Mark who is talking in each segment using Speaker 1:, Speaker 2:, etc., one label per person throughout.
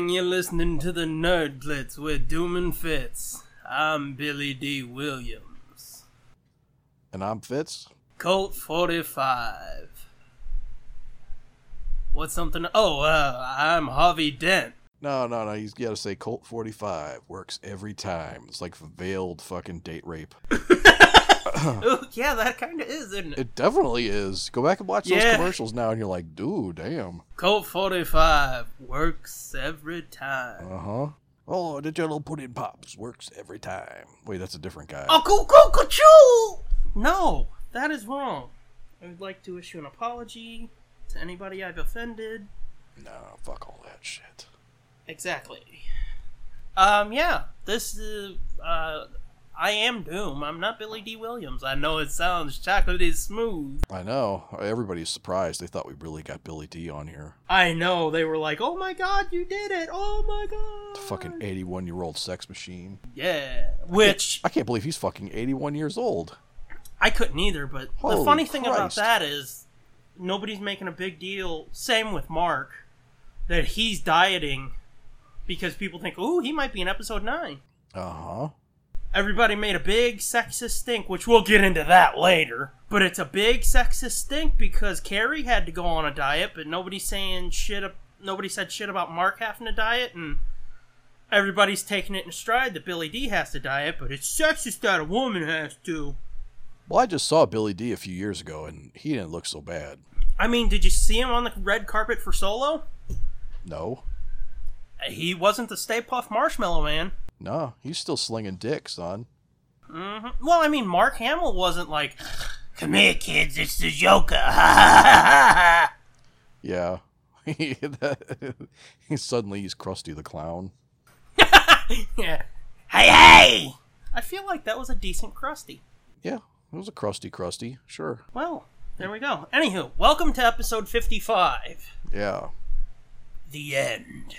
Speaker 1: listening to the Nerd Blitz with Doom and Fitz. I'm Billy D. Williams.
Speaker 2: And I'm Fitz.
Speaker 1: Colt 45. What's something? Oh, uh, I'm Harvey Dent.
Speaker 2: No, no, no. He's got to say Colt 45 works every time. It's like veiled fucking date rape.
Speaker 1: Ooh, yeah, that kind of is, isn't Oh. it?
Speaker 2: It definitely is. Go back and watch
Speaker 1: Yeah.
Speaker 2: those commercials now, and you're like, dude, damn.
Speaker 1: Colt 45 works every time.
Speaker 2: Uh huh. Oh, the jello pudding pops works every time. Wait, that's a different guy.
Speaker 1: Oh, cool, cool, cool, choo! No, that is wrong. I would like to issue an apology to anybody I've offended.
Speaker 2: No, fuck all that shit.
Speaker 1: Exactly. Um, yeah, this is, uh, I am Doom. I'm not Billy D. Williams. I know it sounds chocolatey smooth.
Speaker 2: I know. Everybody's surprised. They thought we really got Billy D on here.
Speaker 1: I know, they were like, oh my god, you did it! Oh my god!
Speaker 2: The fucking 81 year old sex machine.
Speaker 1: Yeah. Which,
Speaker 2: I can't believe he's fucking 81 years old.
Speaker 1: I couldn't either, but the
Speaker 2: Holy
Speaker 1: funny thing about
Speaker 2: Christ.
Speaker 1: that is nobody's making a big deal, same with Mark, that he's dieting because people think, ooh, he might be in episode 9.
Speaker 2: Uh huh.
Speaker 1: Everybody made a big sexist stink, which we'll get into that later. But it's a big sexist stink because Carrie had to go on a diet, but nobody's saying shit. ab- Nobody said shit about Mark having to diet, and everybody's taking it in stride that Billy D has to diet, but it's sexist that a woman has to.
Speaker 2: Well, I just saw Billy D a few years ago, and he didn't look so bad.
Speaker 1: I mean, did you see him on the red carpet for Solo?
Speaker 2: No.
Speaker 1: He wasn't the Stay Puff Marshmallow Man.
Speaker 2: No, he's still slinging dick, son.
Speaker 1: hmm Well, I mean, Mark Hamill wasn't like, "Come here, kids, it's the Joker." ha, ha, ha, ha,
Speaker 2: Yeah. He- that- Suddenly he's Krusty the Clown.
Speaker 1: ha." yeah. Hey, hey. I feel like that was a decent crusty.
Speaker 2: Yeah, it was a Krusty Krusty, sure.
Speaker 1: Well, there we go. Anywho, welcome to episode fifty-five.
Speaker 2: Yeah.
Speaker 1: The end.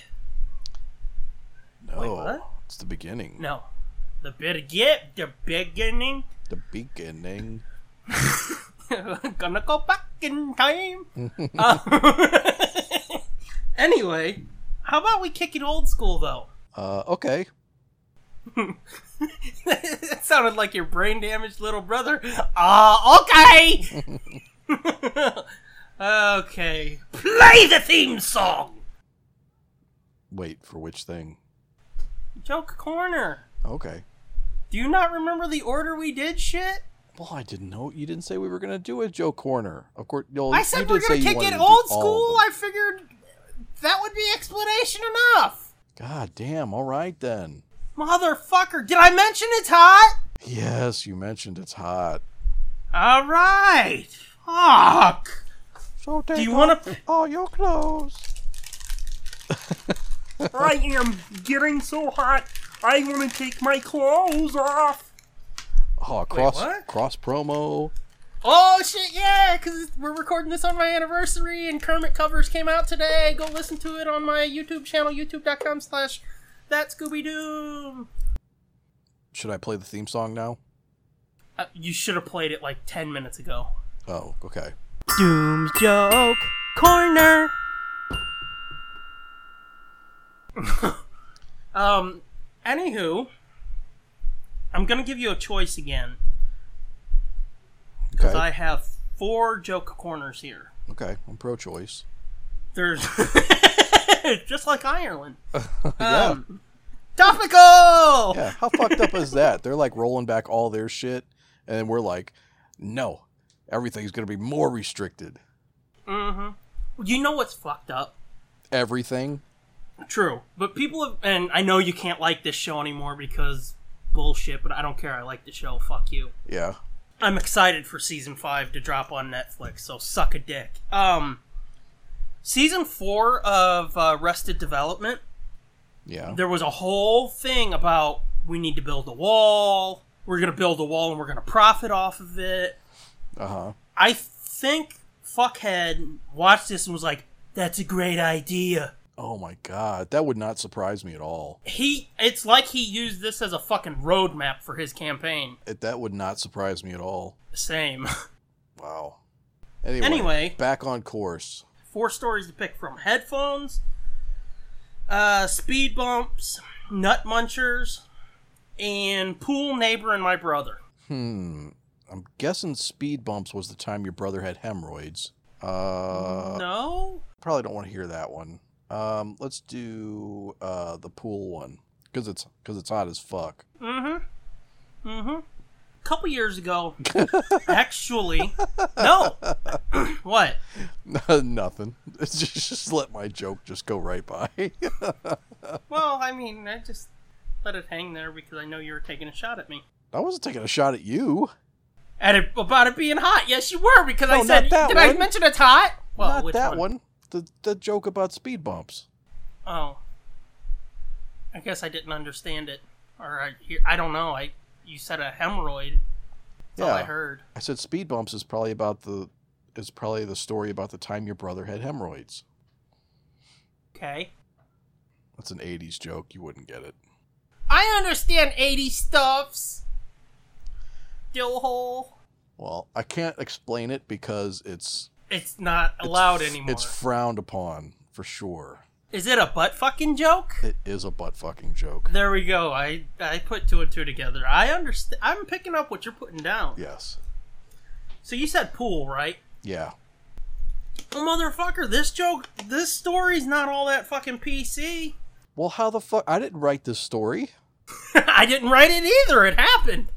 Speaker 2: No.
Speaker 1: Wait, what?
Speaker 2: It's the beginning.
Speaker 1: No, the bit get the beginning.
Speaker 2: The beginning.
Speaker 1: Gonna go back in time. Uh, anyway, how about we kick it old school though?
Speaker 2: Uh, okay.
Speaker 1: it sounded like your brain damaged little brother. Ah, okay. okay. Play the theme song.
Speaker 2: Wait, for which thing?
Speaker 1: Joke corner.
Speaker 2: Okay.
Speaker 1: Do you not remember the order we did shit?
Speaker 2: Well, I didn't know. You didn't say we were going to do a Joe Corner. Of course. No,
Speaker 1: I
Speaker 2: you
Speaker 1: said
Speaker 2: did
Speaker 1: we're gonna
Speaker 2: say you
Speaker 1: kick
Speaker 2: wanted
Speaker 1: it
Speaker 2: to do
Speaker 1: old
Speaker 2: all of
Speaker 1: school.
Speaker 2: them.
Speaker 1: I figured that would be explanation enough.
Speaker 2: God damn. All right, then.
Speaker 1: Motherfucker, did I mention it's hot?
Speaker 2: Yes, you mentioned it's hot.
Speaker 1: All right. Fuck.
Speaker 2: So take
Speaker 1: you
Speaker 2: off
Speaker 1: wanna p-
Speaker 2: all your clothes?
Speaker 1: I am getting so hot. I want to take my clothes off.
Speaker 2: Oh, cross
Speaker 1: what?
Speaker 2: cross promo.
Speaker 1: Oh shit, yeah, because we're recording this on my anniversary, and Kermit covers came out today. Go listen to it on my YouTube channel, YouTube.com/slash That Scooby Doo.
Speaker 2: Should I play the theme song now?
Speaker 1: Uh, you should have played it like ten minutes ago.
Speaker 2: Oh, okay.
Speaker 1: Doom's joke corner. um. Anywho, I'm gonna give you a choice again because
Speaker 2: Okay.
Speaker 1: I have four joke corners here.
Speaker 2: Okay. I'm pro choice.
Speaker 1: There's just like Ireland.
Speaker 2: yeah.
Speaker 1: Um, topical.
Speaker 2: yeah. How fucked up is that? They're like rolling back all their shit and we're like, "No. Everything's going to be more restricted."
Speaker 1: Mm-hmm. You know what's fucked up?
Speaker 2: Everything?
Speaker 1: True, but people have, and I know you can't like this show anymore because bullshit. But I don't care. I like the show. Fuck you.
Speaker 2: Yeah.
Speaker 1: I'm excited for season five to drop on Netflix. So suck a dick. Um, season four of uh, Rested Development.
Speaker 2: Yeah.
Speaker 1: there was a whole thing about we need to build a wall. We're going to build a wall and we're going to profit off of it.
Speaker 2: Uh-huh.
Speaker 1: I think fuckhead watched this and was like, "That's a great idea."
Speaker 2: Oh my god. That would not surprise me at all.
Speaker 1: He, it's like he used this as a fucking roadmap for his campaign.
Speaker 2: It, that would not surprise me at all.
Speaker 1: Same.
Speaker 2: Wow. Anyway,
Speaker 1: Anyway.
Speaker 2: back on course.
Speaker 1: Four stories to pick from: headphones, uh, speed bumps, nut munchers, and pool neighbor and my brother.
Speaker 2: Hmm. I'm guessing speed bumps was the time your brother had hemorrhoids. Uh,
Speaker 1: no,
Speaker 2: probably don't want to hear that one. Um, let's do uh the pool one because it's because it's hot as fuck.
Speaker 1: Mm-hmm. Mm-hmm. A couple years ago, actually, no. what?
Speaker 2: Nothing. It's just, just let my joke just go right by.
Speaker 1: Well, I mean, I just let it hang there because I know you were taking a shot at me.
Speaker 2: I wasn't taking a shot at you.
Speaker 1: At it, about it being hot. Yes, you were because I
Speaker 2: No,
Speaker 1: said.
Speaker 2: not that
Speaker 1: did I
Speaker 2: one.
Speaker 1: mention it's hot? Well,
Speaker 2: Not
Speaker 1: which
Speaker 2: that one. The the joke about speed bumps.
Speaker 1: Oh, I guess I didn't understand it, or I I don't know. I you said a hemorrhoid. That's all Oh, I
Speaker 2: Yeah.
Speaker 1: heard.
Speaker 2: I said speed bumps is probably about the is probably the story about the time your brother had hemorrhoids.
Speaker 1: Okay.
Speaker 2: That's an '80s joke. You wouldn't get it.
Speaker 1: I understand 80 stuffs. Dill hole.
Speaker 2: Well, I can't explain it because it's
Speaker 1: It's not
Speaker 2: it's
Speaker 1: allowed
Speaker 2: f-
Speaker 1: anymore.
Speaker 2: It's frowned upon for sure.
Speaker 1: Is it a butt fucking joke?
Speaker 2: It is a butt fucking joke.
Speaker 1: There we go. I I put two and two together. I understand. I'm picking up what you're putting down.
Speaker 2: Yes.
Speaker 1: So you said pool, right?
Speaker 2: Yeah.
Speaker 1: Well, motherfucker, this joke, this story's not all that fucking PC.
Speaker 2: Well, how the fuck? I didn't write this story.
Speaker 1: I didn't write it either. It happened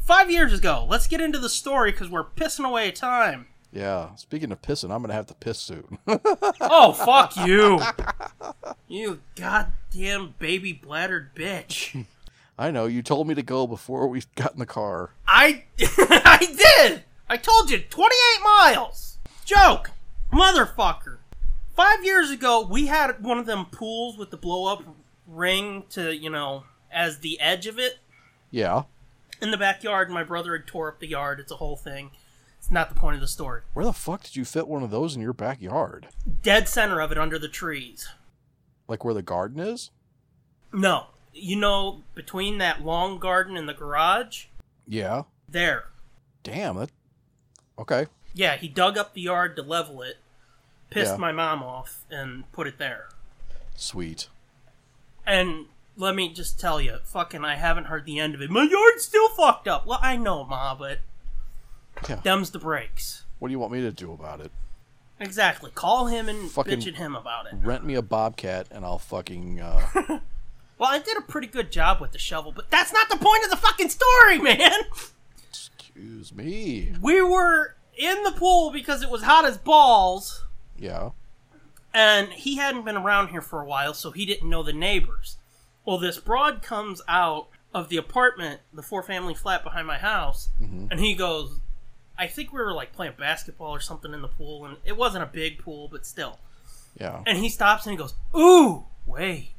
Speaker 1: five years ago. Let's get into the story because we're pissing away time.
Speaker 2: Yeah. Speaking of pissing, I'm gonna have to piss soon.
Speaker 1: Oh, fuck you. You goddamn baby bladdered bitch.
Speaker 2: I know you told me to go before we got in the car.
Speaker 1: I I did. I told you 28 miles. Joke. Motherfucker. 5 years ago, we had one of them pools with the blow up ring to, you know, as the edge of it
Speaker 2: Yeah.
Speaker 1: in the backyard. My brother had tore up the yard. It's a whole thing. It's not the point of the story.
Speaker 2: Where the fuck did you fit one of those in your backyard?
Speaker 1: Dead center of it under the trees.
Speaker 2: Like where the garden is?
Speaker 1: No. You know, between that long garden and the garage,
Speaker 2: Yeah.
Speaker 1: there.
Speaker 2: Damn. That. Okay.
Speaker 1: Yeah, he dug up the yard to level it, pissed
Speaker 2: Yeah.
Speaker 1: my mom off, and put it there.
Speaker 2: Sweet.
Speaker 1: And let me just tell you, fucking, I haven't heard the end of it. My yard's still fucked up. Well, I know, ma, but
Speaker 2: Yeah.
Speaker 1: them's the breaks.
Speaker 2: What do you want me to do about it?
Speaker 1: Exactly. Call him and
Speaker 2: Fucking-
Speaker 1: bitch at him about it.
Speaker 2: Rent me a bobcat and I'll fucking. Uh...
Speaker 1: Well, I did a pretty good job with the shovel, but that's not the point of the fucking story, man.
Speaker 2: excuse me.
Speaker 1: We were in the pool because it was hot as balls,
Speaker 2: Yeah.
Speaker 1: and he hadn't been around here for a while, so he didn't know the neighbors. Well, this broad comes out of the apartment, the four family flat behind my house, and he goes, I think we were like playing basketball or something in the pool, and it wasn't a big pool, but still.
Speaker 2: Yeah.
Speaker 1: And he stops and he goes, Ooh, wait.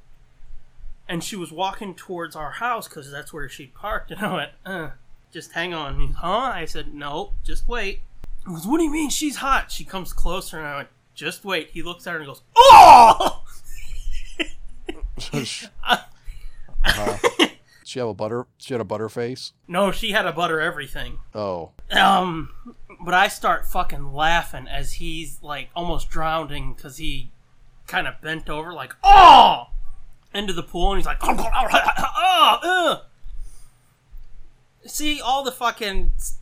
Speaker 1: And she was walking towards our house because that's where she parked. And I went, uh, Just hang on. And he, huh? I said, Nope, just wait. He goes, What do you mean she's hot? She comes closer and I went, Just wait. He looks at her and goes, Oh!
Speaker 2: Uh-huh. she have a butter. She had a butter face.
Speaker 1: No, she had to butter everything.
Speaker 2: Oh,
Speaker 1: Um, but I start fucking laughing as he's like almost drowning because he kind of bent over, like, oh, into the pool, and he's like, oh, uh. See, all the fucking s-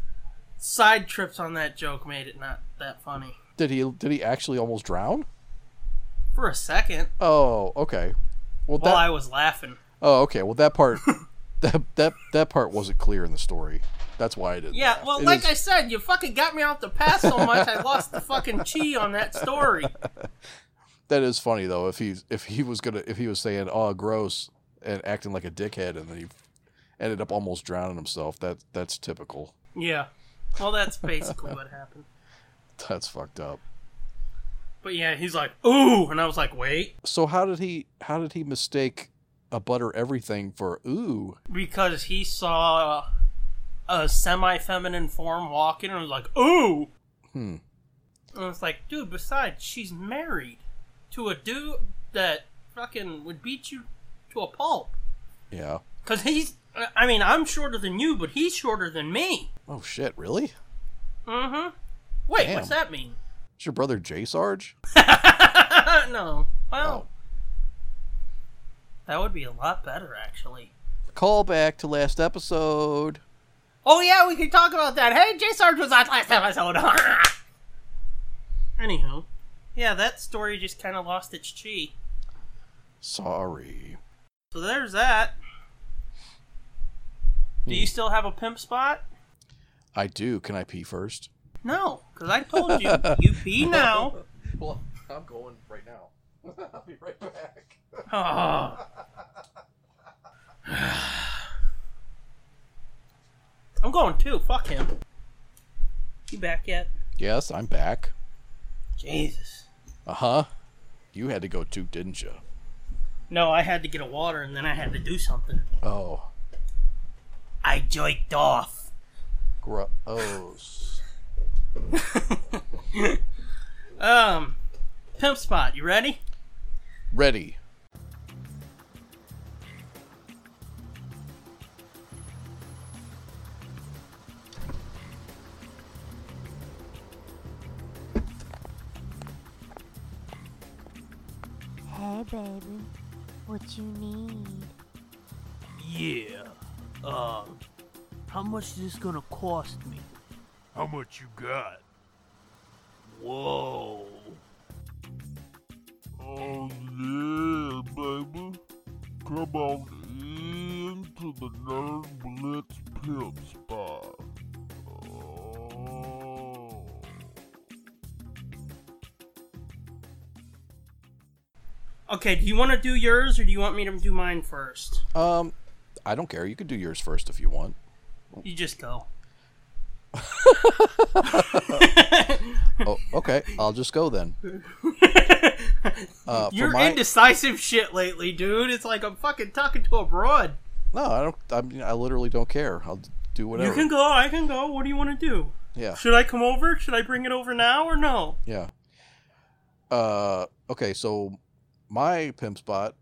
Speaker 1: side trips on that joke made it not that funny.
Speaker 2: did he? Did he actually almost drown?
Speaker 1: For a second,
Speaker 2: Oh, okay. Well, that.
Speaker 1: while I was laughing.
Speaker 2: Oh, okay. Well, that part. that that that part wasn't clear in the story. That's why I didn't.
Speaker 1: Yeah,
Speaker 2: laugh.
Speaker 1: well,
Speaker 2: It
Speaker 1: like
Speaker 2: is-
Speaker 1: I said, you fucking got me off the path so much, I lost the fucking chi on that story.
Speaker 2: that is funny though. If he if he was gonna if he was saying oh gross and acting like a dickhead and then he ended up almost drowning himself. That that's typical.
Speaker 1: Yeah. Well, that's basically what happened.
Speaker 2: That's fucked up.
Speaker 1: But yeah, he's like, ooh, and I was like, wait,
Speaker 2: So how did he how did he mistake a butter everything for ooh?
Speaker 1: because he saw a semi-feminine form walking, and was like, ooh,
Speaker 2: Hmm.
Speaker 1: and it's like, dude. Besides, she's married to a dude that fucking would beat you to a pulp.
Speaker 2: Yeah.
Speaker 1: Cause he's, I mean, I'm shorter than you, but he's shorter than me.
Speaker 2: Oh shit, really?
Speaker 1: Mm-hmm. Wait,
Speaker 2: Damn.
Speaker 1: what's that mean?
Speaker 2: Is your brother J Sarge?
Speaker 1: no. Well, That would be a lot better, actually.
Speaker 2: Call back to last episode.
Speaker 1: Oh yeah, we can talk about that. Hey, J Sarge was on last episode. Anywho, yeah, that story just kind of lost its chi.
Speaker 2: Sorry.
Speaker 1: So there's that. Do you still have a pimp spot?
Speaker 2: I do. Can I pee first?
Speaker 1: No, because I told you you pee now.
Speaker 2: Well, I'm going right now. I'll be right back.
Speaker 1: Oh. I'm going too. Fuck him. You back yet?
Speaker 2: Yes, I'm back.
Speaker 1: Jesus.
Speaker 2: Uh huh. You had to go too, didn't you?
Speaker 1: No, I had to get a water and then I had to do something.
Speaker 2: Oh,
Speaker 1: I joiked off.
Speaker 2: gross.
Speaker 1: Um, pimp spot. You ready?
Speaker 2: Ready.
Speaker 3: Hey, baby. What you need?
Speaker 1: Yeah. Um, how much is this gonna cost me?
Speaker 4: How much you got?
Speaker 1: Whoa.
Speaker 4: Oh yeah, baby. Come on in to the Nerd Blitz Pimp Spot. Oh.
Speaker 1: Okay, do you want to do yours or do you want me to do mine first?
Speaker 2: Um, I don't care. You can do yours first if you want.
Speaker 1: You just go.
Speaker 2: Oh, okay. I'll just go then. Uh, for
Speaker 1: You're
Speaker 2: my-
Speaker 1: indecisive shit lately, dude. It's like I'm fucking talking to a broad.
Speaker 2: No, I don't. I mean, I literally don't care. I'll do whatever.
Speaker 1: You can go, I can go. What do you want to do?
Speaker 2: Yeah.
Speaker 1: Should I come over? Should I bring it over now or no?
Speaker 2: Yeah. Uh, okay, so my pimp spot,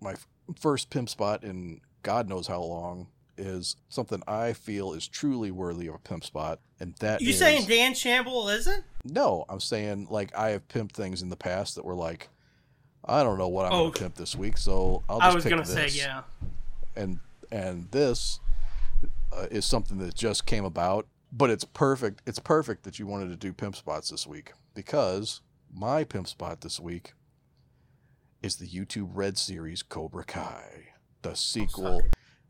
Speaker 2: my f- first pimp spot in God knows how long, is something I feel is truly worthy of a pimp spot, and that
Speaker 1: You
Speaker 2: is-
Speaker 1: saying Dan Shamble isn't?
Speaker 2: no? I'm saying like I have pimped things in the past that were like, I don't know what I'm
Speaker 1: Oh.
Speaker 2: gonna pimp this week, so I'll just
Speaker 1: I was
Speaker 2: pick
Speaker 1: gonna
Speaker 2: this.
Speaker 1: say yeah.
Speaker 2: and and this uh, is something that just came about but it's perfect it's perfect that you wanted to do pimp spots this week because my pimp spot this week is the YouTube Red series Cobra Kai the sequel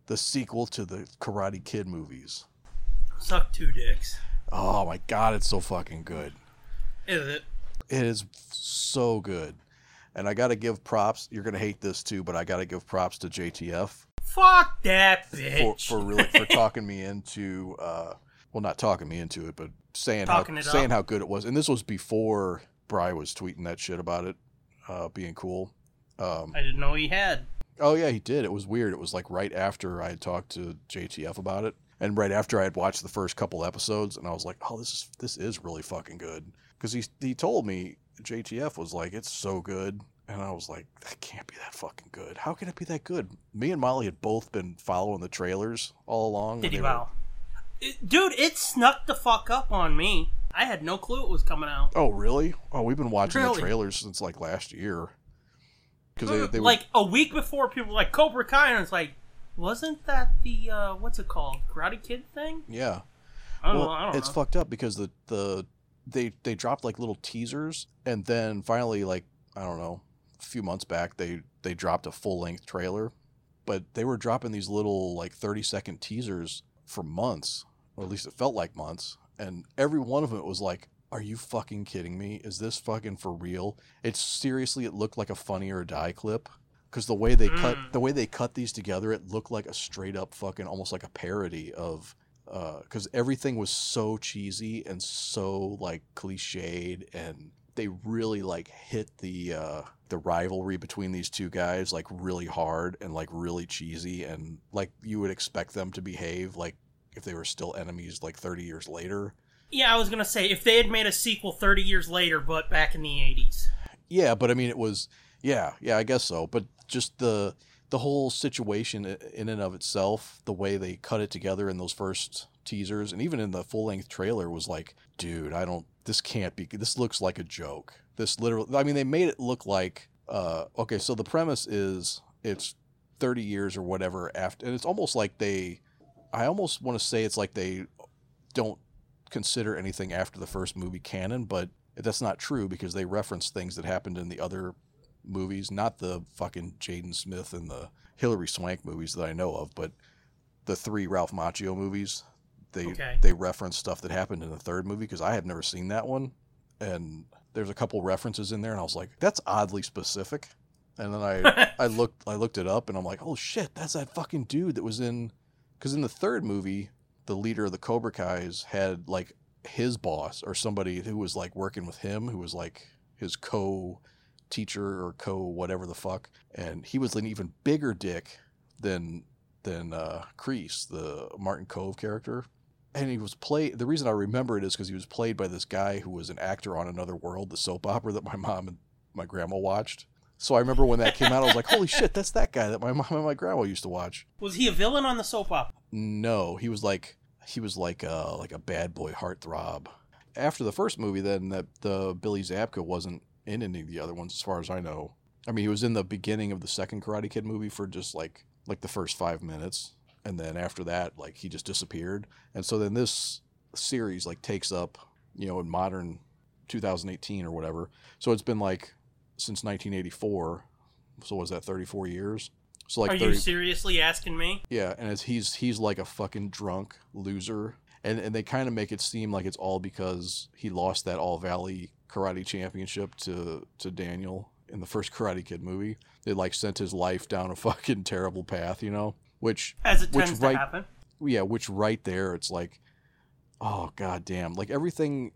Speaker 2: the sequel to the Karate Kid movies
Speaker 1: Suck two dicks.
Speaker 2: oh my god it's so fucking good
Speaker 1: Is it?
Speaker 2: it is so good and I got to give props you're going to hate this too but I got to give props to JTF
Speaker 1: Fuck that
Speaker 2: for,
Speaker 1: bitch.
Speaker 2: for really for talking me into uh well not talking me into it but saying
Speaker 1: Talking
Speaker 2: how
Speaker 1: it
Speaker 2: saying
Speaker 1: up.
Speaker 2: how good it was and this was before Bry was tweeting that shit about it uh being cool um
Speaker 1: I didn't know he had.
Speaker 2: oh yeah he did it was weird it was like right after I had talked to JTF about it and right after I had watched the first couple episodes and I was like oh this is this is really fucking good cuz he he told me JTF was like it's so good and I was like, that can't be that fucking good. How can it be that good? Me and Molly had both been following the trailers all along. when
Speaker 1: Did he
Speaker 2: they were-
Speaker 1: wow? It- Dude, it snuck the fuck up on me. I had no clue it was coming out.
Speaker 2: Oh, really? Oh, we've been watching
Speaker 1: Really?
Speaker 2: the trailers since like last year. Because they, they were-
Speaker 1: like a week before, people were like Cobra Kai, and it's like, wasn't that the uh, what's it called, Karate Kid thing?
Speaker 2: yeah.
Speaker 1: I don't
Speaker 2: well,
Speaker 1: know. I don't
Speaker 2: it's
Speaker 1: know.
Speaker 2: fucked up because the the they they dropped like little teasers, and then finally, like I don't know, a few months back, they they dropped a full length trailer, but they were dropping these little like thirty second teasers for months, or at least it felt like months, and every one of them was like. Are you fucking kidding me? Is this fucking for real? It's seriously, it looked like a Funny or Die clip because the way they cut
Speaker 1: Mm.
Speaker 2: the way they cut these together, it looked like a straight up fucking almost like a parody of because everything was so cheesy and so like cliched and they really like hit the uh, the rivalry between these two guys like really hard and like really cheesy and like you would expect them to behave like if they were still enemies like 30 years later
Speaker 1: yeah, I was gonna say if they had made a sequel 30 years later, but back in the 80s.
Speaker 2: Yeah, but I mean, it was yeah, yeah, I guess so. But just the the whole situation i- in and of itself, the way they cut it together in those first teasers, and even in the full length trailer, was like, dude, I don't. This can't be. This looks like a joke. This literally. I mean, they made it look like. Uh, okay, so the premise is it's 30 years or whatever after and it's almost like they i almost want to say it's like they don't consider anything after the first movie canon but that's not true because they reference things that happened in the other movies not the fucking jaden smith and the hillary swank movies that i know of but the three ralph macchio movies they
Speaker 1: Okay.
Speaker 2: they reference stuff that happened in the third movie because i had never seen that one and there's a couple references in there and i was like that's oddly specific and then i I looked I looked it up and I'm like, oh shit, that's that fucking dude that was in because in the third movie, the leader of the Cobra Kai's had like his boss or somebody who was like working with him, who was like his co teacher or co whatever the fuck, and he was an even bigger dick than than uh, Crease, the Martin Cove character. And he was played. The reason I remember it is because he was played by this guy who was an actor on Another World, the soap opera that my mom and my grandma watched. So I remember when that came out, I was like, "Holy shit, that's that guy that my mom and my grandma used to watch."
Speaker 1: was he a villain on the soap opera?
Speaker 2: No, he was like he was like uh like a bad boy heartthrob. After the first movie, then that the Billy Zabka wasn't in any of the other ones, as far as I know. I mean, he was in the beginning of the second Karate Kid movie for just like like the first five minutes, and then after that, like he just disappeared. And so then this series like takes up you know in modern 2018 or whatever. So it's been like since 1984. So was that 34 years? So like
Speaker 1: Are
Speaker 2: 30,
Speaker 1: you seriously asking me?
Speaker 2: yeah, and it's, he's he's like a fucking drunk loser, and and they kind of make it seem like it's all because he lost that All Valley Karate Championship to to Daniel in the first Karate Kid movie. They like sent his life down a fucking terrible path, you know. Which
Speaker 1: As it
Speaker 2: Which
Speaker 1: tends
Speaker 2: right-
Speaker 1: to happen.
Speaker 2: yeah, which right there, it's like, oh god damn, like everything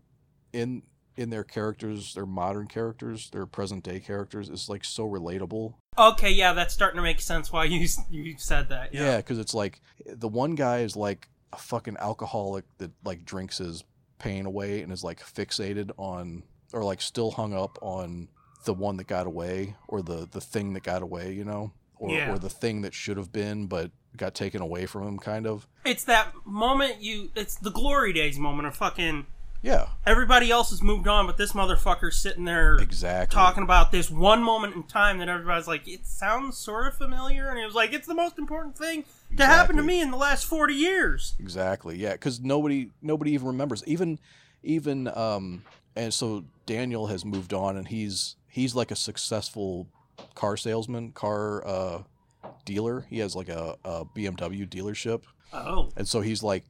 Speaker 2: in in their characters, their modern characters, their present day characters is like so relatable
Speaker 1: Okay, yeah, that's starting to make sense why you you said that.
Speaker 2: Yeah, because it's like the one guy is like a fucking alcoholic that like drinks his pain away and is like fixated on or like still hung up on the one that got away or the the thing that got away, you know, or
Speaker 1: Yeah.
Speaker 2: or the thing that should have been but got taken away from him, kind of.
Speaker 1: It's that moment you. It's the glory days moment of fucking.
Speaker 2: Yeah,
Speaker 1: Everybody else has moved on, but this motherfucker's sitting there
Speaker 2: exactly.
Speaker 1: talking about this one moment in time that everybody's like, it sounds sort of familiar. And he was like, it's the most important thing to happen to
Speaker 2: Exactly.
Speaker 1: me in the last 40 years.
Speaker 2: Exactly. Yeah, because nobody nobody even remembers. Even even um and so Daniel has moved on and he's he's like a successful car salesman, car uh dealer. He has like a, a BMW dealership.
Speaker 1: Oh.
Speaker 2: And so he's like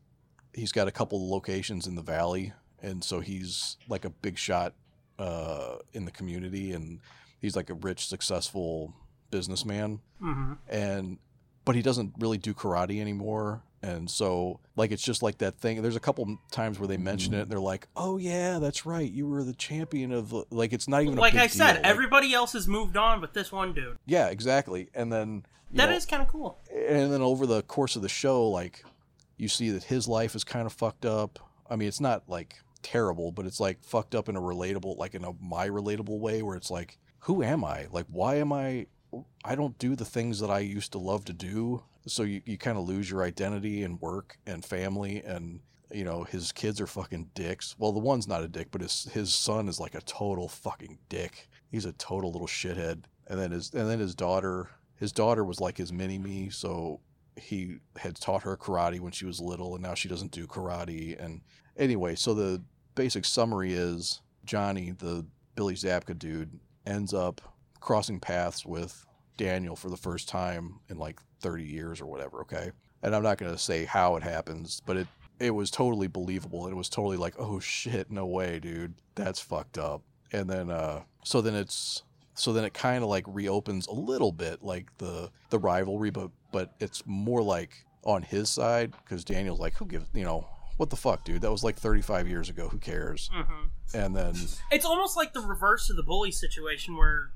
Speaker 2: he's got a couple locations in the valley and so he's like a big shot uh in the community and he's like a rich successful businessman
Speaker 1: hmm
Speaker 2: and but he doesn't really do karate anymore and so like it's just like that thing there's a couple times where they mention it and they're like oh yeah that's right you were the champion of like it's not even
Speaker 1: Like
Speaker 2: a big
Speaker 1: I said,
Speaker 2: deal. Like,
Speaker 1: everybody else has moved on, but this one dude.
Speaker 2: yeah exactly and then you
Speaker 1: That
Speaker 2: know,
Speaker 1: is kind of cool.
Speaker 2: and then over the course of the show like you see that his life is kind of fucked up i mean it's not like terrible but it's like fucked up in a relatable like in a my relatable way where it's like who am i like why am i i don't do the things that i used to love to do so you, you kind of lose your identity and work and family and you know his kids are fucking dicks well the one's not a dick but his his son is like a total fucking dick he's a total little shithead and then his and then his daughter his daughter was like his mini me so he had taught her karate when she was little and now she doesn't do karate and anyway so the basic summary is johnny the billy zabka dude ends up crossing paths with daniel for the first time in like 30 years or whatever okay and i'm not going to say how it happens but it it was totally believable it was totally like oh shit no way dude that's fucked up and then uh so then it's so then it kind of like reopens a little bit like the the rivalry but but it's more like on his side because daniel's like who gives you know what the fuck dude that was like 35 years ago who cares
Speaker 1: hmm
Speaker 2: and then
Speaker 1: It's almost like the reverse of the bully situation where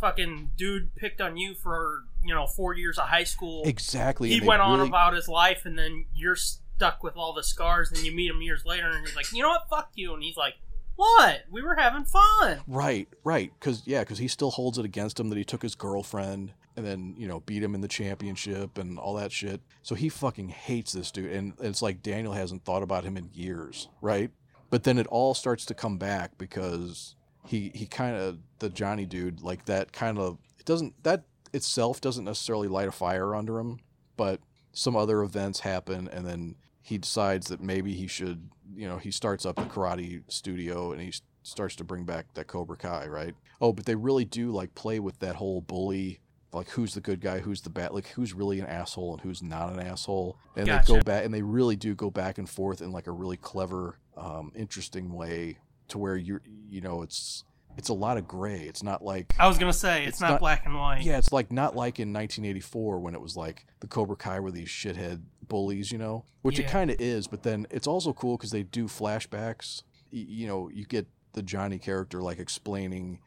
Speaker 1: fucking dude picked on you for, you know, four years of high school.
Speaker 2: exactly
Speaker 1: He
Speaker 2: and they
Speaker 1: went on
Speaker 2: really-
Speaker 1: about his life and then you're stuck with all the scars and you meet him years later and he's like, you know what, fuck you. And he's like, what? We were having fun.
Speaker 2: right right because yeah because he still holds it against him that he took his girlfriend and then you know beat him in the championship and all that shit so he fucking hates this dude and it's like daniel hasn't thought about him in years right but then it all starts to come back because he he kind of the Johnny dude like that kind of it doesn't that itself doesn't necessarily light a fire under him, but some other events happen, and then he decides that maybe he should, you know, he starts up the karate studio and he s- starts to bring back that Cobra Kai, right? Oh, but they really do like play with that whole bully, like who's the good guy, who's the bad, like who's really an asshole and who's not an asshole, and they
Speaker 1: Gotcha.
Speaker 2: go back and they really do go back and forth in like a really clever, um, interesting way to where you, you know, it's it's a lot of gray. It's not like
Speaker 1: I was gonna say it's,
Speaker 2: It's
Speaker 1: not,
Speaker 2: not-
Speaker 1: black and white.
Speaker 2: yeah, it's like not like in 1984 when it was like the Cobra Kai were these shithead bullies, you know, which it
Speaker 1: Yeah.
Speaker 2: kind of is. But then it's also cool because they do flashbacks. Y- you know, you get the Johnny character like explaining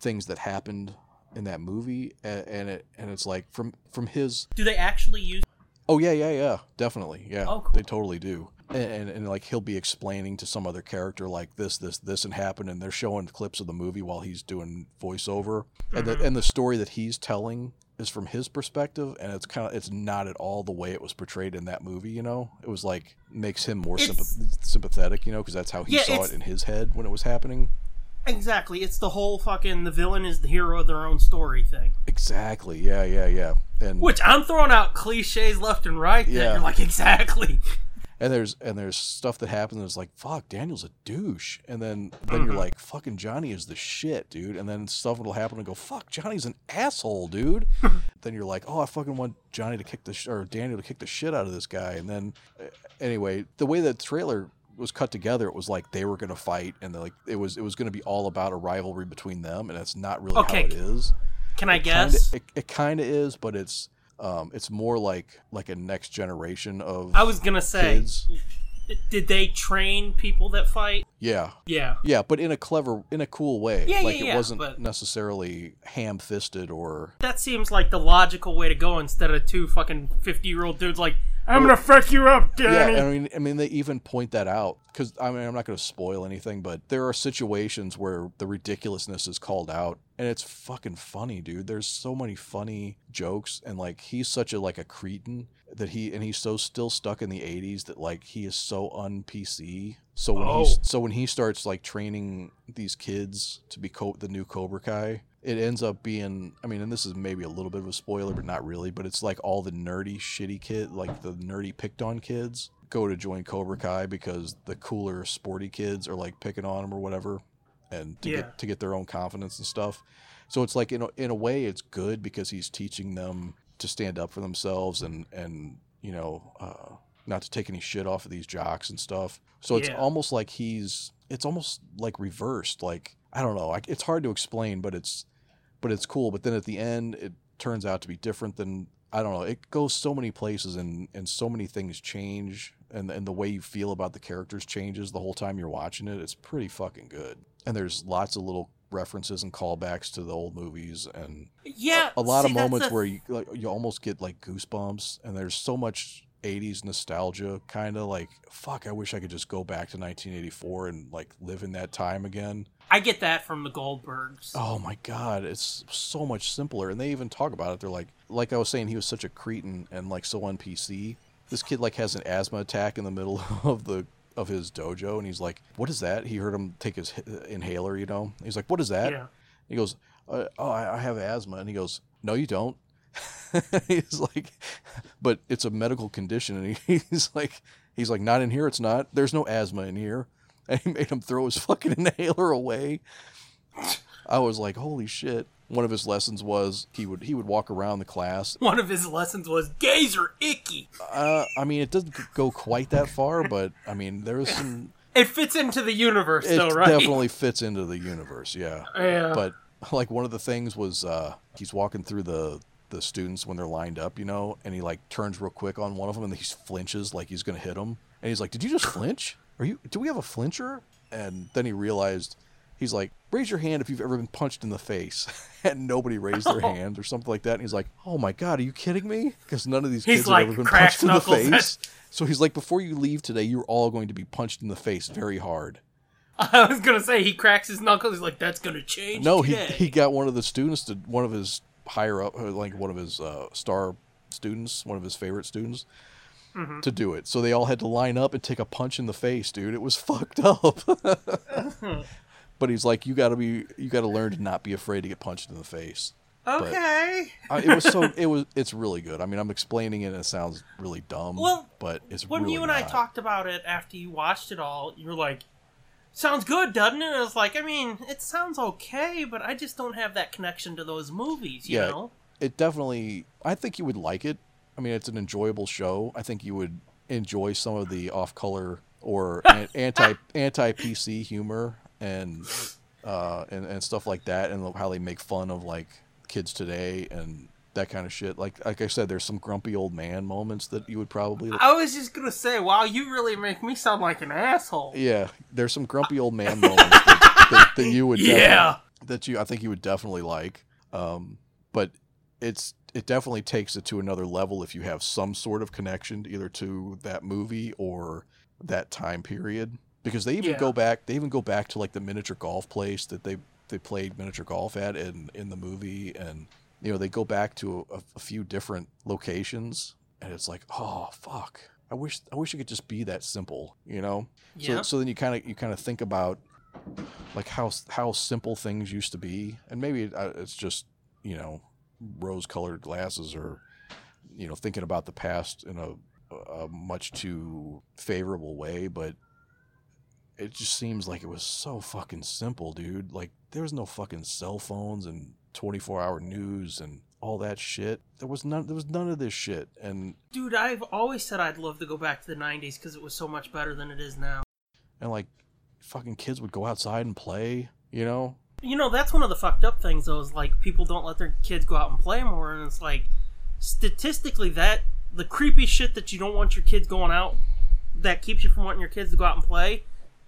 Speaker 2: things that happened in that movie, and, and it and it's like from from his
Speaker 1: Do they actually use?
Speaker 2: Oh yeah, yeah, yeah, definitely, yeah.
Speaker 1: Oh, cool.
Speaker 2: They totally do, and, and and like he'll be explaining to some other character like this, this, this, and happened, and they're showing clips of the movie while he's doing voiceover, and
Speaker 1: Mm-hmm.
Speaker 2: the and the story that he's telling is from his perspective, and it's kind of it's not at all the way it was portrayed in that movie. You know, it was like makes him more
Speaker 1: It's-
Speaker 2: sympath- sympathetic, you know, because that's how he
Speaker 1: Yeah,
Speaker 2: saw
Speaker 1: it's-
Speaker 2: it in his head when it was happening.
Speaker 1: Exactly. It's the whole fucking the villain is the hero of their own story thing.
Speaker 2: Exactly. Yeah, yeah, yeah. And
Speaker 1: Which I'm throwing out cliches left and right. that
Speaker 2: Yeah.
Speaker 1: You're like exactly.
Speaker 2: and there's and there's stuff that happens and it's like fuck daniel's a douche and then then
Speaker 1: Mm-hmm.
Speaker 2: you're like fucking johnny is the shit dude and then stuff will happen and go fuck johnny's an asshole dude then you're like oh i fucking want johnny to kick the sh- or daniel to kick the shit out of this guy and then uh, anyway the way that trailer was cut together it was like they were gonna fight and like it was it was gonna be all about a rivalry between them and that's not really
Speaker 1: Okay.
Speaker 2: how it is
Speaker 1: Can I
Speaker 2: it
Speaker 1: guess?
Speaker 2: kinda, it, it kind of is but it's um it's more like like a next generation of
Speaker 1: I was gonna say,
Speaker 2: kids.
Speaker 1: did they train people that fight?
Speaker 2: yeah
Speaker 1: Yeah.
Speaker 2: Yeah, but in a clever, in a cool way.
Speaker 1: Yeah,
Speaker 2: like
Speaker 1: yeah,
Speaker 2: it
Speaker 1: yeah,
Speaker 2: wasn't
Speaker 1: but-
Speaker 2: necessarily ham-fisted or
Speaker 1: That seems like the logical way to go instead of two fucking 50 year old dudes like, I'm gonna fuck you up, Danny.
Speaker 2: Yeah, I mean, I mean, they even point that out because I mean, I'm not going to spoil anything, but there are situations where the ridiculousness is called out, and it's fucking funny, dude. There's so many funny jokes, and like he's such a like a cretin that he and he's so still stuck in the '80s that like he is so un PC. So when
Speaker 1: Oh.
Speaker 2: he's so when he starts like training these kids to be co- the new Cobra Kai. It ends up being, I mean, and this is maybe a little bit of a spoiler, but not really. But it's like all the nerdy, shitty kid, like the nerdy picked on kids, go to join Cobra Kai because the cooler, sporty kids are like picking on them or whatever, and to
Speaker 1: Yeah.
Speaker 2: get to get their own confidence and stuff. So it's like in a, in a way, it's good because he's teaching them to stand up for themselves and and you know uh, not to take any shit off of these jocks and stuff. So it's
Speaker 1: Yeah.
Speaker 2: almost like he's it's almost like reversed. Like I don't know, I, it's hard to explain, but it's but it's cool. But then at the end, it turns out to be different than I don't know. It goes so many places, and and so many things change, and and the way you feel about the characters changes the whole time you're watching it. It's pretty fucking good, and there's lots of little references and callbacks to the old movies and
Speaker 1: Yeah,
Speaker 2: a lot
Speaker 1: see,
Speaker 2: of
Speaker 1: that's
Speaker 2: moments
Speaker 1: the-
Speaker 2: where you like, you almost get like goosebumps and there's so much 80s nostalgia kind of like fuck I wish I could just go back to 1984 and like live in that time again
Speaker 1: I get that from the Goldbergs.
Speaker 2: Oh my god, it's so much simpler. And they even talk about it. They're like, like I was saying, he was such a cretin and like so on PC. This kid like has an asthma attack in the middle of the of his dojo, and he's like, "What is that?" He heard him take his h- inhaler. You know, he's like, "What is that?"
Speaker 1: yeah.
Speaker 2: He goes, uh, "Oh, I, I have asthma," and he goes, "No, you don't." he's like, "But it's a medical condition," and he, he's like, "He's like, not in here. It's not. There's no asthma in here." And he made him throw his fucking inhaler away. I was like, "Holy shit!" One of his lessons was he would he would walk around the class.
Speaker 1: One of his lessons was gays are icky.
Speaker 2: Uh, I mean, it doesn't go quite that far, but I mean, there is some.
Speaker 1: It fits into the universe,
Speaker 2: It
Speaker 1: though, right?
Speaker 2: definitely fits into the universe. Yeah.
Speaker 1: Yeah.
Speaker 2: but like one of the things was uh he's walking through the the students when they're lined up you know and he like turns real quick on one of them and he flinches like he's gonna hit him and he's like did you just flinch are you do we have a flincher and then he realized he's like raise your hand if you've ever been punched in the face and nobody raised their hand or something like that and he's like oh my god are you kidding me because none of these
Speaker 1: He's
Speaker 2: kids
Speaker 1: like,
Speaker 2: have ever been
Speaker 1: "Crack
Speaker 2: punched in the
Speaker 1: knuckles."
Speaker 2: face so he's like before you leave today you're all going to be punched in the face very hard
Speaker 1: I was gonna say he cracks his knuckles. He's like, "That's gonna change."
Speaker 2: no, he,
Speaker 1: today.
Speaker 2: he got one of the students to one of his higher up, uh, like one of his uh, star students, one of his favorite students,
Speaker 1: Mm-hmm.
Speaker 2: to do it. So they all had to line up and take a punch in the face, dude. It was fucked up. but he's like, you got to be, you got to learn to not be afraid to get punched in the face.
Speaker 1: Okay.
Speaker 2: I, it was so it was it's really good. I mean, I'm explaining it and it sounds really dumb.
Speaker 1: Well,
Speaker 2: but it's
Speaker 1: when
Speaker 2: really
Speaker 1: you and I
Speaker 2: not.
Speaker 1: talked about it after you watched it all, you were like, "Sounds good, doesn't it?" And I was like, "I mean, it sounds okay, but I just don't have that connection to those movies." You
Speaker 2: Yeah.
Speaker 1: know?
Speaker 2: it definitely I think you would like it. I mean, it's an enjoyable show. I think you would enjoy some of the off-color or an- anti anti PC humor and uh and, and stuff like that and how they make fun of like kids today and that kind of shit. Like like I said there's some grumpy old man moments that you would probably
Speaker 1: I was just gonna say, wow, you really make me sound like an asshole.
Speaker 2: Yeah, there's some grumpy old man moments that, that, that you would definitely-
Speaker 1: Yeah.
Speaker 2: that you I think you would definitely like. Um, but it's it definitely takes it to another level if you have some sort of connection either to that movie or that time period because they even
Speaker 1: Yeah.
Speaker 2: go back they even go back to like the miniature golf place that they they played miniature golf at in in the movie and you know they go back to a, a few different locations and it's like oh fuck I wish I wish it could just be that simple you know
Speaker 1: Yeah.
Speaker 2: so, so then you kind of you kind of think about like how how simple things used to be, and maybe it, uh, it's just you know rose colored glasses or you know thinking about the past in a, a much too favorable way, but it just seems like it was so fucking simple, dude. Like there was no fucking cell phones and twenty four hour news and all that shit. There was none. There was none of this shit, and
Speaker 1: Dude, I've always said I'd love to go back to the 90s because it was so much better than it is now.
Speaker 2: and like fucking kids would go outside and play. You know,
Speaker 1: You know, that's one of the fucked up things, though, is like people don't let their kids go out and play more, and it's like statistically, that the creepy shit that you don't want your kids going out that keeps you from wanting your kids to go out and play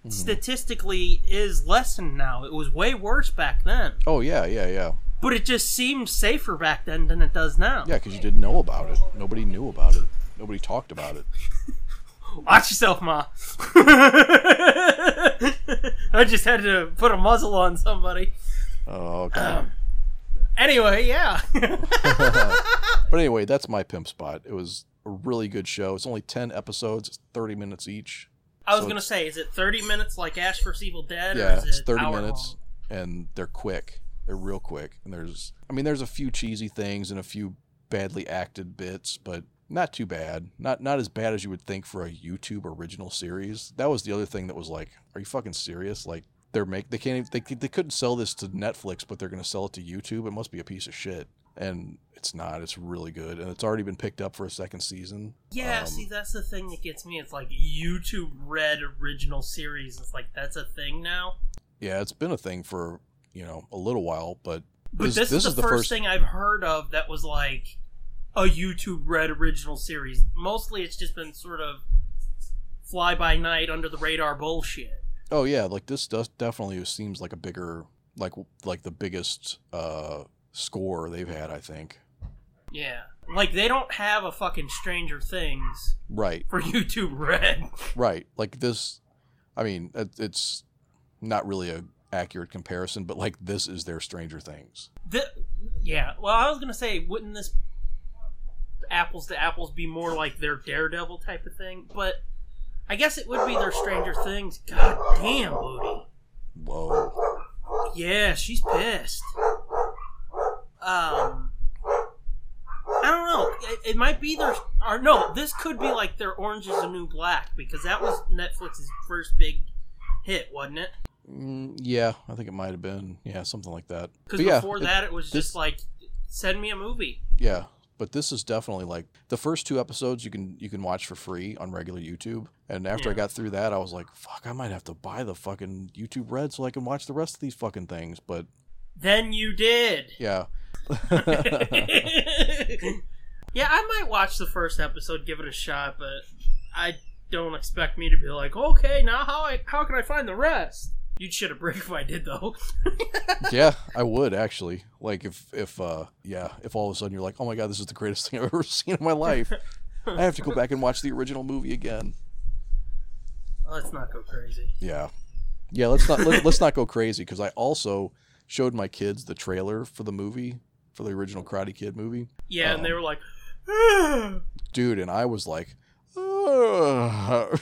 Speaker 1: statistically is lessened now. It was way worse back then,
Speaker 2: Oh yeah, yeah, yeah,
Speaker 1: but it just seemed safer back then than it does now.
Speaker 2: yeah. Because you didn't know about it. Nobody knew about it. Nobody talked about it.
Speaker 1: Watch yourself, Ma. I just had to put a muzzle on somebody.
Speaker 2: Oh god.
Speaker 1: Anyway, yeah.
Speaker 2: but anyway, that's my pimp spot. It was a really good show. It's only ten episodes. It's thirty minutes each.
Speaker 1: I was
Speaker 2: So
Speaker 1: gonna
Speaker 2: it's-
Speaker 1: say, is it thirty minutes like Ash vs Evil Dead? or
Speaker 2: Yeah,
Speaker 1: is it
Speaker 2: it's thirty
Speaker 1: hour
Speaker 2: minutes,
Speaker 1: long?
Speaker 2: and they're quick. They're real quick. And there's, I mean, there's a few cheesy things and a few badly acted bits, but not too bad. Not not as bad as you would think for a YouTube original series. That was the other thing that was like, are you fucking serious? Like. They're make they can't even, they, c- they couldn't sell this to Netflix, but they're going to sell it to YouTube. It must be a piece of shit, and it's not. It's really good, and it's already been picked up for a second season.
Speaker 1: Yeah,
Speaker 2: Um,
Speaker 1: see, that's the thing that gets me. It's like YouTube Red original series. It's like that's a thing now.
Speaker 2: Yeah, it's been a thing for you know a little while, but
Speaker 1: But this, is, the, first, thing I've heard of that was like a YouTube Red original series. Mostly, it's just been sort of fly by night, under the radar bullshit.
Speaker 2: Oh yeah, like this does definitely seems like a bigger like like the biggest uh score they've had. I think
Speaker 1: Yeah, like they don't have a fucking Stranger Things
Speaker 2: right,
Speaker 1: for YouTube Red.
Speaker 2: right. Like this, I mean, it, it's not really a accurate comparison, but like this is their Stranger Things.
Speaker 1: Th yeah. Well, I was gonna say, wouldn't this apples to apples be more like their Daredevil type of thing? But I guess it would be their Stranger Things. God damn, Booty.
Speaker 2: Whoa,
Speaker 1: Yeah, she's pissed. Um, I don't know. It, it might be their or no. This could be like their Orange Is the New Black because that was Netflix's first big hit, wasn't it?
Speaker 2: mm, yeah, I think it might have been yeah something like that.
Speaker 1: Because
Speaker 2: But yeah,
Speaker 1: before
Speaker 2: it-
Speaker 1: that, it was just
Speaker 2: this-
Speaker 1: like, send me a movie.
Speaker 2: Yeah, but this is definitely like the first two episodes you can you can watch for free on regular YouTube. And after I
Speaker 1: Yeah.
Speaker 2: got through that, I was like, "Fuck, I might have to buy the fucking YouTube Red so I can watch the rest of these fucking things." But
Speaker 1: Then you did.
Speaker 2: yeah,
Speaker 1: yeah, I might watch the first episode, give it a shot, but I don't expect me to be like, okay, now how I how can I find the rest? You'd shit a brick if I did though.
Speaker 2: yeah, I would actually like if if uh yeah if all of a sudden you're like, "Oh my god, this is the greatest thing I've ever seen in my life," I have to go back and watch the original movie again.
Speaker 1: Let's not go crazy.
Speaker 2: Yeah, yeah. Let's not let, let's not go crazy because I also showed my kids the trailer for the movie for the original Karate Kid movie.
Speaker 1: Yeah, and they
Speaker 2: Um,
Speaker 1: were like,
Speaker 2: dude, and I was like, "Ugh."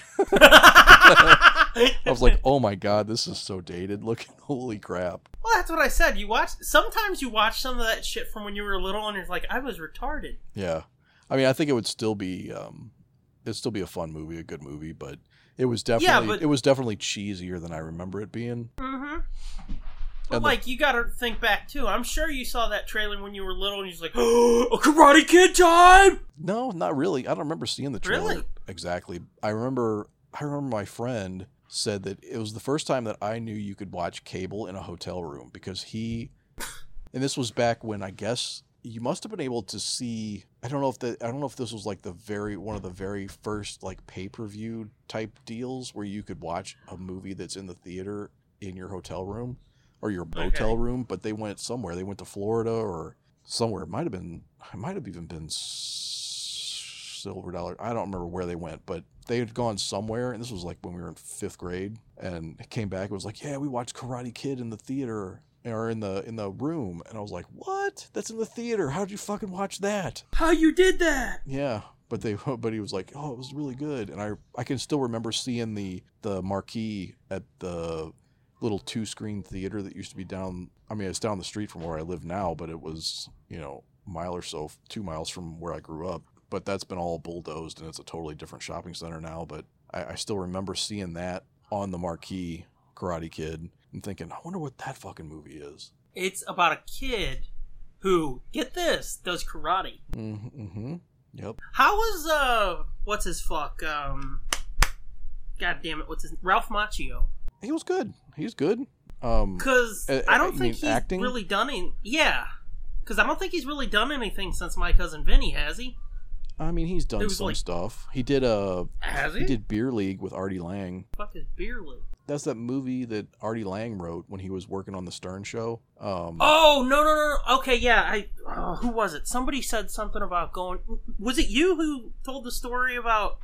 Speaker 2: I was like, oh my god, this is so dated looking. Holy crap.
Speaker 1: Well, that's what I said. You watch. Sometimes you watch some of that shit from when you were little, and you're like, I was retarded.
Speaker 2: Yeah. I mean, I think it would still be um it'd still be a fun movie, a good movie, but it was definitely
Speaker 1: but-
Speaker 2: it was definitely cheesier than I remember it being.
Speaker 1: Mm-hmm. But
Speaker 2: And the-
Speaker 1: like, you got to think back too. I'm sure you saw that trailer when you were little, and you're just like, oh, a Karate Kid time.
Speaker 2: No, not really. I don't remember seeing the trailer
Speaker 1: Really?
Speaker 2: exactly. I remember I remember my friend said that it was the first time that I knew you could watch cable in a hotel room because he and this was back when I guess you must have been able to see I don't know if the I don't know if this was like the very one of the very first like pay-per-view type deals where you could watch a movie that's in the theater in your hotel room or your motel room, but they went somewhere. They went to Florida or somewhere. It might have been, it might have even been S- Silver Dollar. I don't remember where they went, but they had gone somewhere. And this was like when we were in fifth grade, and it came back. It was like, yeah, we watched Karate Kid in the theater or in the in the room, and I was like, what? That's in the theater. How would you fucking watch that?
Speaker 1: How you did that?
Speaker 2: Yeah. But they, but he was like, "Oh, it was really good," and I, I can still remember seeing the the marquee at the little two screen theater that used to be down. I mean, it's down the street from where I live now, but it was you know a mile or so, two miles from where I grew up. But that's been all bulldozed, and it's a totally different shopping center now. But I, I still remember seeing that on the marquee, Karate Kid, and thinking, "I wonder what that fucking movie is."
Speaker 1: It's about a kid who, get this, does karate.
Speaker 2: Mm-hmm. mm-hmm. Yep.
Speaker 1: How was uh, what's his fuck? Um, God damn it, what's his Ralph Macchio?
Speaker 2: He was good. He's good. Um,
Speaker 1: Because
Speaker 2: Uh,
Speaker 1: I
Speaker 2: uh,
Speaker 1: don't
Speaker 2: you mean
Speaker 1: think he's
Speaker 2: acting?
Speaker 1: really done any. Yeah, because I don't think he's really done anything since my cousin Vinny. Has he?
Speaker 2: I mean, he's done
Speaker 1: It was
Speaker 2: some
Speaker 1: like-
Speaker 2: stuff. He did a
Speaker 1: Has
Speaker 2: he did Beer League with Artie Lang.
Speaker 1: Fuck his beer league.
Speaker 2: That's that movie that Artie Lang wrote when he was working on the Stern Show. Um,
Speaker 1: Oh no no no! no. Okay, yeah. I uh, who was it? Somebody said something about going. Was it you who told the story about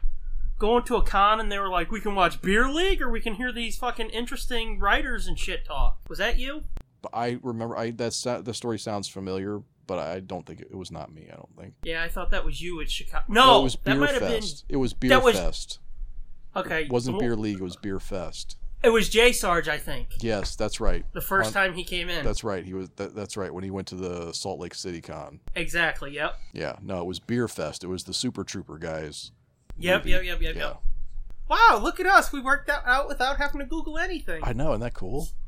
Speaker 1: going to a con and they were like, "We can watch Beer League or we can hear these fucking interesting writers and shit talk." Was that you?
Speaker 2: but I remember I that's the story sounds familiar, but I don't think it, it was not me. I don't think.
Speaker 1: Yeah, I thought that was you at Chicago. No,
Speaker 2: it was Beer
Speaker 1: that might have been.
Speaker 2: Fest. It was Beer
Speaker 1: that was-
Speaker 2: Fest.
Speaker 1: Okay,
Speaker 2: It wasn't
Speaker 1: the-
Speaker 2: Beer League. It was Beer Fest.
Speaker 1: It was Jay Sarge, I think.
Speaker 2: Yes, that's right.
Speaker 1: The first
Speaker 2: On-
Speaker 1: time he came in.
Speaker 2: That's right. He was. That, that's right. When he went to the Salt Lake City Con.
Speaker 1: Exactly. Yep.
Speaker 2: Yeah. No, it was Beer Fest. It was the Super Trooper guys.
Speaker 1: Yep.
Speaker 2: movie.
Speaker 1: Yep. Yep. Yep. Yep. Wow! Look at us. We worked that out without having to Google anything.
Speaker 2: I know. Isn't that cool?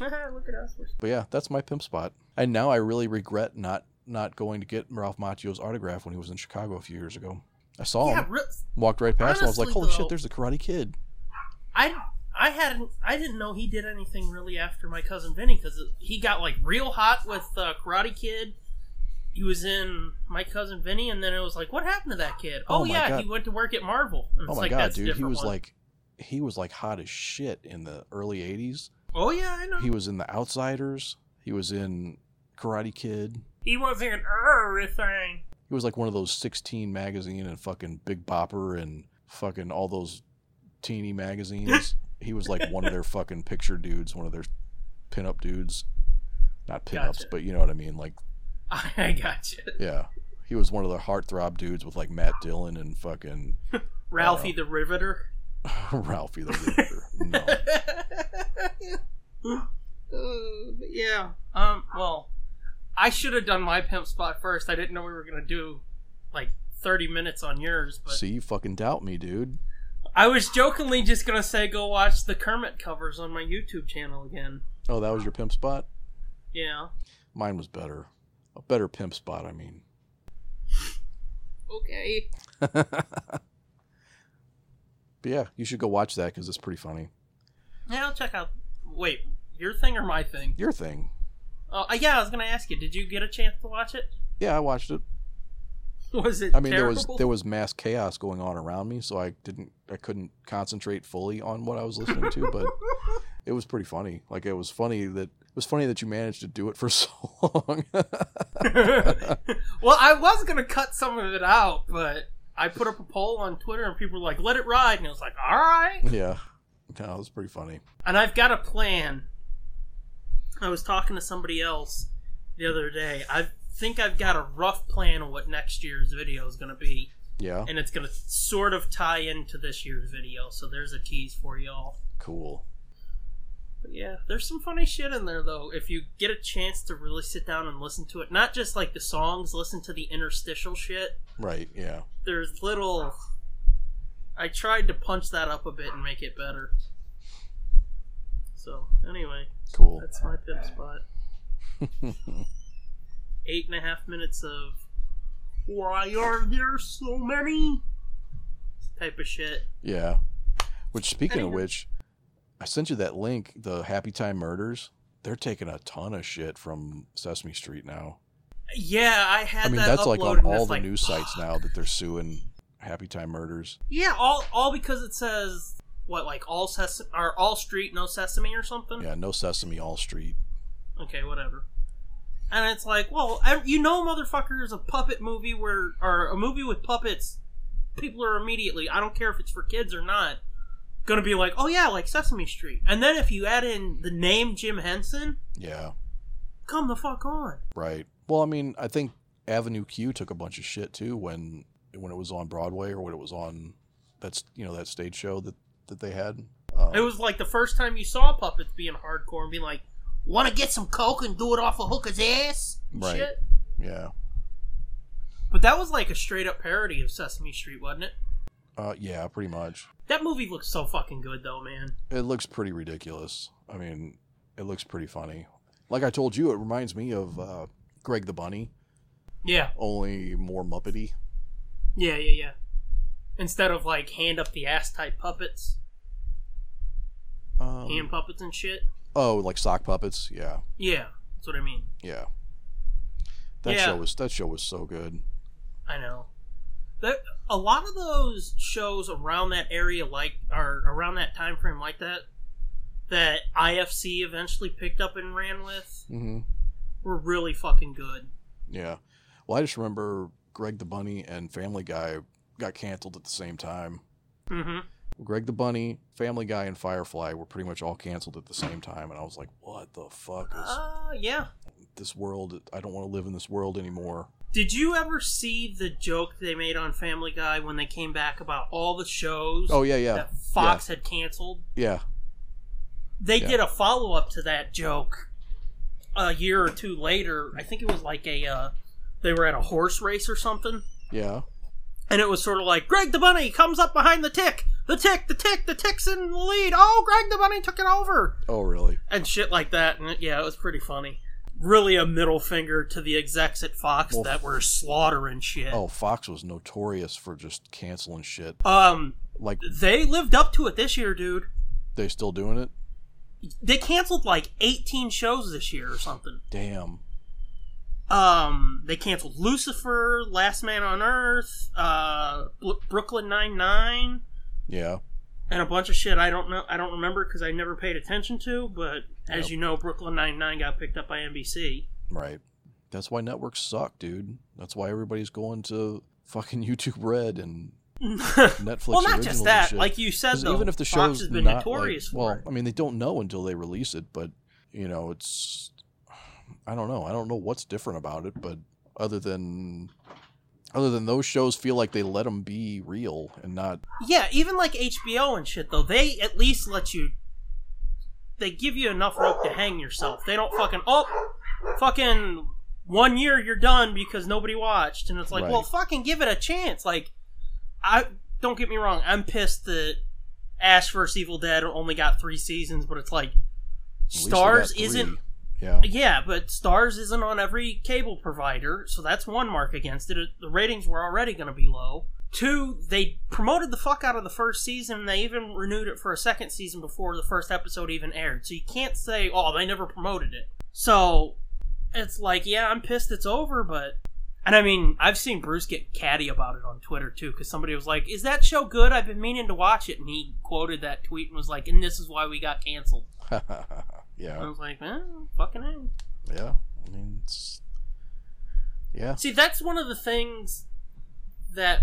Speaker 1: look at us. We're
Speaker 2: But yeah, that's my pimp spot. And now I really regret not not going to get Ralph Macchio's autograph when he was in Chicago a few years ago. I saw
Speaker 1: yeah,
Speaker 2: him,
Speaker 1: re-
Speaker 2: walked right past him. I was like,
Speaker 1: honestly,
Speaker 2: "Holy
Speaker 1: though-
Speaker 2: shit, there's the Karate Kid."
Speaker 1: I I hadn't I didn't know he did anything really after my cousin Vinny because he got like real hot with uh, Karate Kid. He was in my cousin Vinny, and then it was like, what happened to that kid?
Speaker 2: Oh
Speaker 1: Oh,
Speaker 2: my
Speaker 1: yeah,
Speaker 2: God.
Speaker 1: he went to work at Marvel. And
Speaker 2: Oh
Speaker 1: it's
Speaker 2: my
Speaker 1: like,
Speaker 2: god,
Speaker 1: that's a
Speaker 2: dude, he
Speaker 1: different
Speaker 2: was
Speaker 1: one.
Speaker 2: like, he was like hot as shit in the early '80s.
Speaker 1: oh yeah, I know.
Speaker 2: He
Speaker 1: He,
Speaker 2: was in The Outsiders. He was in Karate Kid.
Speaker 1: was in "Er, everything.
Speaker 2: He was like one of those 16 magazine and fucking Big Bopper and fucking all those teeny magazines. he was like one of their fucking picture dudes, one of their pinup dudes. Not pinups,
Speaker 1: Gotcha.
Speaker 2: but you know what I mean. Like,
Speaker 1: I gotcha.
Speaker 2: yeah. He was one of the heartthrob dudes with like Matt Dillon and fucking
Speaker 1: Ralphie
Speaker 2: Uh,
Speaker 1: the Riveter.
Speaker 2: Ralphie the Riveter. No.
Speaker 1: Uh, yeah. Um. Well, I should have done my pimp spot first. I didn't know we were gonna do like thirty minutes on yours, but
Speaker 2: See, you fucking doubt me, dude.
Speaker 1: I was jokingly just gonna say go watch the Kermit covers on my YouTube channel again.
Speaker 2: Oh, that was your pimp spot?
Speaker 1: Yeah.
Speaker 2: Mine was better. A better pimp spot, I mean.
Speaker 1: Okay.
Speaker 2: but yeah, you should go watch that because it's pretty funny.
Speaker 1: Yeah, I'll check out. Wait, your thing or my thing?
Speaker 2: Your thing.
Speaker 1: Oh, uh, yeah. I was gonna ask you. Did you get a chance to watch it?
Speaker 2: Yeah, I watched it.
Speaker 1: Was it?
Speaker 2: I mean, there was
Speaker 1: terrible?
Speaker 2: there was mass chaos going on around me, so I didn't I couldn't concentrate fully on what I was listening to, but it was pretty funny. Like it was funny that it was funny that you managed to do it for so long.
Speaker 1: well, I was gonna cut some of it out, but I put up a poll on Twitter and people were like, "Let it ride," and I was like, "All right."
Speaker 2: yeah. No, it was pretty funny.
Speaker 1: And I've got a plan. I was talking to somebody else the other day. I think I've got a rough plan of what next year's video is gonna be.
Speaker 2: Yeah.
Speaker 1: and it's gonna sort of tie into this year's video. So there's a tease for y'all.
Speaker 2: Cool.
Speaker 1: But yeah, there's some funny shit in there though. If you get a chance to really sit down and listen to it, not just like the songs, listen to the interstitial shit.
Speaker 2: Right. Yeah.
Speaker 1: There's little. I tried to punch that up a bit and make it better. So anyway,
Speaker 2: Cool.
Speaker 1: that's my pimp spot. Eight and a half minutes of why are there so many type of shit.
Speaker 2: yeah. Which speaking of
Speaker 1: Anyway.
Speaker 2: which, I sent you that link. The Happy Time Murders. They're taking a ton of shit from Sesame Street now.
Speaker 1: Yeah, I had.
Speaker 2: I mean,
Speaker 1: that
Speaker 2: that's like
Speaker 1: uploaded
Speaker 2: on
Speaker 1: and
Speaker 2: all
Speaker 1: it's
Speaker 2: the
Speaker 1: like,
Speaker 2: news sites now that they're suing Happy Time Murders.
Speaker 1: Yeah, all all because it says what like all ses- or all street no sesame or something.
Speaker 2: Yeah, no Sesame, all street.
Speaker 1: Okay, whatever. And it's like, well, I, you know, motherfucker is a puppet movie where or a movie with puppets. People are immediately. I don't care if it's for kids or not. Gonna be like, oh yeah, like Sesame Street. And then if you add in the name Jim Henson,
Speaker 2: Yeah.
Speaker 1: come the fuck on.
Speaker 2: Right. Well, I mean, I think Avenue Q took a bunch of shit too when when it was on Broadway or when it was on that's you know that stage show that that they had. Um,
Speaker 1: It was like the first time you saw puppets being hardcore and being like, want to get some coke and do it off a hooker's ass? and
Speaker 2: Right.
Speaker 1: Shit.
Speaker 2: yeah.
Speaker 1: But that was like a straight up parody of Sesame Street, wasn't it?
Speaker 2: Uh, yeah, pretty much.
Speaker 1: That movie looks so fucking good though, man.
Speaker 2: It looks pretty ridiculous. I mean, it looks pretty funny. Like I told you, it reminds me of uh, Greg the Bunny,
Speaker 1: Yeah,
Speaker 2: only more Muppety.
Speaker 1: yeah, yeah, yeah. Instead of like hand up the ass type puppets, hand
Speaker 2: Um,
Speaker 1: puppets and shit.
Speaker 2: oh, like sock puppets. Yeah,
Speaker 1: Yeah, that's what I mean.
Speaker 2: yeah. That
Speaker 1: Yeah.
Speaker 2: show was that show was so good.
Speaker 1: I know. That a lot of those shows around that area, like or around that time frame, like that, that IFC eventually picked up and ran with,
Speaker 2: Mm-hmm.
Speaker 1: were really fucking good.
Speaker 2: Yeah. Well, I just remember Greg the Bunny and Family Guy got canceled at the same time.
Speaker 1: Mm-hmm.
Speaker 2: Greg the Bunny, Family Guy, and Firefly were pretty much all canceled at the same time, and I was like, "What the fuck is
Speaker 1: Uh, yeah.
Speaker 2: this world? I don't want to live in this world anymore."
Speaker 1: Did you ever see the joke they made on Family Guy when they came back about all the shows
Speaker 2: Oh yeah, yeah,
Speaker 1: that Fox had canceled?
Speaker 2: yeah.
Speaker 1: They
Speaker 2: Yeah.
Speaker 1: did a follow up to that joke a year or two later. I think it was like a uh, they were at a horse race or something,
Speaker 2: Yeah.
Speaker 1: and it was sort of like Greg the Bunny comes up behind the tick, the tick, the tick, the tick's in the lead. Oh, Greg the Bunny took it over
Speaker 2: Oh really?
Speaker 1: and shit like that. And yeah, it was pretty funny. Really, a middle finger to the execs at Fox
Speaker 2: Well,
Speaker 1: that were slaughtering shit.
Speaker 2: Oh, Fox was notorious for just canceling shit.
Speaker 1: Um,
Speaker 2: Like
Speaker 1: they lived up to it this year, dude.
Speaker 2: they still doing it?
Speaker 1: They canceled like 18 shows this year or something.
Speaker 2: Damn.
Speaker 1: Um, they canceled Lucifer, Last Man on Earth, uh, Bl- Brooklyn Nine Nine,
Speaker 2: Yeah.
Speaker 1: and a bunch of shit I don't know. I don't remember because I never paid attention to. But as
Speaker 2: Yep.
Speaker 1: you know, Brooklyn Nine Nine got picked up by NBC.
Speaker 2: Right. That's why networks suck, dude. That's why everybody's going to fucking YouTube Red and Netflix.
Speaker 1: well, not
Speaker 2: originals
Speaker 1: just
Speaker 2: and
Speaker 1: that.
Speaker 2: shit.
Speaker 1: Like you said,
Speaker 2: 'Cause
Speaker 1: though,
Speaker 2: even if the
Speaker 1: Fox
Speaker 2: show's
Speaker 1: has been
Speaker 2: not,
Speaker 1: notorious
Speaker 2: like, well,
Speaker 1: for
Speaker 2: I mean, they don't know until they release it, but you know, it's I don't know. I don't know what's different about it, but other than other than those shows feel like they let them be real and not
Speaker 1: it. Yeah, even like HBO and shit, though, they at least let you. They give you enough rope to hang yourself. They don't fucking oh, fucking one year you're done because nobody watched, and it's like,
Speaker 2: Right.
Speaker 1: well, fucking give it a chance. Like, I don't get me wrong, I'm pissed that Ash vs Evil Dead only got three seasons, but it's like
Speaker 2: at least they got
Speaker 1: Stars
Speaker 2: three.
Speaker 1: isn't
Speaker 2: Yeah.
Speaker 1: yeah, but Stars isn't on every cable provider, so that's one mark against it. The ratings were already going to be low. Two, they promoted the fuck out of the first season. They even renewed it for a second season before the first episode even aired. So you can't say, "Oh, they never promoted it." So it's like, yeah, I'm pissed it's over, but and I mean, I've seen Bruce get catty about it on Twitter too, because somebody was like, "Is that show good? I've been meaning to watch it," and he quoted that tweet and was like, "And this is why we got canceled." I
Speaker 2: yeah.
Speaker 1: was like, eh, "Fucking hell."
Speaker 2: Yeah. I mean, it's yeah.
Speaker 1: See, that's one of the things that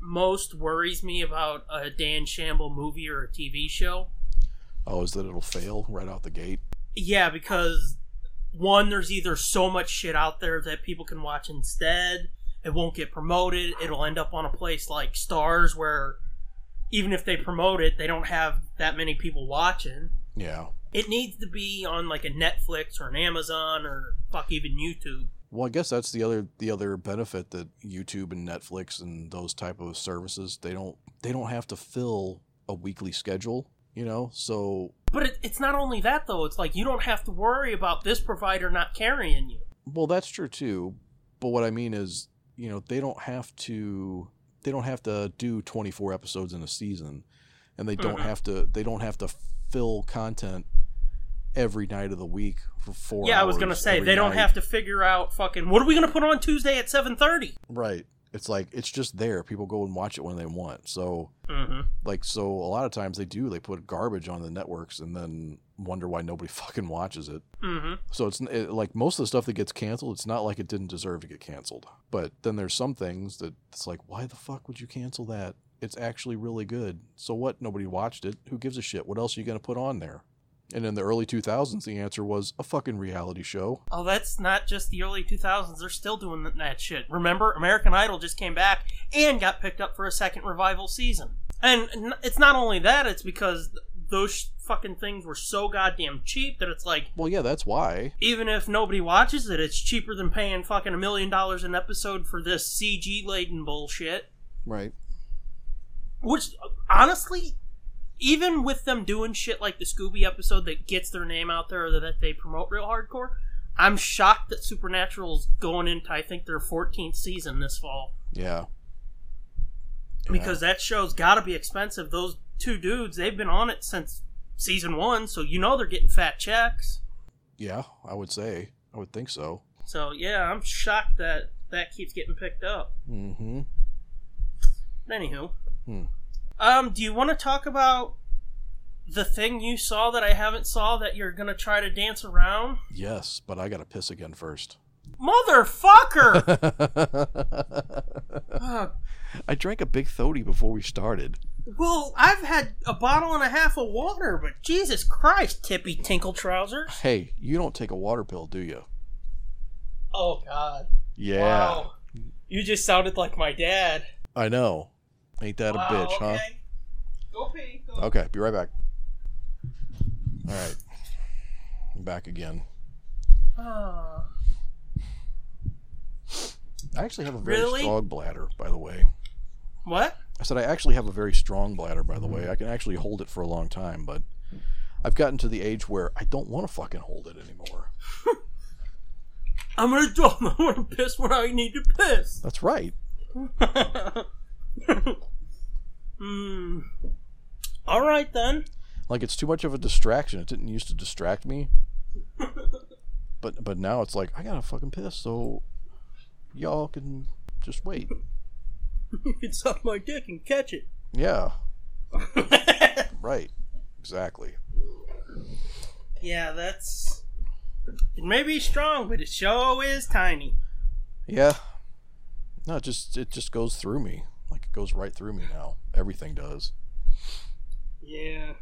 Speaker 1: most worries me about a Dan Shamble movie or a TV show.
Speaker 2: Oh, is that it'll fail right out the gate?
Speaker 1: Yeah, because one, there's either so much shit out there that people can watch instead, It won't get promoted. It'll end up on a place like Stars where even if they promote it, they don't have that many people watching.
Speaker 2: Yeah.
Speaker 1: It needs to be on like a Netflix or an Amazon or fuck even YouTube.
Speaker 2: Well, I guess that's the other the other benefit that YouTube and Netflix and those type of services they don't they don't have to fill a weekly schedule, you know. So
Speaker 1: But it, it's not only that though. It's like you don't have to worry about this provider not carrying you.
Speaker 2: well, that's true too. But what I mean is, you know, they don't have to they don't have to do 24 episodes in a season, and they don't
Speaker 1: Mhm.
Speaker 2: have to they don't have to fill content every night of the week for four.
Speaker 1: yeah, I was gonna
Speaker 2: hours
Speaker 1: say
Speaker 2: every
Speaker 1: they don't
Speaker 2: night.
Speaker 1: have to figure out fucking what are we gonna put on Tuesday at seven thirty.
Speaker 2: Right. It's like it's just there. People go and watch it when they want. So
Speaker 1: Mm-hmm.
Speaker 2: like so a lot of times they do they put garbage on the networks and then wonder why nobody fucking watches it
Speaker 1: Mm-hmm.
Speaker 2: so it's it, like most of the stuff that gets canceled it's not like it didn't deserve to get canceled but then there's some things that it's like why the fuck would you cancel that it's actually really good so what nobody watched it who gives a shit what else are you going to put on there and in the early 2000s the answer was a fucking reality show
Speaker 1: Oh, that's not just the early 2000s. They're still doing th- that shit. Remember, American Idol just came back and got picked up for a second revival season. And n- it's not only that, it's because th- those sh- fucking things were so goddamn cheap that it's like,
Speaker 2: well yeah that's why
Speaker 1: even if nobody watches it, it's cheaper than paying fucking a million dollars an episode for this CG laden bullshit.
Speaker 2: right
Speaker 1: Which, honestly, even with them doing shit like the Scooby episode that gets their name out there or that they promote real hardcore, I'm shocked that Supernatural's going into, I think, their 14th season this fall.
Speaker 2: yeah Yeah.
Speaker 1: Because that show's got to be expensive. Those two dudes, they've been on it since season one, so you know they're getting fat checks.
Speaker 2: yeah i would say i would think so
Speaker 1: So, yeah, I'm shocked that that keeps getting picked up.
Speaker 2: mm-hmm
Speaker 1: Anywho.
Speaker 2: Hmm.
Speaker 1: Um, do you want to talk about the thing you saw that I haven't saw that you're gonna try to dance around?
Speaker 2: yes but i gotta piss again first
Speaker 1: Motherfucker! Uh,
Speaker 2: I drank a big 30 before we started.
Speaker 1: well, I've had a bottle and a half of water, but Jesus Christ, Tippy Tinkle Trouser.
Speaker 2: Hey, you don't take a water pill, do you?
Speaker 1: Oh God!
Speaker 2: Yeah.
Speaker 1: Wow, you just sounded like my dad.
Speaker 2: I know. Ain't that
Speaker 1: wow,
Speaker 2: a bitch, huh? Oh.
Speaker 1: okay. Go pee. Go.
Speaker 2: Okay, be right back. All right. I'm back again.
Speaker 1: Ah.
Speaker 2: I actually have a very
Speaker 1: Really?
Speaker 2: strong bladder, by the way.
Speaker 1: what?
Speaker 2: I said I actually have a very strong bladder, by the way. I can actually hold it for a long time, but I've gotten to the age where I don't want to fucking hold it anymore.
Speaker 1: I'm gonna do. I'm gonna piss where I need to piss.
Speaker 2: That's right.
Speaker 1: Hmm. All right then.
Speaker 2: like it's too much of a distraction. It didn't used to distract me, but but now it's like I gotta fucking piss, so y'all can just wait.
Speaker 1: You can suck my dick and catch it.
Speaker 2: Yeah, right, exactly.
Speaker 1: yeah, that's. It may be strong, but it show is tiny.
Speaker 2: Yeah, no, it just it just goes through me. Like it goes right through me now. Everything does.
Speaker 1: Yeah.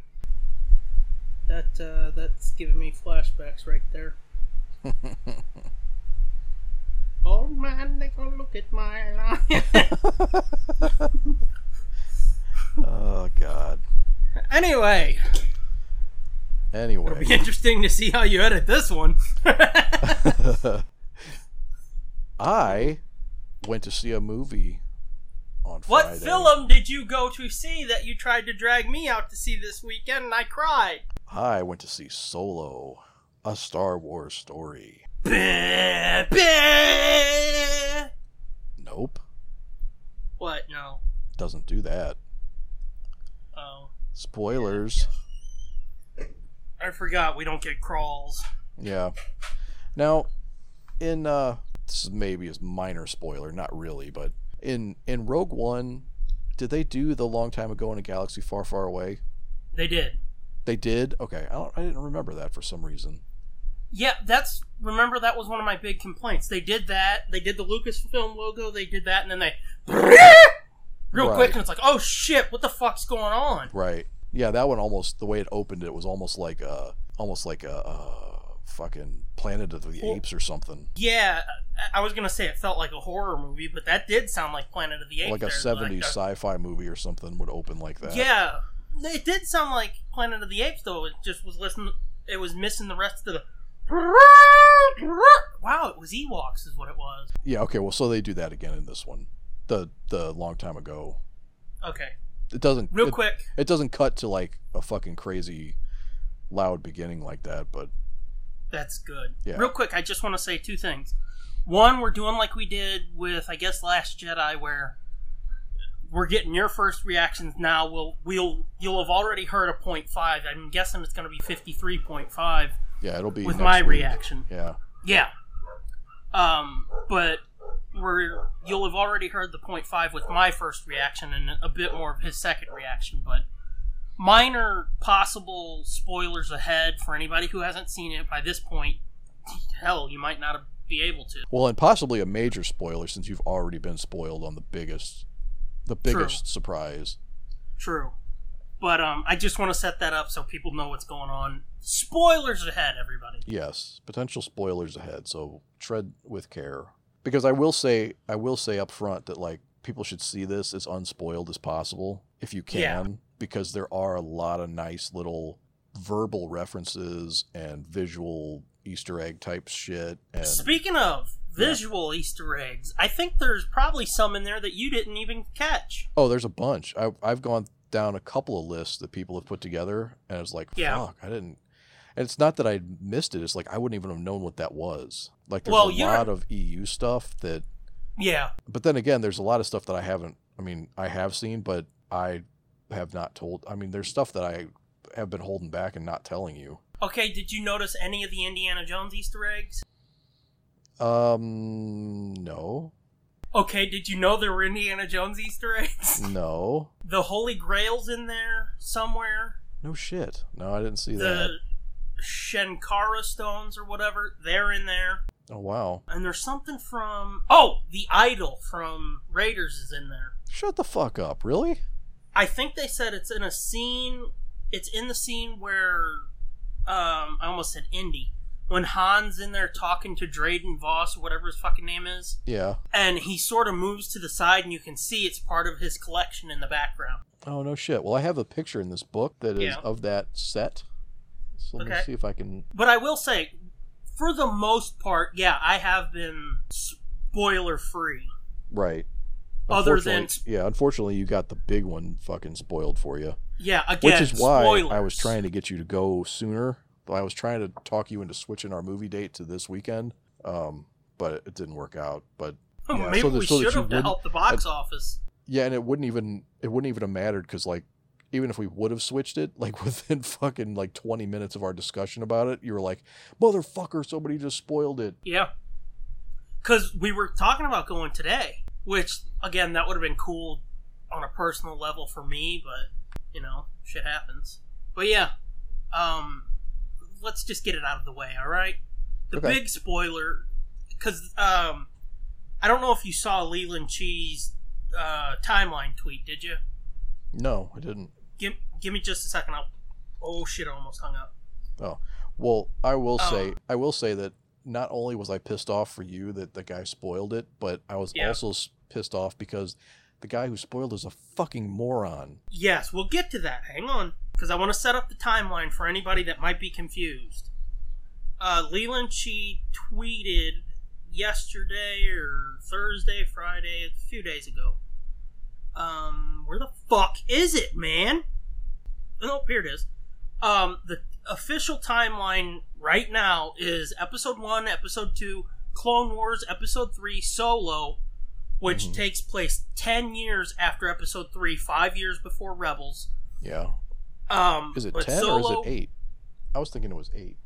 Speaker 1: That uh, that's giving me flashbacks right there. oh man, they gonna look at my line.
Speaker 2: Oh God.
Speaker 1: anyway, it'll be
Speaker 2: Anyway,
Speaker 1: interesting to see how you edit this one.
Speaker 2: I went to see a movie on
Speaker 1: What
Speaker 2: Friday.
Speaker 1: film did you go to see that you tried to drag me out to see this weekend and I cried?
Speaker 2: I went to see Solo, a Star Wars story.
Speaker 1: Bleh, bleh.
Speaker 2: Nope,
Speaker 1: What? No.
Speaker 2: doesn't do that.
Speaker 1: Oh.
Speaker 2: Spoilers.
Speaker 1: I forgot we don't get crawls.
Speaker 2: Yeah. Now, in uh, this is maybe a minor spoiler, not really, but in in Rogue One, did they do the long time ago in a galaxy far, far away?
Speaker 1: They did.
Speaker 2: They did. Okay, I, don't, I didn't remember that for some reason.
Speaker 1: Yeah, that's. Remember, that was one of my big complaints. They did that. They did the Lucasfilm logo. They did that, and then they. Real
Speaker 2: Right.
Speaker 1: quick, and it's like, oh shit, what the fuck's going on?
Speaker 2: Right. Yeah, that one almost the way it opened it was almost like uh almost like a uh, fucking Planet of the
Speaker 1: Well-
Speaker 2: Apes or something,
Speaker 1: Yeah, I- I was gonna say it felt like a horror movie, but that did sound like Planet of the Apes.
Speaker 2: like a
Speaker 1: there, uh,
Speaker 2: '70s
Speaker 1: a-
Speaker 2: sci-fi movie or something would open like that.
Speaker 1: Yeah, it did sound like Planet of the Apes, though. It just was listening. It was missing the rest of the. Wow, it was Ewoks, is what it was.
Speaker 2: Yeah. Okay. Well, so they do that again in this one. The the long time ago.
Speaker 1: Okay,
Speaker 2: It doesn't
Speaker 1: real
Speaker 2: it-
Speaker 1: quick.
Speaker 2: It doesn't cut to like a fucking crazy, loud beginning like that. But
Speaker 1: That's good.
Speaker 2: Yeah.
Speaker 1: Real quick, I just want to say two things. One, we're doing like we did with, I guess, Last Jedi, where we're getting your first reactions now. We'll, we'll, you'll have already heard a point five. I'm guessing it's going to be fifty three point five
Speaker 2: yeah, it'll be
Speaker 1: with
Speaker 2: next
Speaker 1: my
Speaker 2: week.
Speaker 1: reaction.
Speaker 2: Yeah.
Speaker 1: Yeah. Um, but we're you'll have already heard the point five with my first reaction and a bit more of his second reaction, but minor possible spoilers ahead for anybody who hasn't seen it by this point. Hell, you might not be able to.
Speaker 2: Well, and possibly a major spoiler since you've already been spoiled on the biggest, the biggest surprise.
Speaker 1: True. But um, I just want to set that up so people know what's going on. Spoilers ahead, everybody.
Speaker 2: Yes, potential spoilers ahead, so tread with care. Because I will say, I will say up front that like people should see this as unspoiled as possible if you can,
Speaker 1: Yeah.
Speaker 2: because there are a lot of nice little verbal references and visual Easter egg type shit. And
Speaker 1: Speaking of visual Easter eggs, I think there's probably some in there that you didn't even catch.
Speaker 2: oh, there's a bunch. I, I've gone down a couple of lists that people have put together, and I was like,
Speaker 1: Yeah.
Speaker 2: fuck, I didn't. And it's not that I missed it; it's like I wouldn't even have known what that was. Like there's
Speaker 1: Well,
Speaker 2: a
Speaker 1: you're-
Speaker 2: lot of EU stuff that
Speaker 1: Yeah.
Speaker 2: but then again, there's a lot of stuff that I haven't. I mean, I have seen, but I have not told. I mean, there's stuff that I have been holding back and not telling you.
Speaker 1: Okay, did you notice any of the Indiana Jones Easter eggs?
Speaker 2: Um, no,
Speaker 1: Okay, did you know there were Indiana Jones Easter eggs?
Speaker 2: no,
Speaker 1: The Holy Grail's in there somewhere.
Speaker 2: no shit. No, I didn't see
Speaker 1: The
Speaker 2: that.
Speaker 1: Shenkara stones or whatever, they're in there.
Speaker 2: Oh wow!
Speaker 1: And there's something from Oh, the idol from Raiders is in there.
Speaker 2: Shut the fuck up! Really?
Speaker 1: I think they said it's in a scene it's in the scene where um I almost said Indy. When Han's in there talking to Drayden Voss, whatever his fucking name is.
Speaker 2: Yeah.
Speaker 1: and he sort of moves to the side and you can see it's part of his collection in the background
Speaker 2: Oh no shit. Well, I have a picture in this book that is
Speaker 1: Yeah.
Speaker 2: of that set. So let me
Speaker 1: Okay.
Speaker 2: see if I can.
Speaker 1: but i will say for the most part yeah i have been spoiler free
Speaker 2: Right.
Speaker 1: Other than-
Speaker 2: Unfortunately- yeah, unfortunately, you got the big one fucking spoiled for you.
Speaker 1: yeah again
Speaker 2: which is why I
Speaker 1: spoilers.
Speaker 2: was trying to get you to go sooner. I was trying to talk you into switching our movie date to this weekend, um, but it didn't work out. But yeah,
Speaker 1: maybe
Speaker 2: so that-
Speaker 1: we should
Speaker 2: so that you
Speaker 1: have to
Speaker 2: wouldn't-
Speaker 1: help the box office
Speaker 2: yeah, and it wouldn't even it wouldn't even have mattered because like even if we would have switched it, like within fucking like twenty minutes of our discussion about it, you were like, "Motherfucker, somebody just spoiled it."
Speaker 1: yeah because we were talking about going today which again that would have been cool on a personal level for me but you know shit happens but yeah um let's just get it out of the way all right the
Speaker 2: Okay.
Speaker 1: big spoiler because um i don't know if you saw leland cheese uh timeline tweet did you
Speaker 2: No, I didn't.
Speaker 1: give, give me just a second I'll, oh shit i almost hung up
Speaker 2: Well, I will
Speaker 1: Oh.
Speaker 2: say, I will say that not only was I pissed off for you that the guy spoiled it, but I was
Speaker 1: Yeah.
Speaker 2: also s- pissed off because the guy who spoiled is a fucking moron.
Speaker 1: yes we'll get to that hang on because i want to set up the timeline for anybody that might be confused uh, leland Chi tweeted yesterday or thursday friday a few days ago um where the fuck is it man oh here it is um the official timeline right now is episode one episode two clone wars episode three solo which
Speaker 2: Mhm.
Speaker 1: takes place 10 years after episode 3 5 years before rebels
Speaker 2: Yeah.
Speaker 1: um
Speaker 2: Is it
Speaker 1: but
Speaker 2: ten
Speaker 1: Solo-
Speaker 2: or is it eight? I was thinking it was eight.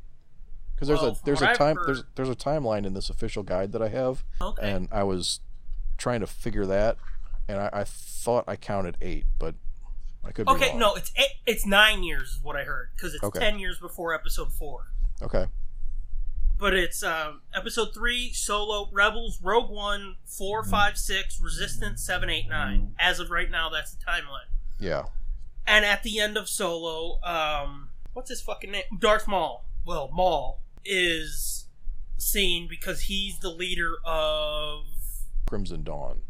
Speaker 2: Because there's
Speaker 1: Well,
Speaker 2: a
Speaker 1: from
Speaker 2: there's
Speaker 1: what
Speaker 2: a
Speaker 1: I've
Speaker 2: time
Speaker 1: heard-
Speaker 2: there's there's a timeline in this official guide that I have,
Speaker 1: okay
Speaker 2: and I was trying to figure that, and I, I thought I counted eight, but I could be
Speaker 1: Okay,
Speaker 2: wrong.
Speaker 1: no, it's eight, it's nine years is what I heard because it's
Speaker 2: Okay.
Speaker 1: ten years before episode four.
Speaker 2: Okay.
Speaker 1: But it's um, episode three, Solo, Rebels, Rogue One, four,
Speaker 2: Mm-hmm.
Speaker 1: five, six, Resistance, seven, eight, nine. As of right now, that's the timeline.
Speaker 2: Yeah.
Speaker 1: And at the end of Solo, um, what's his fucking name? Darth Maul. Well, Maul is seen because he's the leader of
Speaker 2: Crimson Dawn.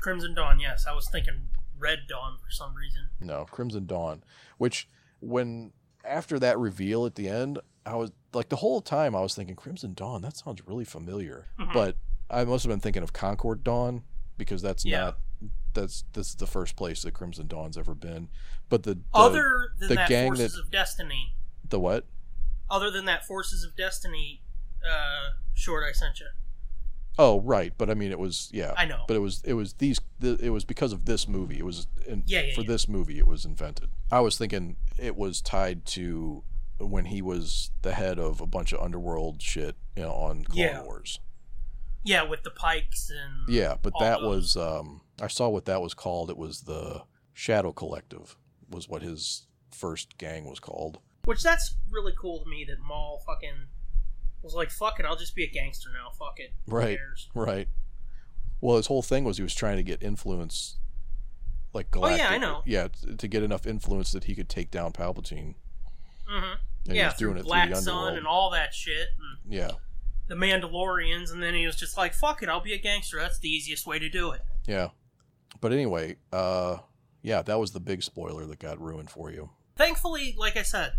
Speaker 1: Crimson Dawn. Yes, I was thinking Red Dawn for some reason.
Speaker 2: No, Crimson Dawn, which when after that reveal at the end, I was like the whole time I was thinking Crimson Dawn, that sounds really familiar.
Speaker 1: Mhm.
Speaker 2: But I must have been thinking of Concord Dawn because that's
Speaker 1: Yeah.
Speaker 2: not that's this is the first place that Crimson Dawn's ever been. But the, the
Speaker 1: other than
Speaker 2: the
Speaker 1: that,
Speaker 2: gang
Speaker 1: Forces
Speaker 2: that-
Speaker 1: of Destiny.
Speaker 2: the what?
Speaker 1: Other than that, Forces of Destiny. Uh, short I sent you.
Speaker 2: Oh, right, but I mean it was yeah.
Speaker 1: I know.
Speaker 2: But it was it was these the, it was because of this movie. It was in,
Speaker 1: Yeah, yeah,
Speaker 2: for
Speaker 1: yeah.
Speaker 2: this movie it was invented. I was thinking it was tied to when he was the head of a bunch of underworld shit, you know, on Clone
Speaker 1: Yeah.
Speaker 2: Wars.
Speaker 1: yeah, with the pikes and
Speaker 2: Yeah, but
Speaker 1: All
Speaker 2: that
Speaker 1: those.
Speaker 2: was um I saw what that was called. It was the Shadow Collective was what his first gang was called.
Speaker 1: Which that's really cool to me that Maul fucking was like, "Fuck it, I'll just be a gangster now. Fuck it, Who
Speaker 2: Right.
Speaker 1: cares?"
Speaker 2: Right. Well, his whole thing was he was trying to get influence like
Speaker 1: Oh, yeah,
Speaker 2: galactic.
Speaker 1: I know.
Speaker 2: Yeah, t- to get enough influence that he could take down Palpatine.
Speaker 1: hmm
Speaker 2: And he
Speaker 1: yeah,
Speaker 2: was doing
Speaker 1: through
Speaker 2: it through
Speaker 1: Black
Speaker 2: the
Speaker 1: Sun
Speaker 2: underworld.
Speaker 1: and all that shit, and
Speaker 2: yeah.
Speaker 1: the Mandalorians, and then he was just like, "Fuck it, I'll be a gangster. That's the easiest way to do it."
Speaker 2: Yeah. But anyway, uh yeah, that was the big spoiler that got ruined for you.
Speaker 1: Thankfully, like I said,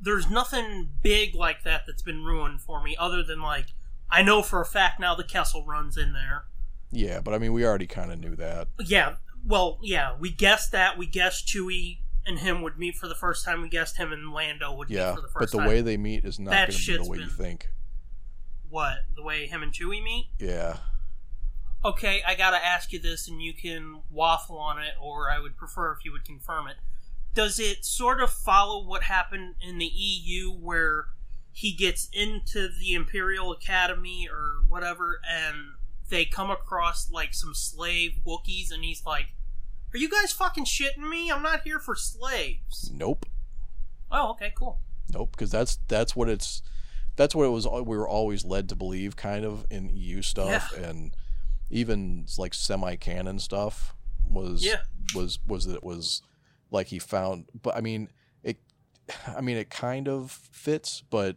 Speaker 1: there's nothing big like that that's been ruined for me, other than like I know for a fact now the Kessel runs in there.
Speaker 2: Yeah, but I mean we already kind of knew that.
Speaker 1: Yeah, well, yeah, we guessed that. We guessed Chewie and him would meet for the first time. We guessed him and Lando would meet
Speaker 2: Yeah,
Speaker 1: for the
Speaker 2: but
Speaker 1: first
Speaker 2: the
Speaker 1: time.
Speaker 2: way they meet is not
Speaker 1: That
Speaker 2: going to be the
Speaker 1: shit's
Speaker 2: way you
Speaker 1: been-
Speaker 2: think.
Speaker 1: what the way him and Chewie meet.
Speaker 2: Yeah.
Speaker 1: Okay, I gotta ask you this, and you can waffle on it, or I would prefer if you would confirm it. Does it sort of follow what happened in the EU, where he gets into the Imperial Academy or whatever, and they come across like some slave Wookiees, and he's like, "Are you guys fucking shitting me? I'm not here for slaves."
Speaker 2: Nope.
Speaker 1: Oh, okay, cool.
Speaker 2: Nope, because that's that's what it's that's what it was. We were always led to believe, kind of, in EU stuff and even like semi-canon stuff was
Speaker 1: Yeah.
Speaker 2: was was that it was like he found. But I mean, it. I mean, it kind of fits, but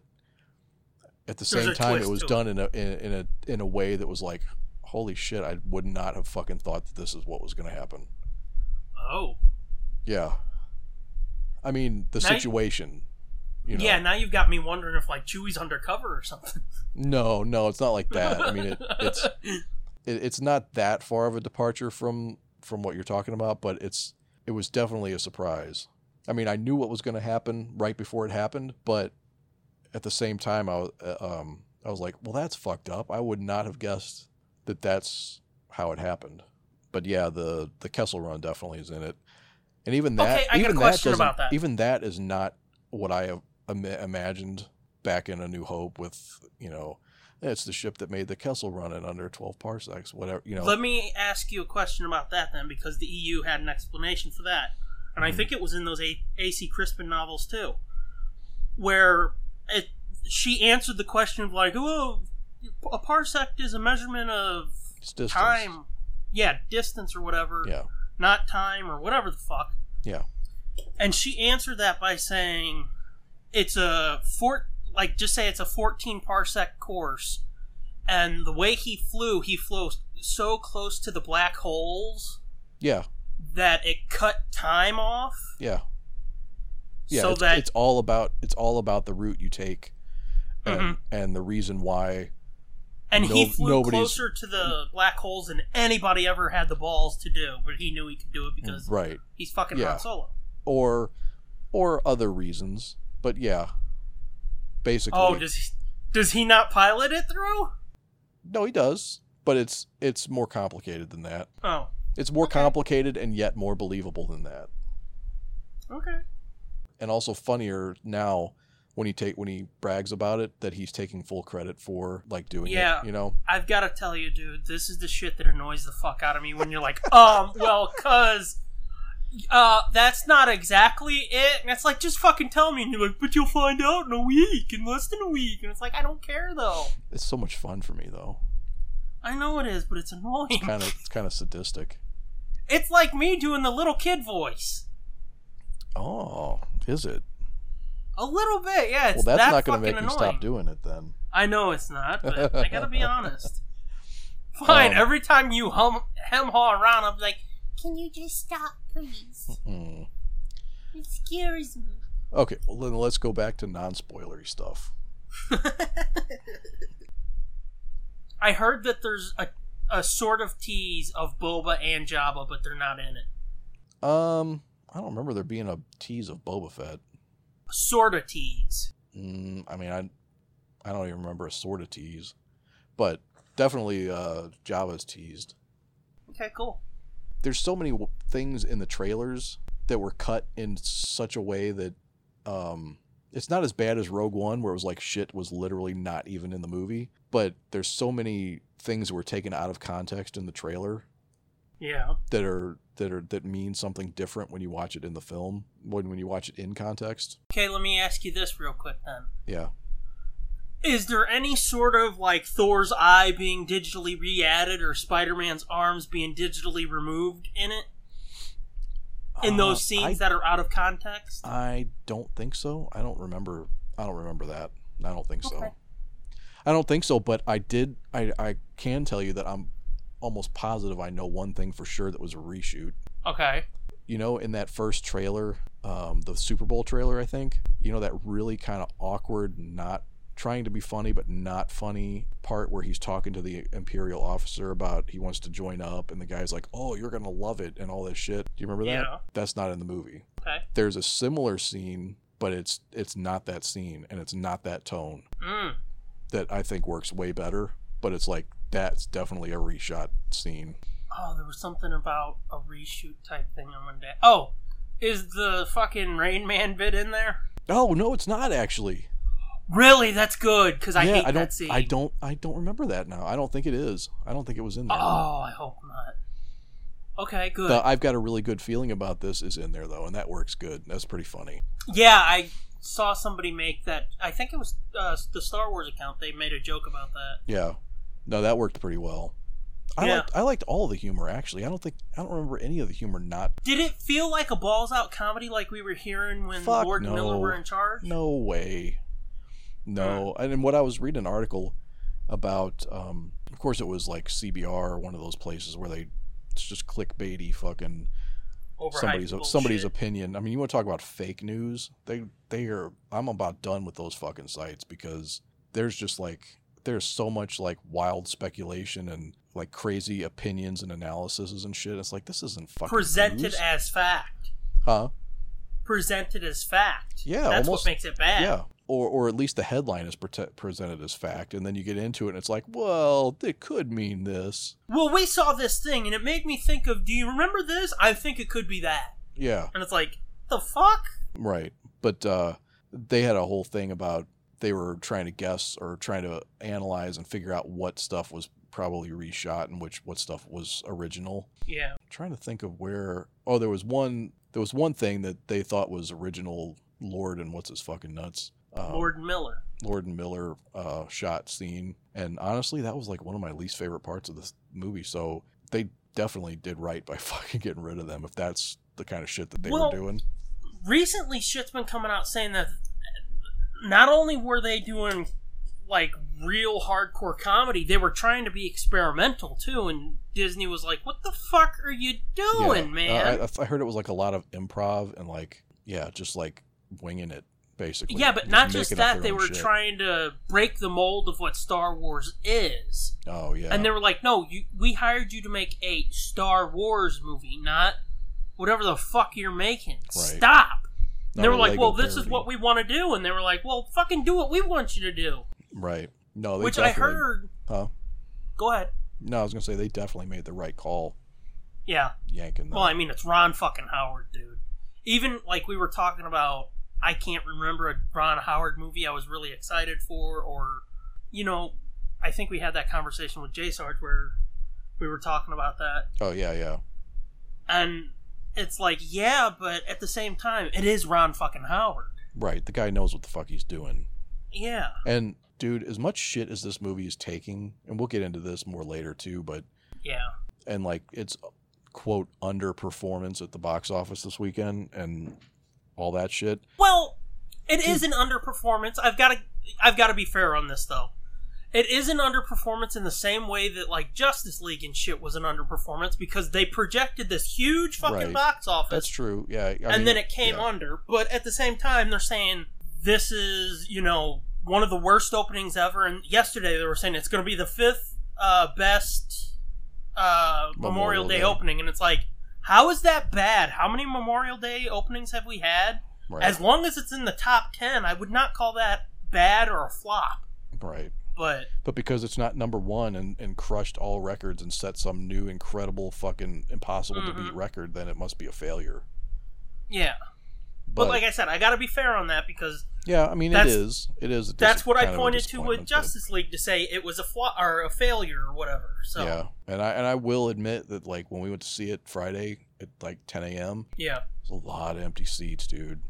Speaker 2: at the
Speaker 1: There's
Speaker 2: same
Speaker 1: a
Speaker 2: time, it
Speaker 1: twist
Speaker 2: was
Speaker 1: to it.
Speaker 2: done in a in, in a in a way that was like, holy shit! I would not have fucking thought that this is what was going to happen.
Speaker 1: Oh,
Speaker 2: Yeah, I mean, the
Speaker 1: Now you-
Speaker 2: situation. You know?
Speaker 1: yeah. Now you've got me wondering if like Chewie's undercover or something.
Speaker 2: No, no, it's not like that. I mean, it, it's it, it's not that far of a departure from from what you're talking about, but it's it was definitely a surprise. I mean, I knew what was going to happen right before it happened, but at the same time, I was uh, um, I was like, well, that's fucked up. I would not have guessed that that's how it happened. But yeah, the the Kessel Run definitely is in it, and even that
Speaker 1: Okay, I got a
Speaker 2: even that,
Speaker 1: question
Speaker 2: doesn't-
Speaker 1: about that.
Speaker 2: even that is not what I have im- imagined back in A New Hope with you know. It's the ship that made the Kessel Run in under twelve parsecs. Whatever you know.
Speaker 1: Let me ask you a question about that then, because the EU had an explanation for that, and I
Speaker 2: Mhm.
Speaker 1: think it was in those A- A.C. Crispin novels too, where it, she answered the question of like, "Oh, a parsec is a measurement of
Speaker 2: It's distance.
Speaker 1: time, yeah, distance or whatever,
Speaker 2: Yeah.
Speaker 1: not time or whatever the fuck."
Speaker 2: Yeah.
Speaker 1: And she answered that by saying, "It's a fort, like just say it's a 14 parsec course, and the way he flew, he flew so close to the black holes
Speaker 2: Yeah.
Speaker 1: that it cut time off,
Speaker 2: Yeah. Yeah.
Speaker 1: so
Speaker 2: it's,
Speaker 1: that
Speaker 2: it's all about it's all about the route you take and,
Speaker 1: Mhm.
Speaker 2: and the reason why
Speaker 1: and he
Speaker 2: no-
Speaker 1: flew
Speaker 2: nobody's-
Speaker 1: closer to the black holes than anybody ever had the balls to do, but he knew he could do it because
Speaker 2: right
Speaker 1: he's fucking
Speaker 2: Mm. Yeah.
Speaker 1: Han Solo."
Speaker 2: or or other reasons. But yeah. Basically
Speaker 1: Oh, does he, does he not pilot it through?
Speaker 2: No, he does, but it's it's more complicated than that.
Speaker 1: Oh,
Speaker 2: It's more
Speaker 1: Okay.
Speaker 2: complicated and yet more believable than that.
Speaker 1: okay.
Speaker 2: and also funnier now when he take when he brags about it that he's taking full credit for like doing
Speaker 1: Yeah.
Speaker 2: it. You know,
Speaker 1: I've got to tell you, dude, this is the shit that annoys the fuck out of me when you're like, um, well, cuz, uh, that's not exactly it. And it's like, just fucking tell me. And you're like, but you'll find out in a week, in less than a week. And it's like, I don't care, though.
Speaker 2: it's so much fun for me though.
Speaker 1: I know it is, but it's annoying.
Speaker 2: Kind of it's kind of sadistic.
Speaker 1: It's like me doing the little kid voice.
Speaker 2: Oh, is it?
Speaker 1: A little bit, yeah. It's
Speaker 2: well, that's
Speaker 1: that
Speaker 2: not
Speaker 1: fucking
Speaker 2: going to make
Speaker 1: annoying.
Speaker 2: him stop doing it then.
Speaker 1: I know it's not, but I gotta be honest. Fine,
Speaker 2: Um,
Speaker 1: every time you hum hem haw around, I'm like,
Speaker 3: Can you just stop, please?
Speaker 2: Mm.
Speaker 3: It scares me.
Speaker 2: Okay, well then let's go back to non-spoilery stuff.
Speaker 1: I heard that there's a a sort of tease of Boba and Jabba, but they're not in it.
Speaker 2: Um, I don't remember there being a tease of Boba Fett.
Speaker 1: Sort of tease.
Speaker 2: Mm, I mean, I, I don't even remember a sort of tease, but definitely uh, Java's teased.
Speaker 1: Okay, cool.
Speaker 2: There's so many w- things in the trailers that were cut in such a way that um, it's not as bad as Rogue One, where it was like shit was literally not even in the movie. But there's so many things that were taken out of context in the trailer
Speaker 1: Yeah.
Speaker 2: that are that are that mean something different when you watch it in the film when when you watch it in context.
Speaker 1: Okay, let me ask you this real quick then.
Speaker 2: Yeah.
Speaker 1: Is there any sort of like Thor's eye being digitally re added or Spider Man's arms being digitally removed in it? In
Speaker 2: Uh,
Speaker 1: those
Speaker 2: I
Speaker 1: scenes that are out of context?
Speaker 2: I don't think so. I don't remember. I don't remember that. I don't think so.
Speaker 1: Okay.
Speaker 2: I don't think so. But I did. I I can tell you that I'm almost positive. I know one thing for sure that was a reshoot.
Speaker 1: Okay.
Speaker 2: You know, in that first trailer, um, the Super Bowl trailer, I think. You know that really kind of awkward, not trying to be funny but not funny part where he's talking to the imperial officer about he wants to join up and the guy's like oh you're gonna love it and all this shit do you remember that
Speaker 1: Yeah.
Speaker 2: that's not in the movie
Speaker 1: Okay.
Speaker 2: there's a similar scene but it's it's not that scene and it's not that tone
Speaker 1: Mm.
Speaker 2: that i think works way better but it's like that's definitely a reshot scene
Speaker 1: Oh, there was something about a reshoot type thing on one day. Oh, is the fucking Rain Man bit in there?
Speaker 2: oh no it's not actually
Speaker 1: Really? That's good because I
Speaker 2: yeah
Speaker 1: hate
Speaker 2: i don't
Speaker 1: that scene.
Speaker 2: i don't i don't remember that now i don't think it is i don't think it was in there
Speaker 1: Oh, I hope not. Okay, good.
Speaker 2: The uh, i've got a really good feeling about this is in there though and that works good that's pretty funny
Speaker 1: Yeah, I saw somebody make that. I think it was uh, the Star Wars account. They made a joke about that.
Speaker 2: yeah no that worked pretty well I
Speaker 1: Yeah.
Speaker 2: liked I liked all the humor actually. I don't think I don't remember any of the humor not
Speaker 1: Did it feel like a balls out comedy like we were hearing when
Speaker 2: Fuck
Speaker 1: Lord and Miller
Speaker 2: no.
Speaker 1: were in charge?
Speaker 2: No way. No. And then what I was reading an article about, um, of course, it was like CBR, or one of those places where they it's just clickbaity fucking
Speaker 1: Overhyped
Speaker 2: somebody's
Speaker 1: bullshit.
Speaker 2: somebody's opinion. I mean, you want to talk about fake news? They they are. I'm about done with those fucking sites because there's just like there's so much like wild speculation and like crazy opinions and analyses and shit. It's like this isn't fucking
Speaker 1: presented
Speaker 2: news.
Speaker 1: as fact.
Speaker 2: huh?
Speaker 1: Presented as fact.
Speaker 2: Yeah,
Speaker 1: that's
Speaker 2: almost-
Speaker 1: what makes it bad.
Speaker 2: Yeah. Or, or at least the headline is prete- presented as fact, and then you get into it, and it's like, well, it could mean this.
Speaker 1: Well, we saw this thing and it made me think of. Do you remember this? I think it could be that.
Speaker 2: Yeah,
Speaker 1: And it's like the fuck.
Speaker 2: right. But uh, they had a whole thing about they were trying to guess or trying to analyze and figure out what stuff was probably reshot and which what stuff was original.
Speaker 1: Yeah.
Speaker 2: trying to think of where. Oh, there was one. There was one thing that they thought was original. Lord and what's his fucking nuts. Um,
Speaker 1: Lord and Miller.
Speaker 2: Lord and Miller uh, shot scene, and honestly, that was like one of my least favorite parts of this movie. So they definitely did right by fucking getting rid of them if that's the kind of shit that they
Speaker 1: Well-
Speaker 2: were doing.
Speaker 1: recently shit's been coming out saying that not only were they doing like real hardcore comedy, they were trying to be experimental too, and Disney was like, "What the fuck are you doing,
Speaker 2: Yeah.
Speaker 1: man?"
Speaker 2: Uh, I, I heard it was like a lot of improv and like yeah, just like winging it basically.
Speaker 1: yeah, but not
Speaker 2: making
Speaker 1: just
Speaker 2: up
Speaker 1: that;
Speaker 2: their
Speaker 1: they
Speaker 2: own
Speaker 1: were
Speaker 2: shit.
Speaker 1: trying to break the mold of what Star Wars is,
Speaker 2: Oh yeah,
Speaker 1: and they were like, "No, you, we hired you to make a Star Wars movie, not whatever the fuck you're making. Stop!" And
Speaker 2: Not
Speaker 1: they were
Speaker 2: a
Speaker 1: like,
Speaker 2: Lego
Speaker 1: "Well, this is
Speaker 2: parody.
Speaker 1: what we want to do," and they were like, "Well, fucking do what we want you to do."
Speaker 2: right. No, they
Speaker 1: which I
Speaker 2: definitely-
Speaker 1: heard.
Speaker 2: Huh?
Speaker 1: Go ahead.
Speaker 2: No, I was gonna say they definitely made the right call
Speaker 1: Yeah.
Speaker 2: yanking them.
Speaker 1: Well, I mean, it's Ron fucking Howard, dude. Even like we were talking about, I can't remember a Ron Howard movie I was really excited for, or you know, I think we had that conversation with Jay Sarge where we were talking about that,
Speaker 2: oh yeah, yeah.
Speaker 1: and it's like, yeah, but at the same time, it is Ron fucking Howard.
Speaker 2: Right. The guy knows what the fuck he's doing.
Speaker 1: Yeah.
Speaker 2: And dude, as much shit as this movie is taking, and we'll get into this more later too, but
Speaker 1: Yeah.
Speaker 2: and like it's quote underperformance at the box office this weekend and all that shit.
Speaker 1: Well, It is an underperformance. I've got to I've got to be fair on this though. It is an underperformance in the same way that like Justice League and shit was an underperformance because they projected this huge fucking
Speaker 2: Right.
Speaker 1: box office
Speaker 2: That's true. Yeah. I mean,
Speaker 1: and then it came
Speaker 2: yeah.
Speaker 1: under. But at the same time, they're saying this is you know one of the worst openings ever. And yesterday they were saying it's going to be the fifth uh, best uh, Memorial,
Speaker 2: Memorial
Speaker 1: Day,
Speaker 2: Day.
Speaker 1: opening, and it's like, how is that bad? How many Memorial Day openings have we had?
Speaker 2: Right.
Speaker 1: As long as it's in the top ten, I would not call that bad or a flop.
Speaker 2: right.
Speaker 1: But
Speaker 2: But because it's not number one and, and crushed all records and set some new incredible fucking impossible to beat
Speaker 1: Mhm.
Speaker 2: record, then it must be a failure.
Speaker 1: yeah, but, like I said, I got to be fair on that because
Speaker 2: yeah, I mean it
Speaker 1: that's-
Speaker 2: is. It is. a
Speaker 1: that's
Speaker 2: dis-
Speaker 1: what I
Speaker 2: kind of a
Speaker 1: pointed to with
Speaker 2: disappointment, but-
Speaker 1: Justice League to say it was a flop or a failure or whatever. So
Speaker 2: Yeah, and I and I will admit that like when we went to see it Friday at like 10 a.m.
Speaker 1: yeah.
Speaker 2: There's a lot of empty seats, dude.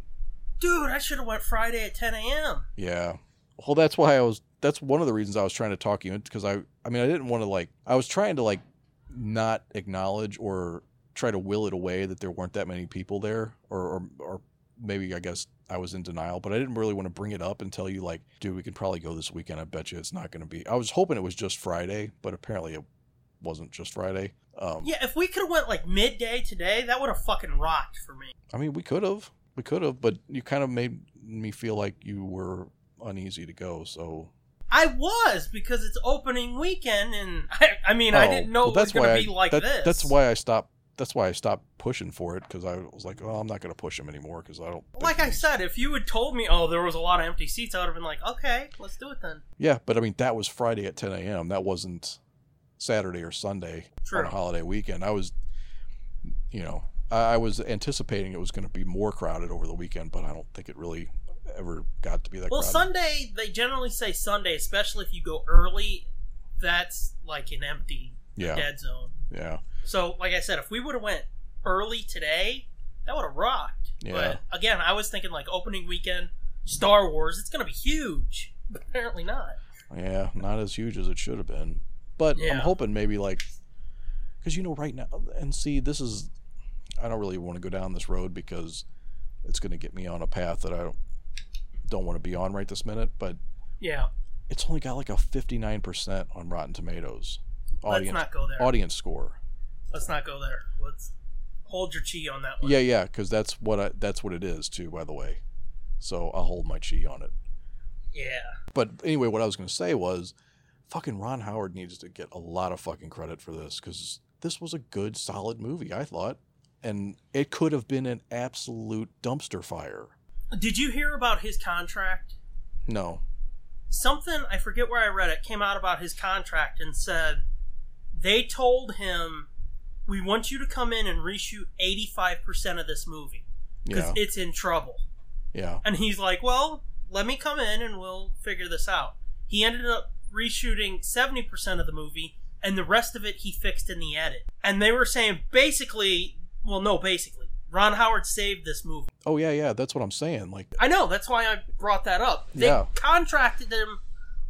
Speaker 1: dude, I should have went Friday at 10 a.m.
Speaker 2: Yeah. Well, that's why I was. That's one of the reasons I was trying to talk you into because I. I mean, I didn't want to like. I was trying to like not acknowledge or try to will it away that there weren't that many people there, or or, or maybe I guess I was in denial, but I didn't really want to bring it up and tell you like, dude, we can probably go this weekend. I bet you it's not going to be. I was hoping it was just Friday, but apparently it wasn't just Friday. Um,
Speaker 1: Yeah, if we could have went like midday today, that would have fucking rocked for me.
Speaker 2: I mean, we could have, we could have, but you kind of made me feel like you were uneasy to go. So
Speaker 1: I was because it's opening weekend, and I, I mean, I
Speaker 2: Oh,
Speaker 1: didn't know
Speaker 2: well,
Speaker 1: it was going
Speaker 2: why
Speaker 1: to be
Speaker 2: I-
Speaker 1: like
Speaker 2: that-
Speaker 1: this.
Speaker 2: That's why I stopped. That's why I stopped pushing for it because I was like, "Oh, I'm not going to push him anymore because I don't." think
Speaker 1: Like I
Speaker 2: he's-"
Speaker 1: said, if you had told me, oh, there was a lot of empty seats, I would have been like, okay, let's do it then.
Speaker 2: Yeah, but I mean, that was Friday at 10 a.m. That wasn't Saturday or Sunday on
Speaker 1: True.
Speaker 2: a holiday weekend. I was, you know, I, I was anticipating it was going to be more crowded over the weekend, but I don't think it really ever got to be that
Speaker 1: Well,
Speaker 2: crowded.
Speaker 1: Sunday, they generally say Sunday, especially if you go early, that's like an empty
Speaker 2: yeah,
Speaker 1: dead zone.
Speaker 2: yeah,
Speaker 1: So, like I said, if we would have went early today, that would have rocked.
Speaker 2: Yeah.
Speaker 1: But again, I was thinking like opening weekend, Star Wars. It's gonna be huge. But apparently not.
Speaker 2: yeah. Not as huge as it should have been, but I'm
Speaker 1: Yeah.
Speaker 2: hoping maybe like, because you know, right now, and see, this is I don't really want to go down this road because it's going to get me on a path that I don't don't want to be on right this minute. But
Speaker 1: Yeah.
Speaker 2: it's only got like a fifty nine percent on Rotten Tomatoes
Speaker 1: Let's
Speaker 2: audience
Speaker 1: not go there.
Speaker 2: audience score.
Speaker 1: Let's not go there. Let's hold your chi on that one.
Speaker 2: Yeah, yeah, because that's what I, that's what it is too. By the way, so I'll hold my chi on it.
Speaker 1: Yeah.
Speaker 2: But anyway, what I was going to say was, fucking Ron Howard needs to get a lot of fucking credit for this because this was a good, solid movie. I thought, and it could have been an absolute dumpster fire.
Speaker 1: Did you hear about his contract?
Speaker 2: No,
Speaker 1: Something I forget where I read it came out about his contract and said they told him we want you to come in and reshoot 85% of this movie because
Speaker 2: yeah,
Speaker 1: it's in trouble.
Speaker 2: yeah.
Speaker 1: And he's like, well, let me come in and we'll figure this out. He ended up reshooting 70% of the movie, and the rest of it he fixed in the edit. And they were saying basically, well, no, basically, Ron Howard saved this movie.
Speaker 2: Oh yeah, yeah. That's what I'm saying. Like,
Speaker 1: I know, that's why I brought that up. They
Speaker 2: Yeah.
Speaker 1: contracted him,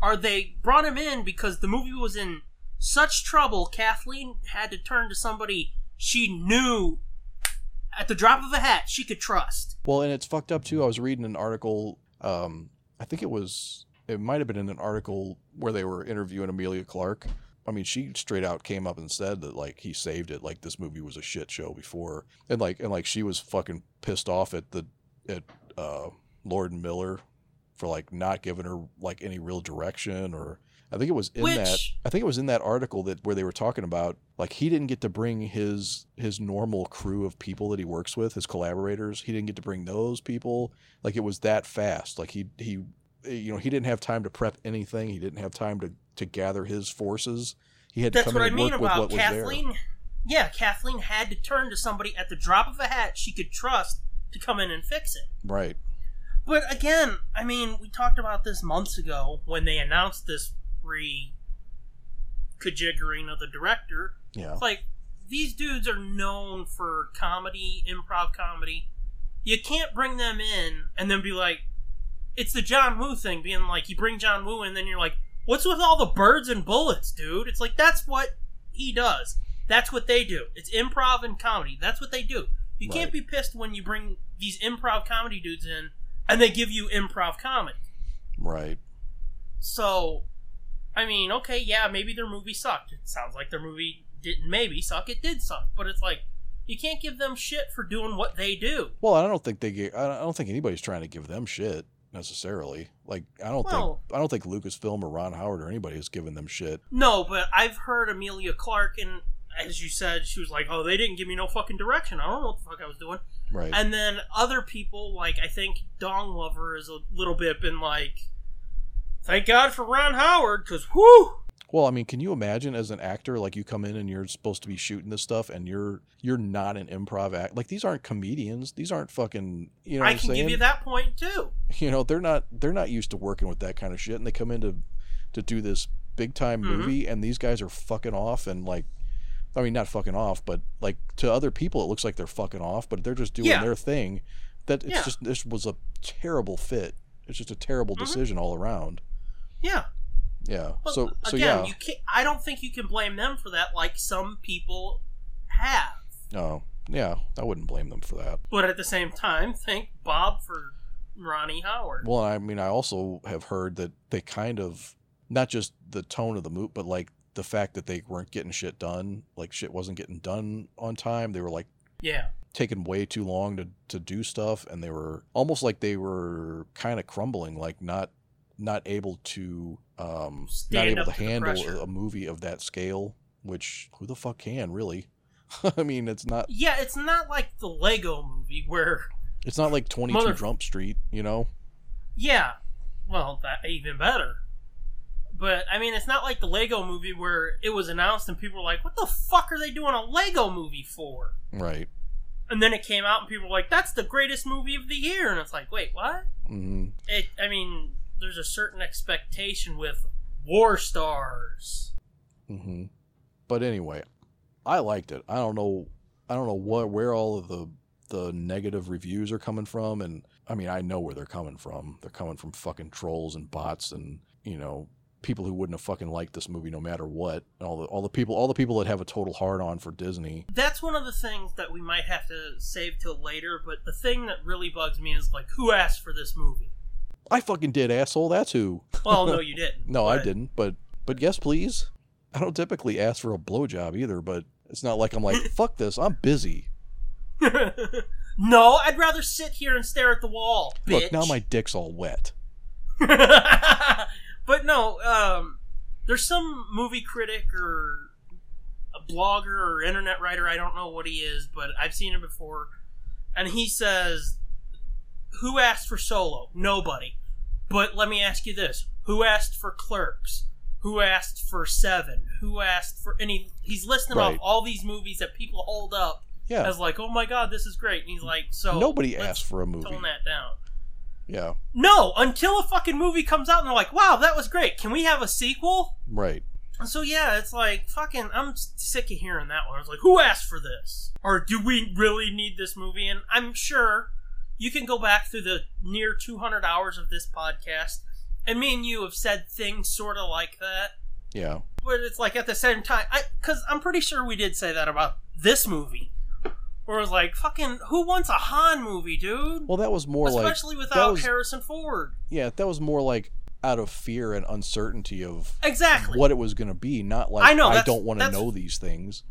Speaker 1: or they brought him in because the movie was in such trouble, Kathleen had to turn to somebody she knew at the drop of a hat she could trust.
Speaker 2: well, and it's fucked up too. I was reading an article. Um, I think it was. It might have been in an article where they were interviewing Amelia Clark. I mean, she straight out came up and said that like he saved it. Like this movie was a shit show before, and like and like she was fucking pissed off at the at uh, Lord Miller for like not giving her like any real direction or I think it was in that
Speaker 1: Which-
Speaker 2: I think it was in that article that where they were talking about like he didn't get to bring his his normal crew of people that he works with, his collaborators. He didn't get to bring those people. Like it was that fast. Like he he eh, you know, he didn't have time to prep anything. He didn't have time to to gather his forces. He had to
Speaker 1: That's
Speaker 2: come
Speaker 1: what I
Speaker 2: in and
Speaker 1: mean
Speaker 2: work with
Speaker 1: about
Speaker 2: what was there.
Speaker 1: Kathleen. Yeah, Kathleen had to turn to somebody at the drop of a hat she could trust to come in and fix it.
Speaker 2: Right.
Speaker 1: But again, I mean, we talked about this months ago when they announced this re kajiggering of the director.
Speaker 2: Yeah.
Speaker 1: It's like these dudes are known for comedy, improv comedy. You can't bring them in and then be like, it's the John Woo thing, being like, you bring John Woo in, then you're like, what's with all the birds and bullets, dude? It's like, that's what he does. That's what they do. It's improv and comedy. That's what they do. You
Speaker 2: Right.
Speaker 1: can't be pissed when you bring these improv comedy dudes in and they give you improv comedy.
Speaker 2: Right.
Speaker 1: So, I mean, okay, yeah, maybe their movie sucked. It sounds like their movie didn't maybe suck. It did suck, but it's like you can't give them shit for doing what they do.
Speaker 2: Well, I don't think they. Get, I don't think anybody's trying to give them shit necessarily. Like I don't
Speaker 1: Well-
Speaker 2: think I don't think Lucasfilm or Ron Howard or anybody has given them shit.
Speaker 1: No, but I've heard Amelia Clark, and as you said, she was like, "Oh, they didn't give me no fucking direction. I don't know what the fuck I was doing."
Speaker 2: Right.
Speaker 1: And then other people, like I think Dong Lover, is a little bit been like, "Thank God for Ron Howard, because whoo."
Speaker 2: Well, I mean, can you imagine as an actor like you come in and you're supposed to be shooting this stuff and you're you're not an improv act. Like these aren't comedians. These aren't fucking. You know,
Speaker 1: I
Speaker 2: what I'm
Speaker 1: can
Speaker 2: saying?
Speaker 1: give you that point too.
Speaker 2: You know, they're not they're not used to working with that kind of shit, and they come in to to do this big time
Speaker 1: Mhm.
Speaker 2: movie, and these guys are fucking off and like. I mean, not fucking off, but like to other people, it looks like they're fucking off, but they're just doing
Speaker 1: Yeah.
Speaker 2: their thing. That it's
Speaker 1: Yeah.
Speaker 2: just this was a terrible fit. It's just a terrible
Speaker 1: Mhm.
Speaker 2: decision all around.
Speaker 1: Yeah.
Speaker 2: Yeah.
Speaker 1: Well,
Speaker 2: so so
Speaker 1: again,
Speaker 2: yeah.
Speaker 1: you can't, I don't think you can blame them for that, like some people have.
Speaker 2: oh yeah, I wouldn't blame them for that.
Speaker 1: But at the same time, thank Bob for Ronnie Howard.
Speaker 2: Well, I mean, I also have heard that they kind of not just the tone of the moot, but like the fact that they weren't getting shit done, like shit wasn't getting done on time. They were like
Speaker 1: yeah.
Speaker 2: taking way too long to to do stuff, and they were almost like they were kind of crumbling, like not not able to um
Speaker 1: Stand
Speaker 2: not able
Speaker 1: up
Speaker 2: to
Speaker 1: to the
Speaker 2: handle
Speaker 1: pressure.
Speaker 2: a, a movie of that scale. Which who the fuck can really? I mean, it's not
Speaker 1: Yeah, it's not like the Lego movie where,
Speaker 2: it's not like twenty two
Speaker 1: Mother-
Speaker 2: Jump Street, you know?
Speaker 1: yeah, well, that even better. But, I mean, it's not like the Lego movie where it was announced and people were like, what the fuck are they doing a Lego movie for?
Speaker 2: Right.
Speaker 1: And then it came out and people were like, that's the greatest movie of the year. And it's like, wait, what?
Speaker 2: hmm
Speaker 1: it i mean there's a certain expectation with war stars
Speaker 2: hmm But anyway, I liked it. I don't know. I don't know what where all of the the negative reviews are coming from, and I mean I know where they're coming from. They're coming from fucking trolls and bots, and you know people who wouldn't have fucking liked this movie no matter what. And all the all the people all the people that have a total hard on for Disney.
Speaker 1: that's one of the things that we might have to save till later but the thing that really bugs me is like who asked for this movie
Speaker 2: I fucking did, asshole. That's who.
Speaker 1: well no you didn't
Speaker 2: No, I
Speaker 1: but-
Speaker 2: didn't. But but yes, please. I don't typically ask for a blowjob either, but it's not like I'm like fuck this. I'm busy.
Speaker 1: no i'd rather sit here and stare at the wall bitch.
Speaker 2: Look now, my dick's all wet.
Speaker 1: but no, um, there's some movie critic or a blogger or internet writer. I don't know what he is, but I've seen him before, and he says, "Who asked for Solo? Nobody." But let me ask you this: Who asked for Clerks? Who asked for Seven? Who asked for? And he, he's listing
Speaker 2: Right.
Speaker 1: off all these movies that people hold up
Speaker 2: Yeah.
Speaker 1: as like, "Oh my god, this is great," and he's like, "So
Speaker 2: Nobody
Speaker 1: let's
Speaker 2: asked for a movie.
Speaker 1: Tone that down.
Speaker 2: Yeah,
Speaker 1: No, until a fucking movie comes out and they're like, wow, that was great. Can we have a sequel?
Speaker 2: right.
Speaker 1: And So yeah, it's like fucking. I'm s- sick of hearing that one. It's like, who asked for this? Or do we really need this movie? And I'm sure you can go back through the near 200 hours of this podcast, and me and you have said things sort of like that.
Speaker 2: Yeah,
Speaker 1: But it's like at the same time, I because I'm pretty sure we did say that about this movie, where it was like, fucking, who wants a Han movie, dude?
Speaker 2: well, that was more
Speaker 1: Especially
Speaker 2: like
Speaker 1: without
Speaker 2: that was,
Speaker 1: Harrison Ford.
Speaker 2: yeah, that was more like out of fear and uncertainty of
Speaker 1: Exactly.
Speaker 2: what it was going to be. Not like
Speaker 1: I know, that's-
Speaker 2: don't want to
Speaker 1: that's-
Speaker 2: know these things.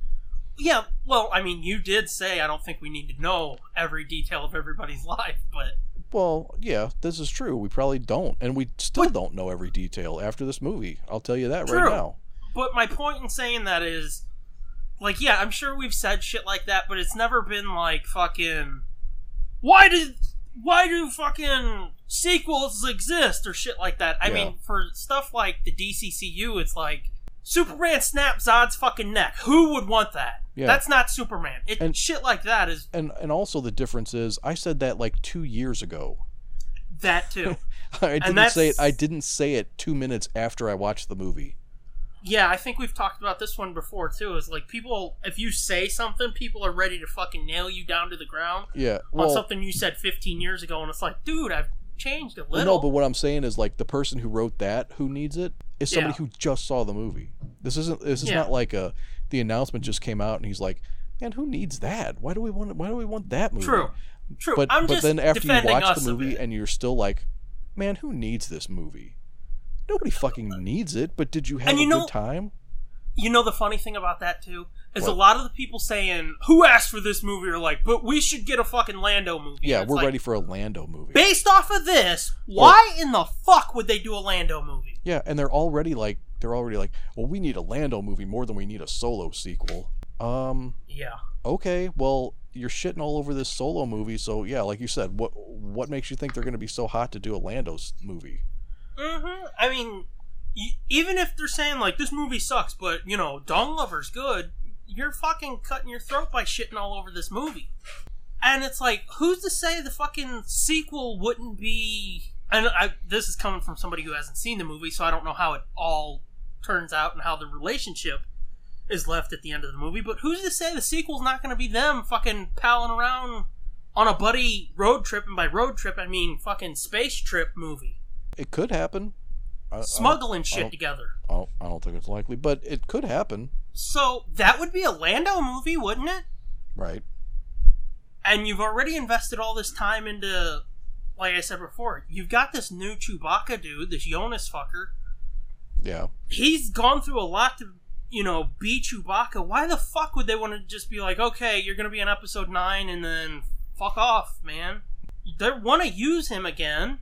Speaker 1: Yeah, well, I mean, you did say I don't think we need to know every detail of everybody's life, but
Speaker 2: Well, yeah, this is true. We probably don't, and we still don't know every detail after this movie. I'll tell you that
Speaker 1: True.
Speaker 2: right now.
Speaker 1: but my point in saying that is like yeah, I'm sure we've said shit like that, but it's never been like fucking why did why do fucking sequels exist or shit like that. I
Speaker 2: Yeah.
Speaker 1: mean, for stuff like the DCCU, it's like Superman snaps Zod's fucking neck. Who would want that?
Speaker 2: Yeah.
Speaker 1: That's not Superman. It
Speaker 2: And-
Speaker 1: shit like that is
Speaker 2: And and also the difference is, I said that like two years ago.
Speaker 1: that too.
Speaker 2: I didn't say it.
Speaker 1: that's-
Speaker 2: I didn't say it two minutes after I watched the movie.
Speaker 1: Yeah, I think we've talked about this one before too. Is like people, if you say something, people are ready to fucking nail you down to the ground
Speaker 2: Yeah, well,
Speaker 1: on something you said 15 years ago, and it's like, dude, I've changed a
Speaker 2: Well,
Speaker 1: little.
Speaker 2: no, but what I'm saying is like the person who wrote that who needs it is somebody
Speaker 1: Yeah.
Speaker 2: who just saw the movie. This isn't this is
Speaker 1: Yeah.
Speaker 2: not like uh, a the announcement just came out and he's like, Man, who needs that? Why do we want why do we want that movie?
Speaker 1: True. True.
Speaker 2: But
Speaker 1: I'm
Speaker 2: but
Speaker 1: just
Speaker 2: then after you
Speaker 1: defending
Speaker 2: watch
Speaker 1: us
Speaker 2: the
Speaker 1: a
Speaker 2: movie
Speaker 1: bit.
Speaker 2: and you're still like, man, who needs this movie? Nobody fucking needs it. But did you have
Speaker 1: you
Speaker 2: a
Speaker 1: know-
Speaker 2: good time?
Speaker 1: You know the funny thing about that too is a
Speaker 2: What?
Speaker 1: lot of the people saying who asked for this movie are like, but we should get a fucking Lando movie.
Speaker 2: Yeah,
Speaker 1: It's
Speaker 2: we're
Speaker 1: like,
Speaker 2: ready for a Lando movie.
Speaker 1: Based off of this, why in the fuck would they do a Lando movie?
Speaker 2: Yeah, and they're already like they're already like, well, we need a Lando movie more than we need a solo sequel. Um,
Speaker 1: Yeah.
Speaker 2: okay, well, you're shitting all over this solo movie, so yeah, like you said, what what makes you think they're going to be so hot to do a Lando's movie?
Speaker 1: hmm I mean, y- even if they're saying like this movie sucks, but you know, Dong Lover's good, you're fucking cutting your throat by shitting all over this movie. And it's like, who's to say the fucking sequel wouldn't be? And I, this is coming from somebody who hasn't seen the movie, so I don't know how it all turns out and how the relationship is left at the end of the movie. But who's to say the sequel's not going to be them fucking palling around on a buddy road trip? And by road trip, I mean fucking space trip movie
Speaker 2: It could happen. I- I don't-
Speaker 1: smuggling
Speaker 2: I
Speaker 1: shit
Speaker 2: don't-
Speaker 1: together.
Speaker 2: I don't, I don't think it's likely, but it could happen,
Speaker 1: So that would be a Lando movie, wouldn't it?
Speaker 2: right?
Speaker 1: And you've already invested all this time into, like I said before, you've got this new Chewbacca dude, this Jonas fucker.
Speaker 2: Yeah,
Speaker 1: He's gone through a lot to, you know, be Chewbacca. Why the fuck would they want to just be like, okay, you're going to be in episode 9 and then fuck off, man? They want to use him again.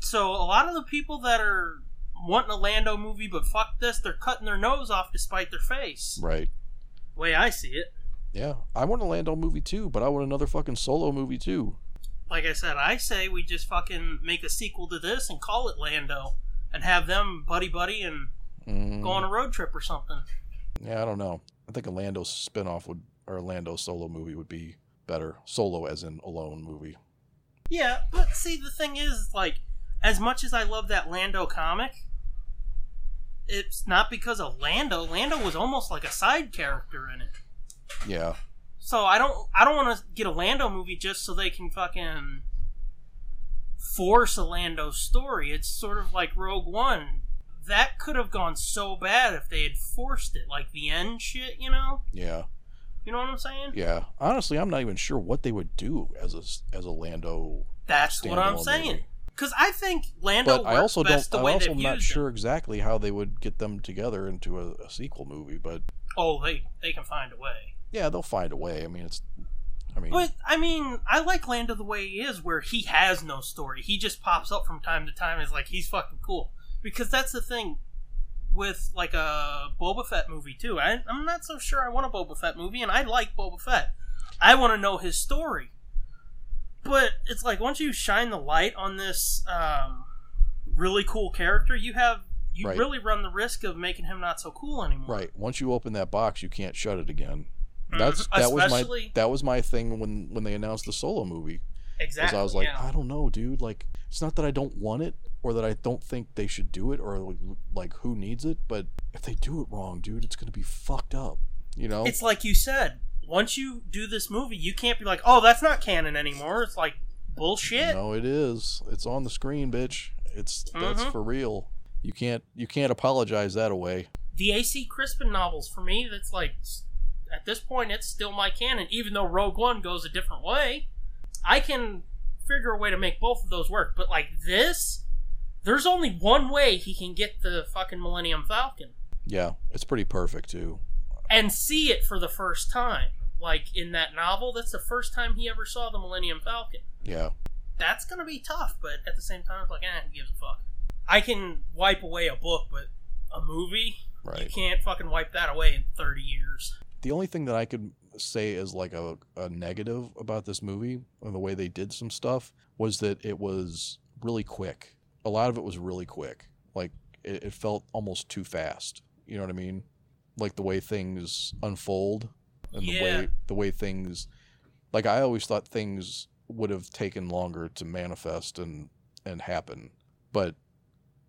Speaker 1: So a lot of the people that are wanting a Lando movie but fuck this, they're cutting their nose off to spite their face.
Speaker 2: right.
Speaker 1: way I see it.
Speaker 2: Yeah, I want a Lando movie too, but I want another fucking solo movie too.
Speaker 1: Like I said, I say we just fucking make a sequel to this and call it Lando and have them buddy buddy and
Speaker 2: Mm,
Speaker 1: go on a road trip or something.
Speaker 2: yeah, I don't know. I think a Lando spinoff would or a Lando solo movie would be better. Solo as in alone movie.
Speaker 1: Yeah, but see, the thing is, like, as much as I love that Lando comic, it's not because of Lando. Lando was almost like a side character in it.
Speaker 2: Yeah,
Speaker 1: So I don't, I don't want to get a Lando movie just so they can fucking force a Lando story. It's sort of like Rogue One. That could have gone so bad if they had forced it, like the end shit. You know,
Speaker 2: yeah.
Speaker 1: you know what I'm saying?
Speaker 2: Yeah, honestly, I'm not even sure what they would do as a s- as a Lando.
Speaker 1: That's what I'm
Speaker 2: Standalone
Speaker 1: saying.
Speaker 2: movie.
Speaker 1: Because I think Lando
Speaker 2: But I
Speaker 1: works
Speaker 2: also don't.
Speaker 1: best the
Speaker 2: I'm
Speaker 1: way
Speaker 2: also
Speaker 1: they've
Speaker 2: not
Speaker 1: used
Speaker 2: sure
Speaker 1: It.
Speaker 2: exactly how they would get them together into a, a sequel movie. But
Speaker 1: Oh, they they can find a way.
Speaker 2: yeah, they'll find a way. I mean, it's. I mean,
Speaker 1: But I mean, I like Lando the way he is, where he has no story. He just pops up from time to time. Is like he's fucking cool because that's the thing with like a Boba Fett movie too. I, I'm not so sure I want a Boba Fett movie, and I like Boba Fett. I want to know his story. But it's like once you shine the light on this um, really cool character, you have you
Speaker 2: Right.
Speaker 1: really run the risk of making him not so cool anymore.
Speaker 2: right once you open that box, you can't shut it again. That's
Speaker 1: Mhm.
Speaker 2: that was
Speaker 1: Especially-
Speaker 2: my that was my thing when when they announced the solo movie. Because
Speaker 1: Exactly.
Speaker 2: I was like,
Speaker 1: yeah.
Speaker 2: I don't know, dude. Like, it's not that I don't want it or that I don't think they should do it or like, like who needs it, but if they do it wrong, dude, it's gonna be fucked up. You know?
Speaker 1: It's like you said, once you do this movie, you can't be like, oh, that's not canon anymore. It's like bullshit.
Speaker 2: No, it is. It's on the screen, bitch. It's that's
Speaker 1: Mhm.
Speaker 2: for real. You can't you can't apologize that away.
Speaker 1: The A.C. Crispin novels, for me, that's like, s- at this point, it's still my canon, even though Rogue One goes a different way. I can figure a way to make both of those work, but like this, there's only one way he can get the fucking Millennium Falcon
Speaker 2: Yeah, it's pretty perfect too.
Speaker 1: and see it for the first time. Like in that novel, that's the first time he ever saw the Millennium Falcon.
Speaker 2: Yeah,
Speaker 1: that's gonna be tough, but at the same time, it's like, eh, who gives a fuck? I can wipe away a book, but a movie, you
Speaker 2: right.
Speaker 1: can't fucking wipe that away in 30 years.
Speaker 2: The only thing that I could say is like a, a negative about this movie and the way they did some stuff was that it was really quick. A lot of it was really quick. Like it, it felt almost too fast. You know what I mean? Like the way things unfold and the
Speaker 1: Yeah.
Speaker 2: way the way things like I always thought things would have taken longer to manifest and and happen, but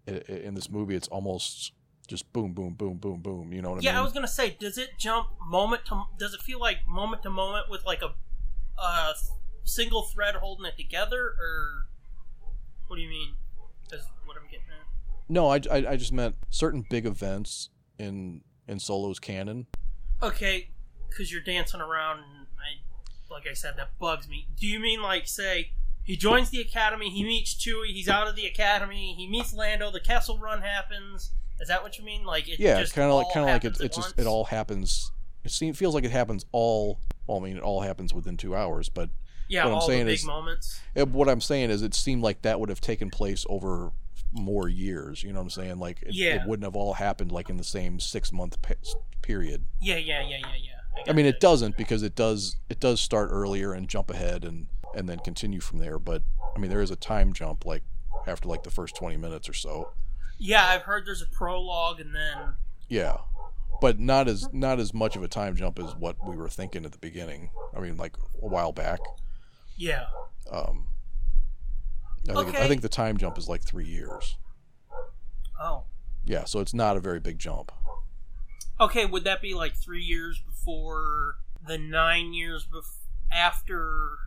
Speaker 2: i- i- in this movie, it's almost just boom, boom, boom, boom, boom. You know what I
Speaker 1: yeah,
Speaker 2: mean?
Speaker 1: I was gonna say, does it jump moment to? Does it feel like moment to moment with like a, a single thread holding it together, or what do you mean? Is what I'm getting at.
Speaker 2: No, I, I, I just meant certain big events in in Solo's canon.
Speaker 1: Okay, because you're dancing around, and I like I said, that bugs me. Do you mean like say he joins the academy, he meets Chewie, he's out of the academy, he meets Lando, the Castle Run happens. Is that what you mean? Like it
Speaker 2: yeah,
Speaker 1: just
Speaker 2: kind of like
Speaker 1: all
Speaker 2: kind of like it,
Speaker 1: happens at
Speaker 2: it just
Speaker 1: once?
Speaker 2: it all happens. It seems feels like it happens all. Well, I mean, it all happens within two hours. But
Speaker 1: Yeah,
Speaker 2: what I'm
Speaker 1: all
Speaker 2: saying
Speaker 1: the big
Speaker 2: is-
Speaker 1: moments.
Speaker 2: it, what I'm saying is, it seemed like that would have taken place over more years. You know what I'm saying? Like, it,
Speaker 1: Yeah.
Speaker 2: it wouldn't have all happened like in the same six month pe- period.
Speaker 1: Yeah, yeah, yeah, yeah, yeah.
Speaker 2: I mean,
Speaker 1: gotcha.
Speaker 2: it doesn't because it does it does start earlier and jump ahead and and then continue from there. But I mean, there is a time jump like after like the first twenty minutes or so.
Speaker 1: Yeah, I've heard there's a prologue and then
Speaker 2: Yeah, but not as not as much of a time jump as what we were thinking at the beginning. I mean, like a while back.
Speaker 1: yeah.
Speaker 2: Um, I think
Speaker 1: Okay.
Speaker 2: I think the time jump is like three years.
Speaker 1: Oh.
Speaker 2: Yeah, so it's not a very big jump.
Speaker 1: Okay, would that be like 3 years before the 9 years bef- after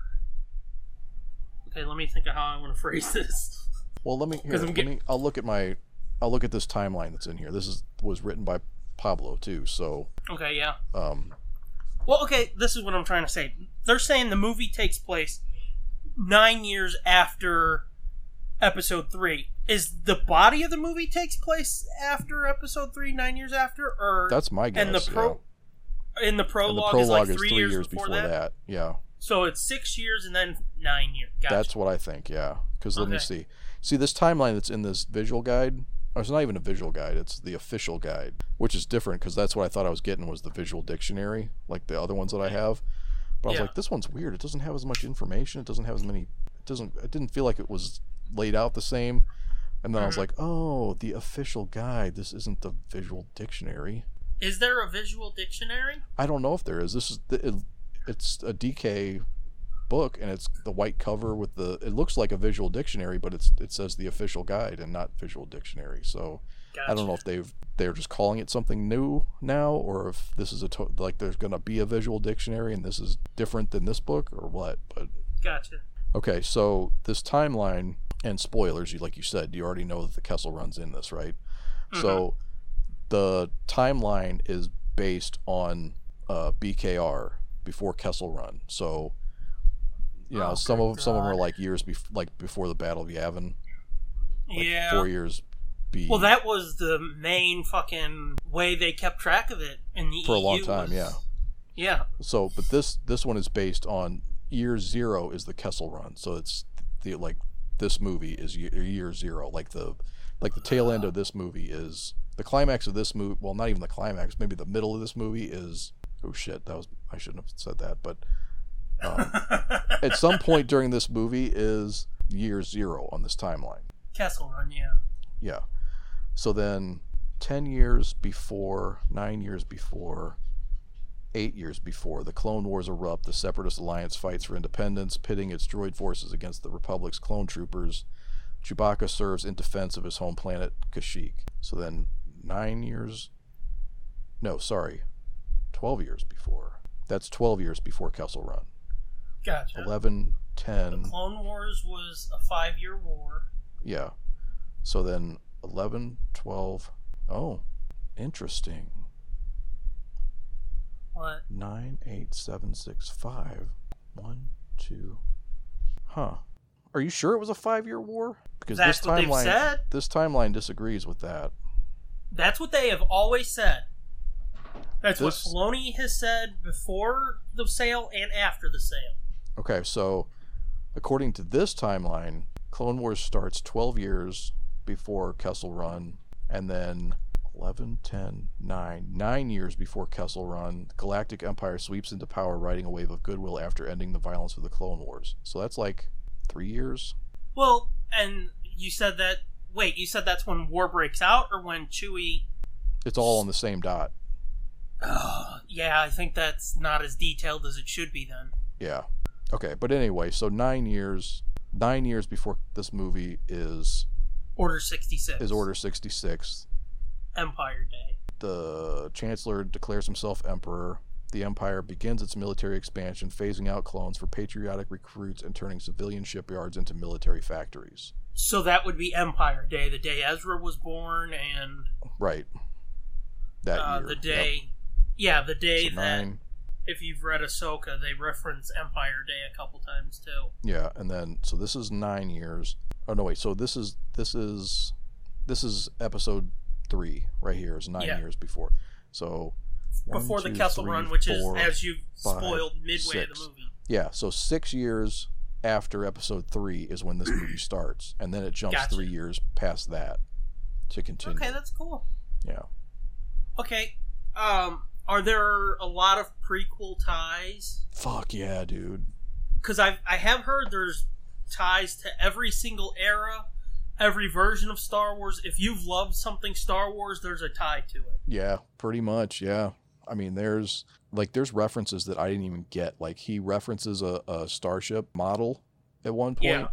Speaker 1: Okay, let me think of how I want to phrase this.
Speaker 2: Well, let me here.
Speaker 1: 'Cause I'm
Speaker 2: Let
Speaker 1: get-
Speaker 2: me. I'll look at my. I'll look at this timeline that's in here. This is was written by Pablo too. So,
Speaker 1: Okay, yeah.
Speaker 2: um,
Speaker 1: Well, okay, this is what I'm trying to say. They're saying the movie takes place nine years after episode three. Is the body of the movie takes place after episode three, nine years after, or
Speaker 2: that's my guess.
Speaker 1: and the
Speaker 2: yeah.
Speaker 1: pro in the prologue,
Speaker 2: and the prologue
Speaker 1: is like three, years, before, that?
Speaker 2: Yeah,
Speaker 1: So it's six years and then nine years. Gotcha.
Speaker 2: that's what I think. Yeah, because let me
Speaker 1: Okay.
Speaker 2: see. See this timeline that's in this visual guide. Or it's not even a visual guide. It's the official guide, which is different because that's what I thought I was getting was the visual dictionary, like the other ones that I have. But I was
Speaker 1: Yeah.
Speaker 2: like, this one's weird. It doesn't have as much information. It doesn't have as many. It doesn't. It didn't feel like it was laid out the same. And then I was
Speaker 1: Mhm.
Speaker 2: like, oh, the official guide. This isn't the visual dictionary.
Speaker 1: is there a visual dictionary?
Speaker 2: I don't know if there is. This is the, it, it's a DK book, and it's the white cover with the. It looks like a visual dictionary, but it's it says the official guide and not visual dictionary. So
Speaker 1: Gotcha.
Speaker 2: I don't know if they've they're just calling it something new now, or if this is a to- like there's gonna be a visual dictionary and this is different than this book or what. But
Speaker 1: Gotcha.
Speaker 2: okay, so this timeline and spoilers, you like you said, you already know that the Kessel runs in this, right? So
Speaker 1: Mm-hmm.
Speaker 2: the timeline is based on uh, BKR before Kessel Run. So you know,
Speaker 1: Oh,
Speaker 2: some
Speaker 1: good
Speaker 2: of some of them are
Speaker 1: God.
Speaker 2: like years bef- like before the Battle of Yavin, like
Speaker 1: Mm-hmm. yeah.
Speaker 2: four years. Be-
Speaker 1: Well, that was the main fucking way they kept track of it in the
Speaker 2: For a long
Speaker 1: EU
Speaker 2: time,
Speaker 1: E was-
Speaker 2: yeah.
Speaker 1: Yeah.
Speaker 2: so, but this this one is based on year zero is the Kessel Run. So it's the like this movie is year, year zero, like the like the tail end of this movie is the climax of this movie. Well, not even the climax, maybe the middle of this movie is oh shit, that was I shouldn't have said that, but um, at some point during this movie is year zero on this timeline.
Speaker 1: Castle Run, yeah.
Speaker 2: Yeah. So then 10 years before, nine years before, eight years before, the Clone Wars erupt. The Separatist Alliance fights for independence, pitting its droid forces against the Republic's clone troopers. Chewbacca serves in defense of his home planet, Kashyyyk. So then nine years. No, sorry. 12 years before. That's 12 years before Kessel Run.
Speaker 1: Gotcha.
Speaker 2: 11, 10.
Speaker 1: The Clone Wars was a five year war.
Speaker 2: Yeah. So then 11, 12. Oh, interesting.
Speaker 1: What?
Speaker 2: 9, 8, 7, 6, 5. 1, 2. Huh. Are you sure it was a five year war? Because
Speaker 1: That's
Speaker 2: this
Speaker 1: what they've
Speaker 2: timeline
Speaker 1: said.
Speaker 2: this timeline disagrees with that.
Speaker 1: That's what they have always said. That's
Speaker 2: This-
Speaker 1: what Filoni has said before the sale and after the sale.
Speaker 2: Okay, so according to this timeline, Clone Wars starts 12 years before Kessel Run, and then 11, 10, 9, 9 years before Kessel Run, Galactic Empire sweeps into power, riding a wave of goodwill after ending the violence of the Clone Wars. So that's like three years?
Speaker 1: Well, and you said that. Wait, you said that's when war breaks out or when Chewie.
Speaker 2: It's all on the same dot.
Speaker 1: yeah, I think that's not as detailed as it should be then.
Speaker 2: Yeah. Okay, but anyway, so nine years, nine years before this movie is
Speaker 1: Order 66.
Speaker 2: is Order 66.
Speaker 1: Empire Day.
Speaker 2: the chancellor declares himself emperor. The empire begins its military expansion, phasing out clones for patriotic recruits and turning civilian shipyards into military factories.
Speaker 1: So that would be Empire Day, the day Ezra was born and
Speaker 2: Right. That
Speaker 1: uh,
Speaker 2: year.
Speaker 1: the
Speaker 2: Yep.
Speaker 1: day. Yeah, the day
Speaker 2: So
Speaker 1: that.
Speaker 2: nine,
Speaker 1: if you've read Ahsoka, they reference Empire Day a couple times too.
Speaker 2: Yeah, and then so this is nine years. Oh no, wait. So this is this is this is episode three right here. Is nine
Speaker 1: Yeah.
Speaker 2: years before. So one,
Speaker 1: Before the
Speaker 2: two,
Speaker 1: Kessel
Speaker 2: three,
Speaker 1: Run, which
Speaker 2: four.
Speaker 1: is as you
Speaker 2: five,
Speaker 1: spoiled midway of
Speaker 2: six.
Speaker 1: the movie.
Speaker 2: yeah. So six years after episode three is when this movie starts, and then it jumps
Speaker 1: Gotcha.
Speaker 2: three years past that to continue.
Speaker 1: Okay, that's cool.
Speaker 2: yeah.
Speaker 1: Okay, um, are there a lot of prequel ties?
Speaker 2: Fuck yeah, dude.
Speaker 1: Because I I have heard there's ties to every single era, every version of Star Wars. If you've loved something Star Wars, there's a tie to it.
Speaker 2: Yeah, pretty much. Yeah. I mean, there's like there's references that I didn't even get. Like he references a, a starship model at one point,
Speaker 1: Yeah.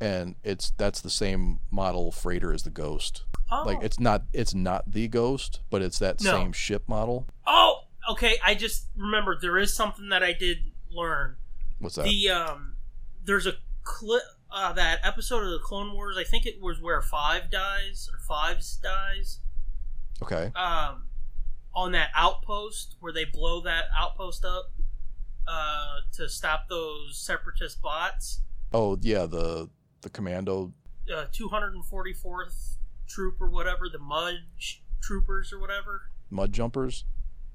Speaker 2: and it's that's the same model freighter as the Ghost.
Speaker 1: Oh.
Speaker 2: Like it's not it's not the Ghost, but it's that
Speaker 1: No.
Speaker 2: same ship model.
Speaker 1: oh, okay. I just remembered there is something that I did learn.
Speaker 2: What's that?
Speaker 1: the um there's a clip uh, that episode of the clone wars i think it was where five dies or fives dies
Speaker 2: okay.
Speaker 1: um on that outpost where they blow that outpost up uh to stop those separatist bots
Speaker 2: Oh yeah, the the commando.
Speaker 1: uh 244th troop or whatever the mudge troopers or whatever
Speaker 2: Mud jumpers.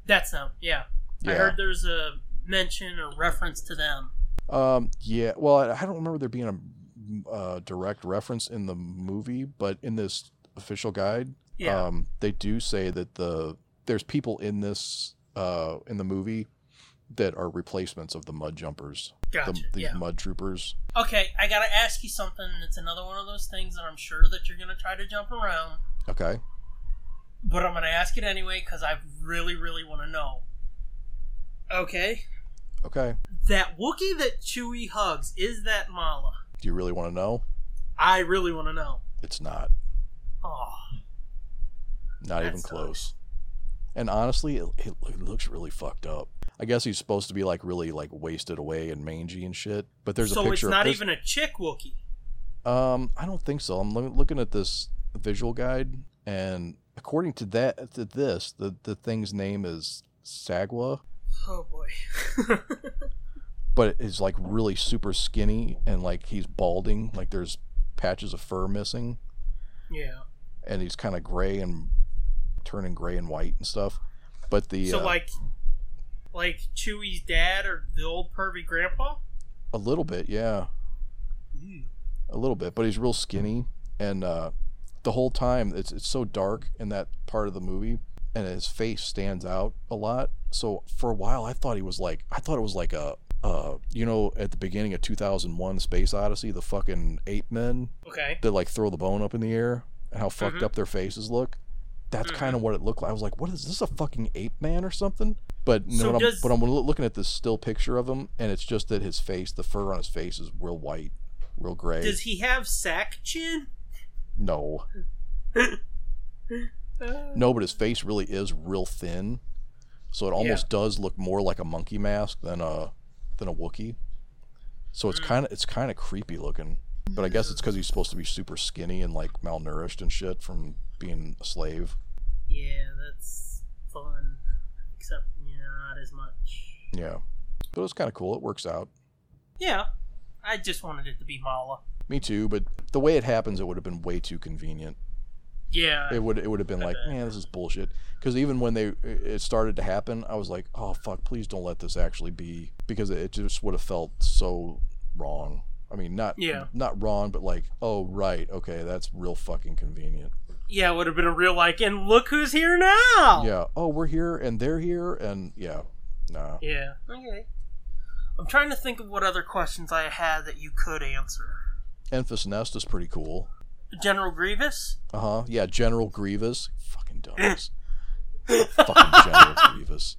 Speaker 1: that's them yeah,
Speaker 2: Yeah.
Speaker 1: i heard there's a mention or reference to them
Speaker 2: Um, yeah. Well, I, I don't remember there being a uh, direct reference in the movie, but in this official guide,
Speaker 1: yeah
Speaker 2: um, they do say that the there's people in this uh, in the movie that are replacements of the mud jumpers,
Speaker 1: gotcha
Speaker 2: the, these
Speaker 1: yeah
Speaker 2: mud troopers.
Speaker 1: Okay, I gotta ask you something. It's another one of those things that I'm sure that you're gonna try to jump around,
Speaker 2: Okay.
Speaker 1: but I'm gonna ask it anyway because I really, really want to know. Okay,
Speaker 2: Okay.
Speaker 1: that Wookiee that Chewie hugs is that Mala?
Speaker 2: Do you really want to know?
Speaker 1: I really want to know.
Speaker 2: It's not.
Speaker 1: Oh,
Speaker 2: Not
Speaker 1: That
Speaker 2: even
Speaker 1: sucks.
Speaker 2: close. And honestly, it, it, it looks really fucked up. I guess he's supposed to be like really like wasted away and mangy and shit. But there's
Speaker 1: so
Speaker 2: a picture.
Speaker 1: it's not
Speaker 2: there's-
Speaker 1: even a chick Wookiee.
Speaker 2: Um, I don't think so. I'm loo- looking at this visual guide, and according to that, to this, the the thing's name is Sagwa,
Speaker 1: Oh boy.
Speaker 2: but it's like really super skinny, and like he's balding, like there's patches of fur missing,
Speaker 1: yeah.
Speaker 2: and he's kind of gray and turning gray and white and stuff. But the
Speaker 1: So
Speaker 2: uh,
Speaker 1: like, like Chewie's dad or the old pervy grandpa?
Speaker 2: a little bit, yeah, a little bit, but he's real skinny, and uh, the whole time it's it's so dark in that part of the movie, and his face stands out a lot. So for a while, I thought he was like I thought it was like a uh, you know at the beginning of 2001 Space Odyssey, the fucking ape men
Speaker 1: Okay.
Speaker 2: that like throw the bone up in the air and how fucked
Speaker 1: Mhm.
Speaker 2: up their faces look. That's
Speaker 1: Mhm.
Speaker 2: kind of what it looked like. I was like, "What is this? A fucking ape man or something?" But no,
Speaker 1: So
Speaker 2: but,
Speaker 1: does-
Speaker 2: I'm, but I'm looking at this still picture of him, and it's just that his face, the fur on his face, is real white, real gray.
Speaker 1: Does he have sack chin?
Speaker 2: No. No, but his face really is real thin. So it almost does look more like a monkey mask than a than a Wookiee. So it's kind of it's kind of creepy looking. But I guess it's cuz he's supposed to be super skinny and like malnourished and shit from being a slave.
Speaker 1: Yeah, that's fun. Except yeah, not as much.
Speaker 2: Yeah. But it's kind of cool. It works out.
Speaker 1: Yeah. I just wanted it to be Mala.
Speaker 2: Me too, but the way it happens it would have been way too convenient.
Speaker 1: Yeah.
Speaker 2: it would it would have been
Speaker 1: I
Speaker 2: like,
Speaker 1: bet.
Speaker 2: man, this is bullshit. Because even when they it started to happen, I was like, oh fuck, please don't let this actually be because it just would have felt so wrong. I mean, not
Speaker 1: Yeah.
Speaker 2: not wrong, but like, oh right, okay, that's real fucking convenient.
Speaker 1: yeah, it would have been a real like, and look who's here now.
Speaker 2: Yeah. Oh, we're here and they're here and yeah, nah.
Speaker 1: Yeah. Okay. I'm trying to think of what other questions I had that you could answer.
Speaker 2: Enfys Nest is pretty cool.
Speaker 1: General Grievous?
Speaker 2: Uh huh. Yeah. General Grievous, fucking dumbass. fucking General Grievous.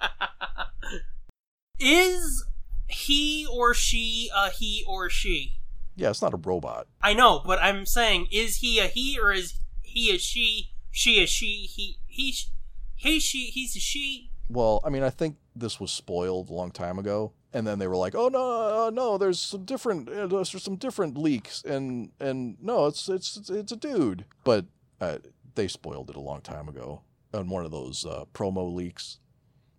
Speaker 1: Is he or she a he or she?
Speaker 2: Yeah, it's not a robot.
Speaker 1: I know, but I'm saying, is he a he or is he a she? She a she? He he sh- he she? He's a she?
Speaker 2: Well, I mean, I think this was spoiled a long time ago, and then they were like, "Oh no, uh, no, there's some different, uh, there's some different leaks, and and no, it's it's it's a dude." But uh, they spoiled it a long time ago. on one of those uh, promo leaks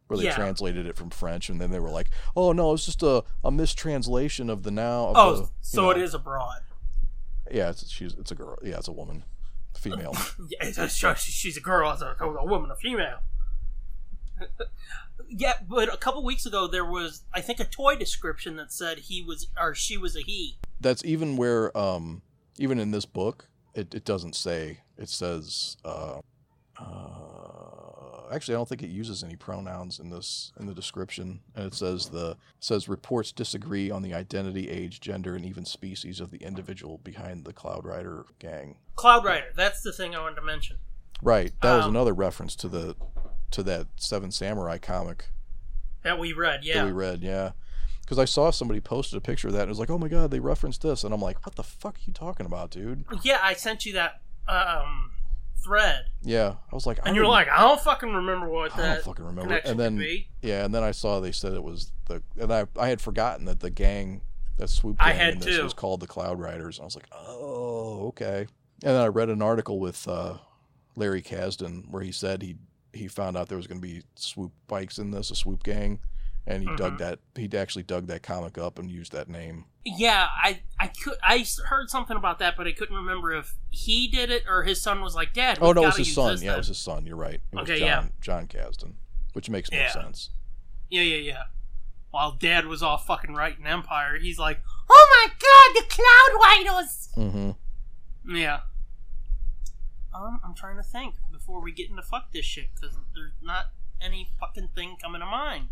Speaker 2: where they
Speaker 1: Yeah.
Speaker 2: translated it from French, and then they were like, "Oh no, it's just a, a mistranslation of the now." Of
Speaker 1: Oh,
Speaker 2: the, you
Speaker 1: so
Speaker 2: know."
Speaker 1: it is abroad.
Speaker 2: Yeah, it's, she's it's a girl. Yeah, it's a woman, female.
Speaker 1: Yeah, it's a, sure, she- she's a girl, it's a, a woman, a female. yeah, but a couple weeks ago there was, I think, a toy description that said he was or she was a he.
Speaker 2: That's even where, um, even in this book, it, it doesn't say. It says, uh, uh, actually, I don't think it uses any pronouns in this in the description. And it says the it says reports disagree on the identity, age, gender, and even species of the individual behind the Cloud Rider gang.
Speaker 1: Cloud Rider. That's the thing I wanted to mention.
Speaker 2: Right. That was
Speaker 1: Um,
Speaker 2: another reference to the to that Seven Samurai comic
Speaker 1: That we read, yeah.
Speaker 2: that we read. Yeah. Because I saw somebody posted a picture of that and it was like, oh my God, they referenced this. And I'm like, what the fuck are you talking about, dude?
Speaker 1: Yeah, I sent you that um, thread,
Speaker 2: Yeah. I was like, I
Speaker 1: and you're
Speaker 2: didn't-
Speaker 1: like, I don't fucking remember what
Speaker 2: Oh. I
Speaker 1: that
Speaker 2: don't fucking remember.
Speaker 1: connection
Speaker 2: And then,
Speaker 1: could be.
Speaker 2: yeah. And then I saw they said it was the, and I, I had forgotten that the gang that swooped
Speaker 1: I
Speaker 2: in
Speaker 1: had
Speaker 2: in this
Speaker 1: too.
Speaker 2: was called the Cloud Riders. And I was like, oh, okay. And then I read an article with uh, Larry Kasdan where he said he, he found out there was going to be swoop bikes in this, a swoop gang. And he
Speaker 1: Mhm.
Speaker 2: dug that, he actually dug that comic up and used that name.
Speaker 1: Yeah, I I could I s- heard something about that, but I couldn't remember if he did it or his son was like, Dad.
Speaker 2: Oh
Speaker 1: we've
Speaker 2: no, it was
Speaker 1: gotta
Speaker 2: his
Speaker 1: use
Speaker 2: son.
Speaker 1: this
Speaker 2: Yeah, it was
Speaker 1: then."
Speaker 2: his son. You're right. It was
Speaker 1: Okay,
Speaker 2: John,
Speaker 1: yeah.
Speaker 2: John Kasdan, which makes more
Speaker 1: Yeah.
Speaker 2: sense.
Speaker 1: yeah, yeah, yeah. While Dad was all fucking writing Empire, he's like, Oh my God, the Cloud Riders.
Speaker 2: Mm-hmm.
Speaker 1: Yeah. Um, I'm trying to think before we get into fuck this shit because there's not any fucking thing coming to mind.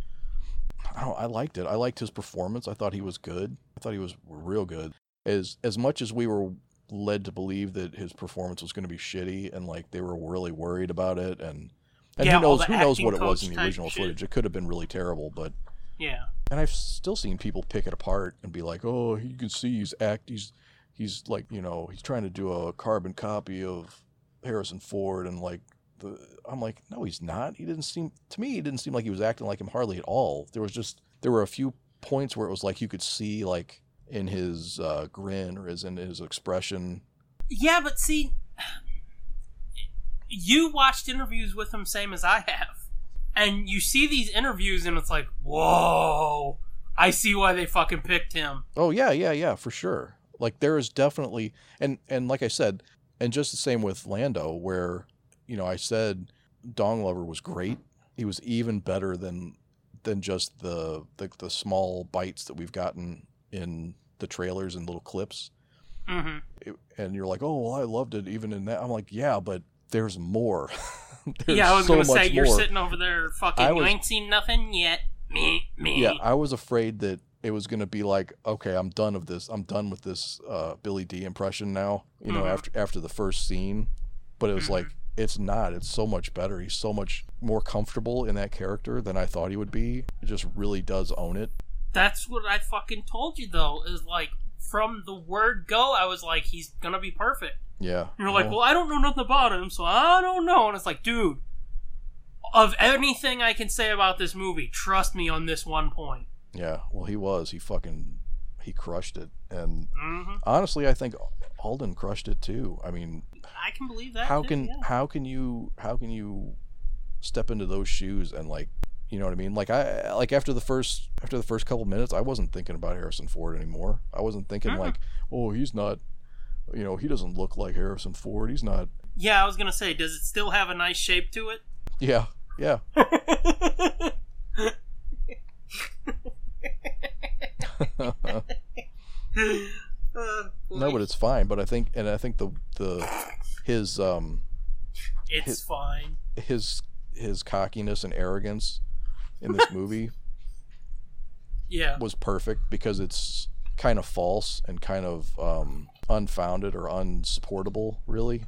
Speaker 2: I don't. I liked it. I liked his performance. I thought he was good. I thought he was real good. As as much as we were led to believe that his performance was going to be shitty, and like they were really worried about it, and and
Speaker 1: Yeah,
Speaker 2: who
Speaker 1: all
Speaker 2: knows
Speaker 1: the
Speaker 2: who knows
Speaker 1: acting
Speaker 2: what it was
Speaker 1: coach
Speaker 2: in the
Speaker 1: type
Speaker 2: original
Speaker 1: shit.
Speaker 2: footage. It could have been really terrible, but
Speaker 1: Yeah.
Speaker 2: and I've still seen people pick it apart and be like, "Oh, you can see he's act he's he's like you know he's trying to do a carbon copy of Harrison Ford," and like the I'm like, "No, he's not. He didn't seem to me. He didn't seem like he was acting like him hardly at all. There was just there were a few points where it was like you could see like in his uh, grin or as in his expression.
Speaker 1: Yeah, but see, you watched interviews with him same as I have, and you see these interviews, and it's like, whoa, I see why they fucking picked him.
Speaker 2: Oh yeah, yeah, yeah, for sure. Like there is definitely and and like I said, and just the same with Lando where you know, I said Dong Lover was great. He was even better than than just the the, the small bites that we've gotten in the trailers and little clips.
Speaker 1: Mm-hmm.
Speaker 2: It- and you're like, "Oh, well, I loved it even in that." I'm like, "Yeah, but there's more." there's
Speaker 1: Yeah, I was
Speaker 2: so
Speaker 1: gonna say
Speaker 2: much
Speaker 1: you're
Speaker 2: more.
Speaker 1: sitting over there fucking.
Speaker 2: I
Speaker 1: you
Speaker 2: was-
Speaker 1: ain't seen nothing yet. Me, me.
Speaker 2: Yeah, I was afraid that it was going to be like, okay, I'm done of this. I'm done with this uh, Billy D impression now. You know,
Speaker 1: Mhm.
Speaker 2: after after the first scene, but it was
Speaker 1: Mhm.
Speaker 2: like it's not. It's so much better. He's so much more comfortable in that character than I thought he would be. It just really does own it.
Speaker 1: That's what I fucking told you though. Is like from the word go, I was like, he's gonna be perfect.
Speaker 2: Yeah.
Speaker 1: And You're like, well, I don't know nothing about him, so I don't know. And it's like, dude, of anything I can say about this movie, trust me on this one point.
Speaker 2: Yeah. Well, he was. He fucking he crushed it. And
Speaker 1: hmm
Speaker 2: honestly, I think Alden crushed it too. I mean,
Speaker 1: I can believe that.
Speaker 2: how
Speaker 1: too,
Speaker 2: can
Speaker 1: yeah.
Speaker 2: how can you how can you step into those shoes and like you know what I mean? Like I like after the first after the first couple minutes, I wasn't thinking about Harrison Ford anymore. I wasn't thinking
Speaker 1: Mhm.
Speaker 2: like, oh, he's not, you know, he doesn't look like Harrison Ford. He's not.
Speaker 1: Yeah, I was gonna say, does it still have a nice shape to it?
Speaker 2: Yeah, yeah.
Speaker 1: Uh,
Speaker 2: no, but it's fine. But I think and I think the the his um
Speaker 1: it's
Speaker 2: his-
Speaker 1: fine.
Speaker 2: his his cockiness and arrogance in this movie
Speaker 1: Yeah,
Speaker 2: was perfect because it's kind of false and kind of um, unfounded or unsupportable, really.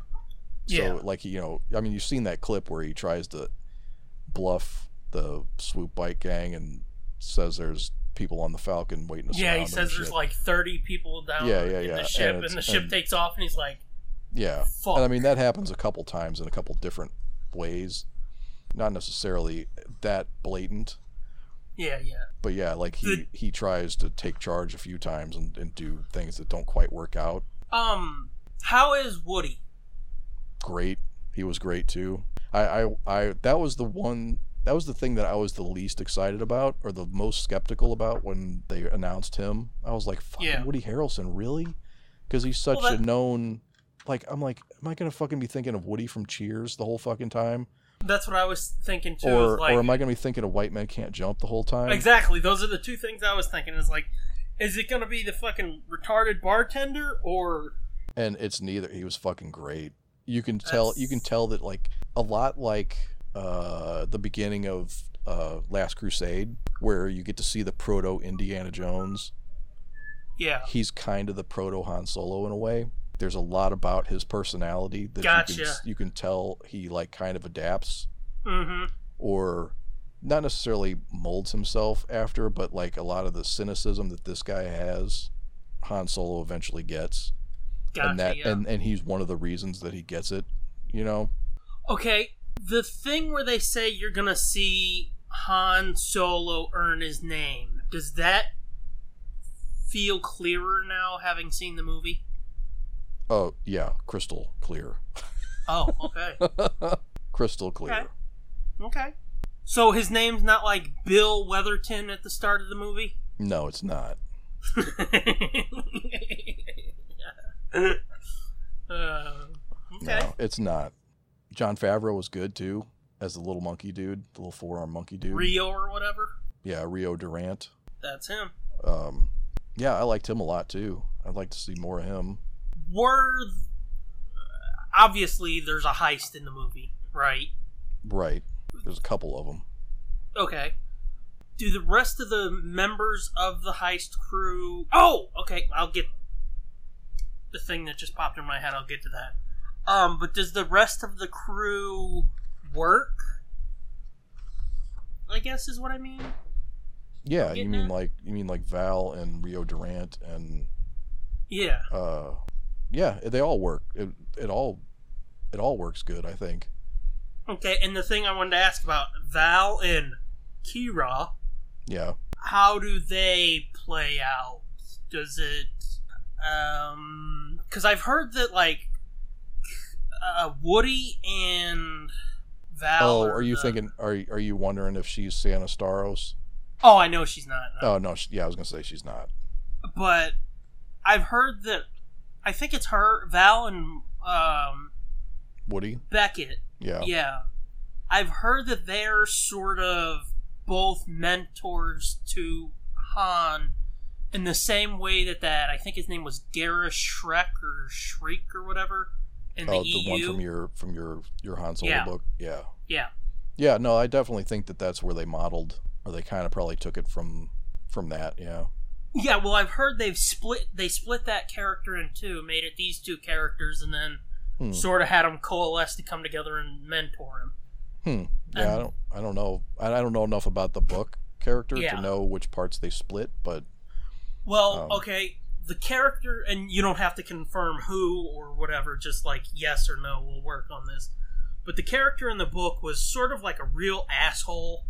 Speaker 1: Yeah.
Speaker 2: So, like, you know, I mean, you've seen that clip where he tries to bluff the swoop bike gang and says there's people on the Falcon waiting to
Speaker 1: yeah.
Speaker 2: surround
Speaker 1: He
Speaker 2: him
Speaker 1: says
Speaker 2: and
Speaker 1: there's
Speaker 2: shit.
Speaker 1: like 30 people down
Speaker 2: Yeah, yeah,
Speaker 1: in
Speaker 2: yeah,
Speaker 1: the
Speaker 2: and
Speaker 1: ship, and,
Speaker 2: it's-
Speaker 1: the ship
Speaker 2: and-
Speaker 1: takes off, and he's like,
Speaker 2: yeah.
Speaker 1: "Fuck."
Speaker 2: And I mean, that happens a couple times in a couple different ways. Not necessarily that blatant,
Speaker 1: yeah, yeah.
Speaker 2: but yeah, like he,
Speaker 1: The-
Speaker 2: he tries to take charge a few times and, and do things that don't quite work out.
Speaker 1: Um, how is Woody?
Speaker 2: great. He was great too. I, I I that was the one that was the thing that I was the least excited about or the most skeptical about when they announced him. I was like, fucking
Speaker 1: Yeah.
Speaker 2: Woody Harrelson, really? Because he's such
Speaker 1: Well,
Speaker 2: a
Speaker 1: that-
Speaker 2: known like I'm like, am I gonna fucking be thinking of Woody from Cheers the whole fucking time?
Speaker 1: That's what I was thinking too. is
Speaker 2: Or
Speaker 1: like,
Speaker 2: or am I gonna be thinking of White Men Can't Jump the whole time?
Speaker 1: Exactly. Those are the two things I was thinking. Is like, is it going to be the fucking retarded bartender or
Speaker 2: and it's neither he was fucking great you can tell you can tell that like a lot like uh the beginning of uh last crusade where you get to see the proto indiana jones
Speaker 1: yeah?
Speaker 2: he's kind of the proto han solo in a way there's a lot about his personality that you, can,
Speaker 1: Gotcha.
Speaker 2: you can tell he like kind of adapts
Speaker 1: Mm-hmm.
Speaker 2: or not necessarily molds himself after but like a lot of the cynicism that this guy has han solo eventually gets
Speaker 1: Gotcha.
Speaker 2: and that
Speaker 1: yeah.
Speaker 2: and, and he's one of the reasons that he gets it you know
Speaker 1: okay, the thing where they say you're going to see Han Solo earn his name. Does that feel clearer now, having seen the movie?
Speaker 2: oh yeah crystal clear
Speaker 1: Oh, okay,
Speaker 2: crystal clear
Speaker 1: Okay. okay. So his name's not like Bill Weatherton at the start of the movie.
Speaker 2: no it's not
Speaker 1: Uh, okay.
Speaker 2: no it's not john favreau was good too as the little monkey dude the little forearm monkey dude
Speaker 1: Rio or whatever.
Speaker 2: yeah rio durant
Speaker 1: That's him.
Speaker 2: um yeah i liked him a lot too i'd like to see more of him
Speaker 1: Were obviously there's a heist in the movie, right?
Speaker 2: right there's a couple of them
Speaker 1: Okay. Do the rest of the members of the heist crew? Oh, okay. I'll get the thing that just popped in my head. I'll get to that. Um, but does the rest of the crew work? I guess is what I mean.
Speaker 2: yeah you
Speaker 1: Getting
Speaker 2: mean
Speaker 1: it?
Speaker 2: like you mean like val and rio durant and
Speaker 1: Yeah.
Speaker 2: uh yeah they all work it, it all it all works good i think
Speaker 1: Okay. And the thing I wanted to ask about Val and Kira.
Speaker 2: yeah
Speaker 1: how do they play out? Does it um cuz I've heard that like uh Woody and Val
Speaker 2: Oh, are you
Speaker 1: the-
Speaker 2: thinking? Are you- are you wondering if she's Santa Staros?
Speaker 1: Oh, I know she's not. no.
Speaker 2: Oh no, she, yeah, I was gonna say she's not.
Speaker 1: But I've heard that I think it's her Val and um
Speaker 2: Woody,
Speaker 1: Beckett.
Speaker 2: yeah,
Speaker 1: Yeah. I've heard that they're sort of both mentors to Han in the same way that that I think his name was Garrus Shrek or Shriek or whatever in the E
Speaker 2: oh,
Speaker 1: EU.
Speaker 2: the one from your from your your Han Solo
Speaker 1: Yeah.
Speaker 2: book, yeah,
Speaker 1: yeah.
Speaker 2: yeah. No, I definitely think that that's where they modeled, or they kind of probably took it from from that, yeah,
Speaker 1: Yeah, well I've heard they've split they split that character in two, made it these two characters and then
Speaker 2: Hmm.
Speaker 1: sort of had them coalesce to come together and mentor him.
Speaker 2: yeah. I
Speaker 1: Um,
Speaker 2: don't I don't know I, I don't know enough about the book character
Speaker 1: Yeah.
Speaker 2: to know which parts they split, but
Speaker 1: Well,
Speaker 2: Um,
Speaker 1: okay, the character, and you don't have to confirm who or whatever, just like yes or no, we'll work on this. But the character in the book was sort of like a real asshole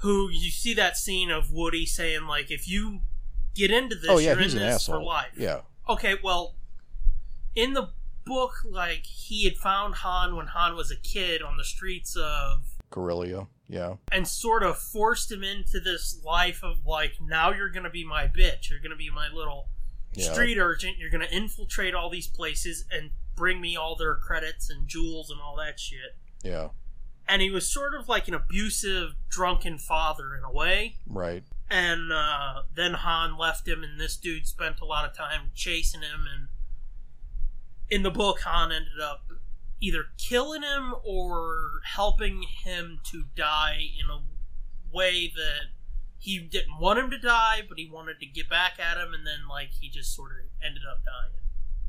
Speaker 1: who you see that scene of Woody saying, like, if you get into this,
Speaker 2: oh yeah,
Speaker 1: you're
Speaker 2: he's
Speaker 1: in
Speaker 2: an
Speaker 1: this
Speaker 2: asshole.
Speaker 1: for life.
Speaker 2: Yeah,
Speaker 1: Okay, well, in the book, like, he had found Han when Han was a kid on the streets of
Speaker 2: Corellia, yeah,
Speaker 1: and sort of forced him into this life of like now you're gonna be my bitch you're gonna be my little
Speaker 2: yeah.
Speaker 1: street urgent you're gonna infiltrate all these places and bring me all their credits and jewels and all that shit
Speaker 2: Yeah,
Speaker 1: and he was sort of like an abusive drunken father in a way
Speaker 2: right.
Speaker 1: and uh, then han left him and this dude spent a lot of time chasing him and in the book han ended up either killing him or helping him to die in a way that he didn't want him to die but he wanted to get back at him and then like he just sort of ended up dying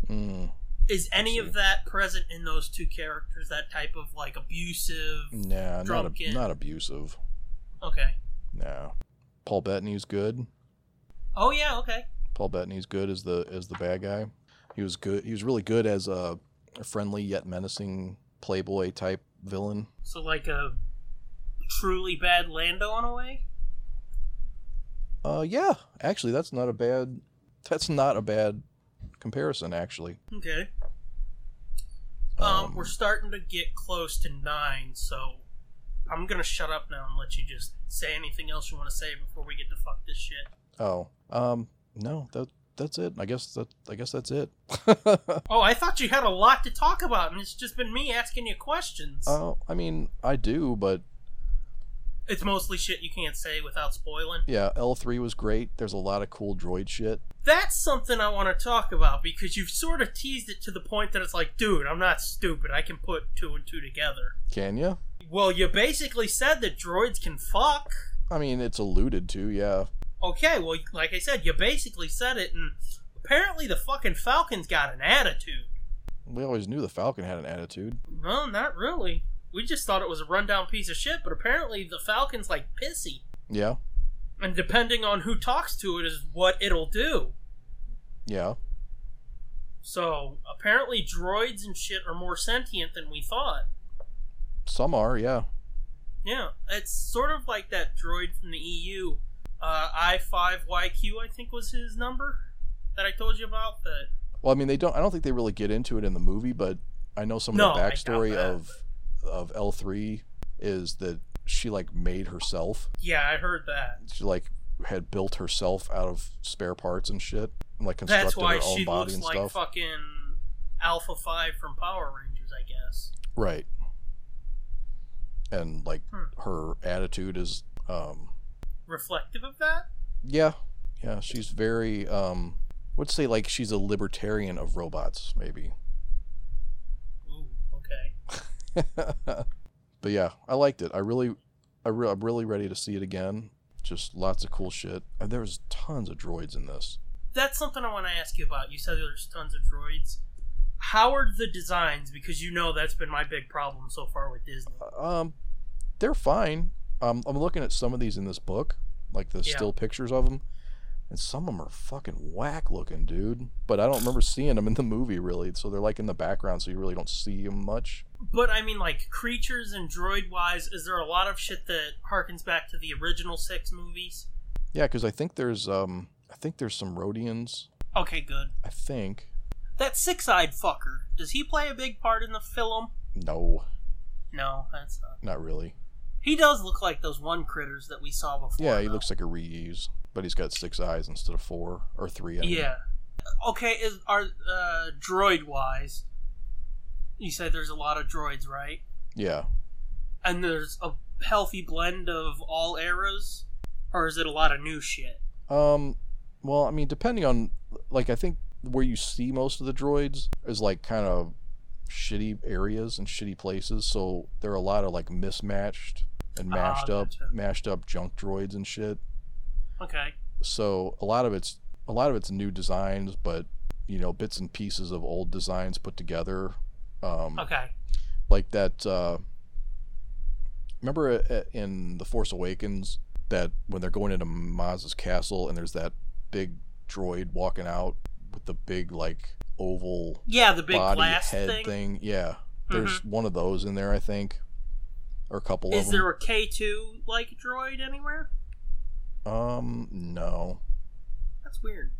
Speaker 2: Mm,
Speaker 1: is any
Speaker 2: see.
Speaker 1: of that present in those two characters that type of like abusive
Speaker 2: nah, not ab-
Speaker 1: Drunken.
Speaker 2: not abusive.
Speaker 1: okay
Speaker 2: No. Paul Bettany's good.
Speaker 1: oh yeah okay
Speaker 2: Paul Bettany's good as the as the bad guy. He was good. He was really good as a, a friendly yet menacing playboy type villain.
Speaker 1: So like a truly bad Lando in a way.
Speaker 2: Uh, yeah, actually, that's not a bad. That's not a bad comparison, actually.
Speaker 1: Okay. Um, we're starting to get close to nine, so I'm gonna shut up now and let you just say anything else you want to say before we get to fuck this shit.
Speaker 2: oh, um, no, that that's it. I guess that I guess that's it.
Speaker 1: Oh, I thought you had a lot to talk about, and it's just been me asking you questions.
Speaker 2: Oh, I mean, I do, but
Speaker 1: it's mostly shit you can't say without spoiling.
Speaker 2: yeah, L three was great. There's a lot of cool droid shit.
Speaker 1: That's something I want to talk about because you've sort of teased it to the point that it's like, dude, I'm not stupid. I can put two and two together.
Speaker 2: Can you?
Speaker 1: Well, you basically said that droids can fuck.
Speaker 2: I mean, it's alluded to, yeah.
Speaker 1: Okay, well, like I said, you basically said it, and apparently the fucking Falcon's got an attitude.
Speaker 2: We always knew the Falcon had an attitude.
Speaker 1: Well, not really. We just thought it was a rundown piece of shit, but apparently the Falcon's like pissy.
Speaker 2: Yeah,
Speaker 1: And depending on who talks to it is what it'll do.
Speaker 2: yeah.
Speaker 1: So, apparently droids and shit are more sentient than we thought.
Speaker 2: Some are, yeah.
Speaker 1: Yeah, it's sort of like that droid from the EU, uh, I5YQ, I think was his number that I told you about. That
Speaker 2: Well, I mean, they don't. I don't think they really get into it in the movie, but I know some of
Speaker 1: No,
Speaker 2: the
Speaker 1: I doubt
Speaker 2: backstory
Speaker 1: that.
Speaker 2: of of L three is that she like made herself.
Speaker 1: yeah, I heard that.
Speaker 2: She like had built herself out of spare parts and shit, and like constructed
Speaker 1: That's why
Speaker 2: her own
Speaker 1: she
Speaker 2: body
Speaker 1: looks
Speaker 2: and
Speaker 1: like
Speaker 2: stuff.
Speaker 1: fucking Alpha Five from Power Rangers, I guess.
Speaker 2: Right. And like
Speaker 1: Hmm.
Speaker 2: her attitude is, um,
Speaker 1: Reflective of that?
Speaker 2: yeah, yeah. She's very, um, would say like she's a libertarian of robots, maybe.
Speaker 1: Ooh, okay.
Speaker 2: but yeah, I liked it. I really, I re- I'm really ready to see it again. Just lots of cool shit. And there was tons of droids in this.
Speaker 1: That's something I want to ask you about. You said there's tons of droids. How are the designs? Because you know that's been my big problem so far with Disney.
Speaker 2: Um, they're fine. Um, I'm looking at some of these in this book, like the
Speaker 1: Yeah.
Speaker 2: still pictures of them, and some of them are fucking whack looking, dude. But I don't remember seeing them in the movie really, so they're like in the background, so you really don't see them much.
Speaker 1: But I mean, like creatures and droid wise, is there a lot of shit that harkens back to the original six movies?
Speaker 2: Yeah, because I think there's um, I think there's some Rhodians.
Speaker 1: Okay, good.
Speaker 2: I think
Speaker 1: That six eyed fucker, does he play a big part in the film?
Speaker 2: no,
Speaker 1: No, that's not.
Speaker 2: not really.
Speaker 1: He does look like those one critters that we saw before.
Speaker 2: Yeah, he
Speaker 1: though.
Speaker 2: looks like a reuse, but he's got six eyes instead of four or three. I mean.
Speaker 1: Yeah. Okay, is are uh, droid wise? You said there's a lot of droids, right?
Speaker 2: yeah.
Speaker 1: And there's a healthy blend of all eras, or is it a lot of new shit?
Speaker 2: Um, well, I mean, depending on like I think where you see most of the droids is like kind of shitty areas and shitty places, so there are a lot of like mismatched and
Speaker 1: Ah,
Speaker 2: mashed up,
Speaker 1: gotcha.
Speaker 2: mashed up junk droids and shit.
Speaker 1: Okay.
Speaker 2: So a lot of it's a lot of it's new designs, but you know, bits and pieces of old designs put together. Um,
Speaker 1: Okay.
Speaker 2: like that uh remember uh, in the force awakens that when they're going into maz's castle and there's that big droid walking out with the big like oval
Speaker 1: Yeah, the big
Speaker 2: body
Speaker 1: glass
Speaker 2: head
Speaker 1: thing. Mm-hmm.
Speaker 2: yeah there's one of those in there i think or a couple
Speaker 1: Is
Speaker 2: of them
Speaker 1: there a K two like droid anywhere?
Speaker 2: um no
Speaker 1: That's weird.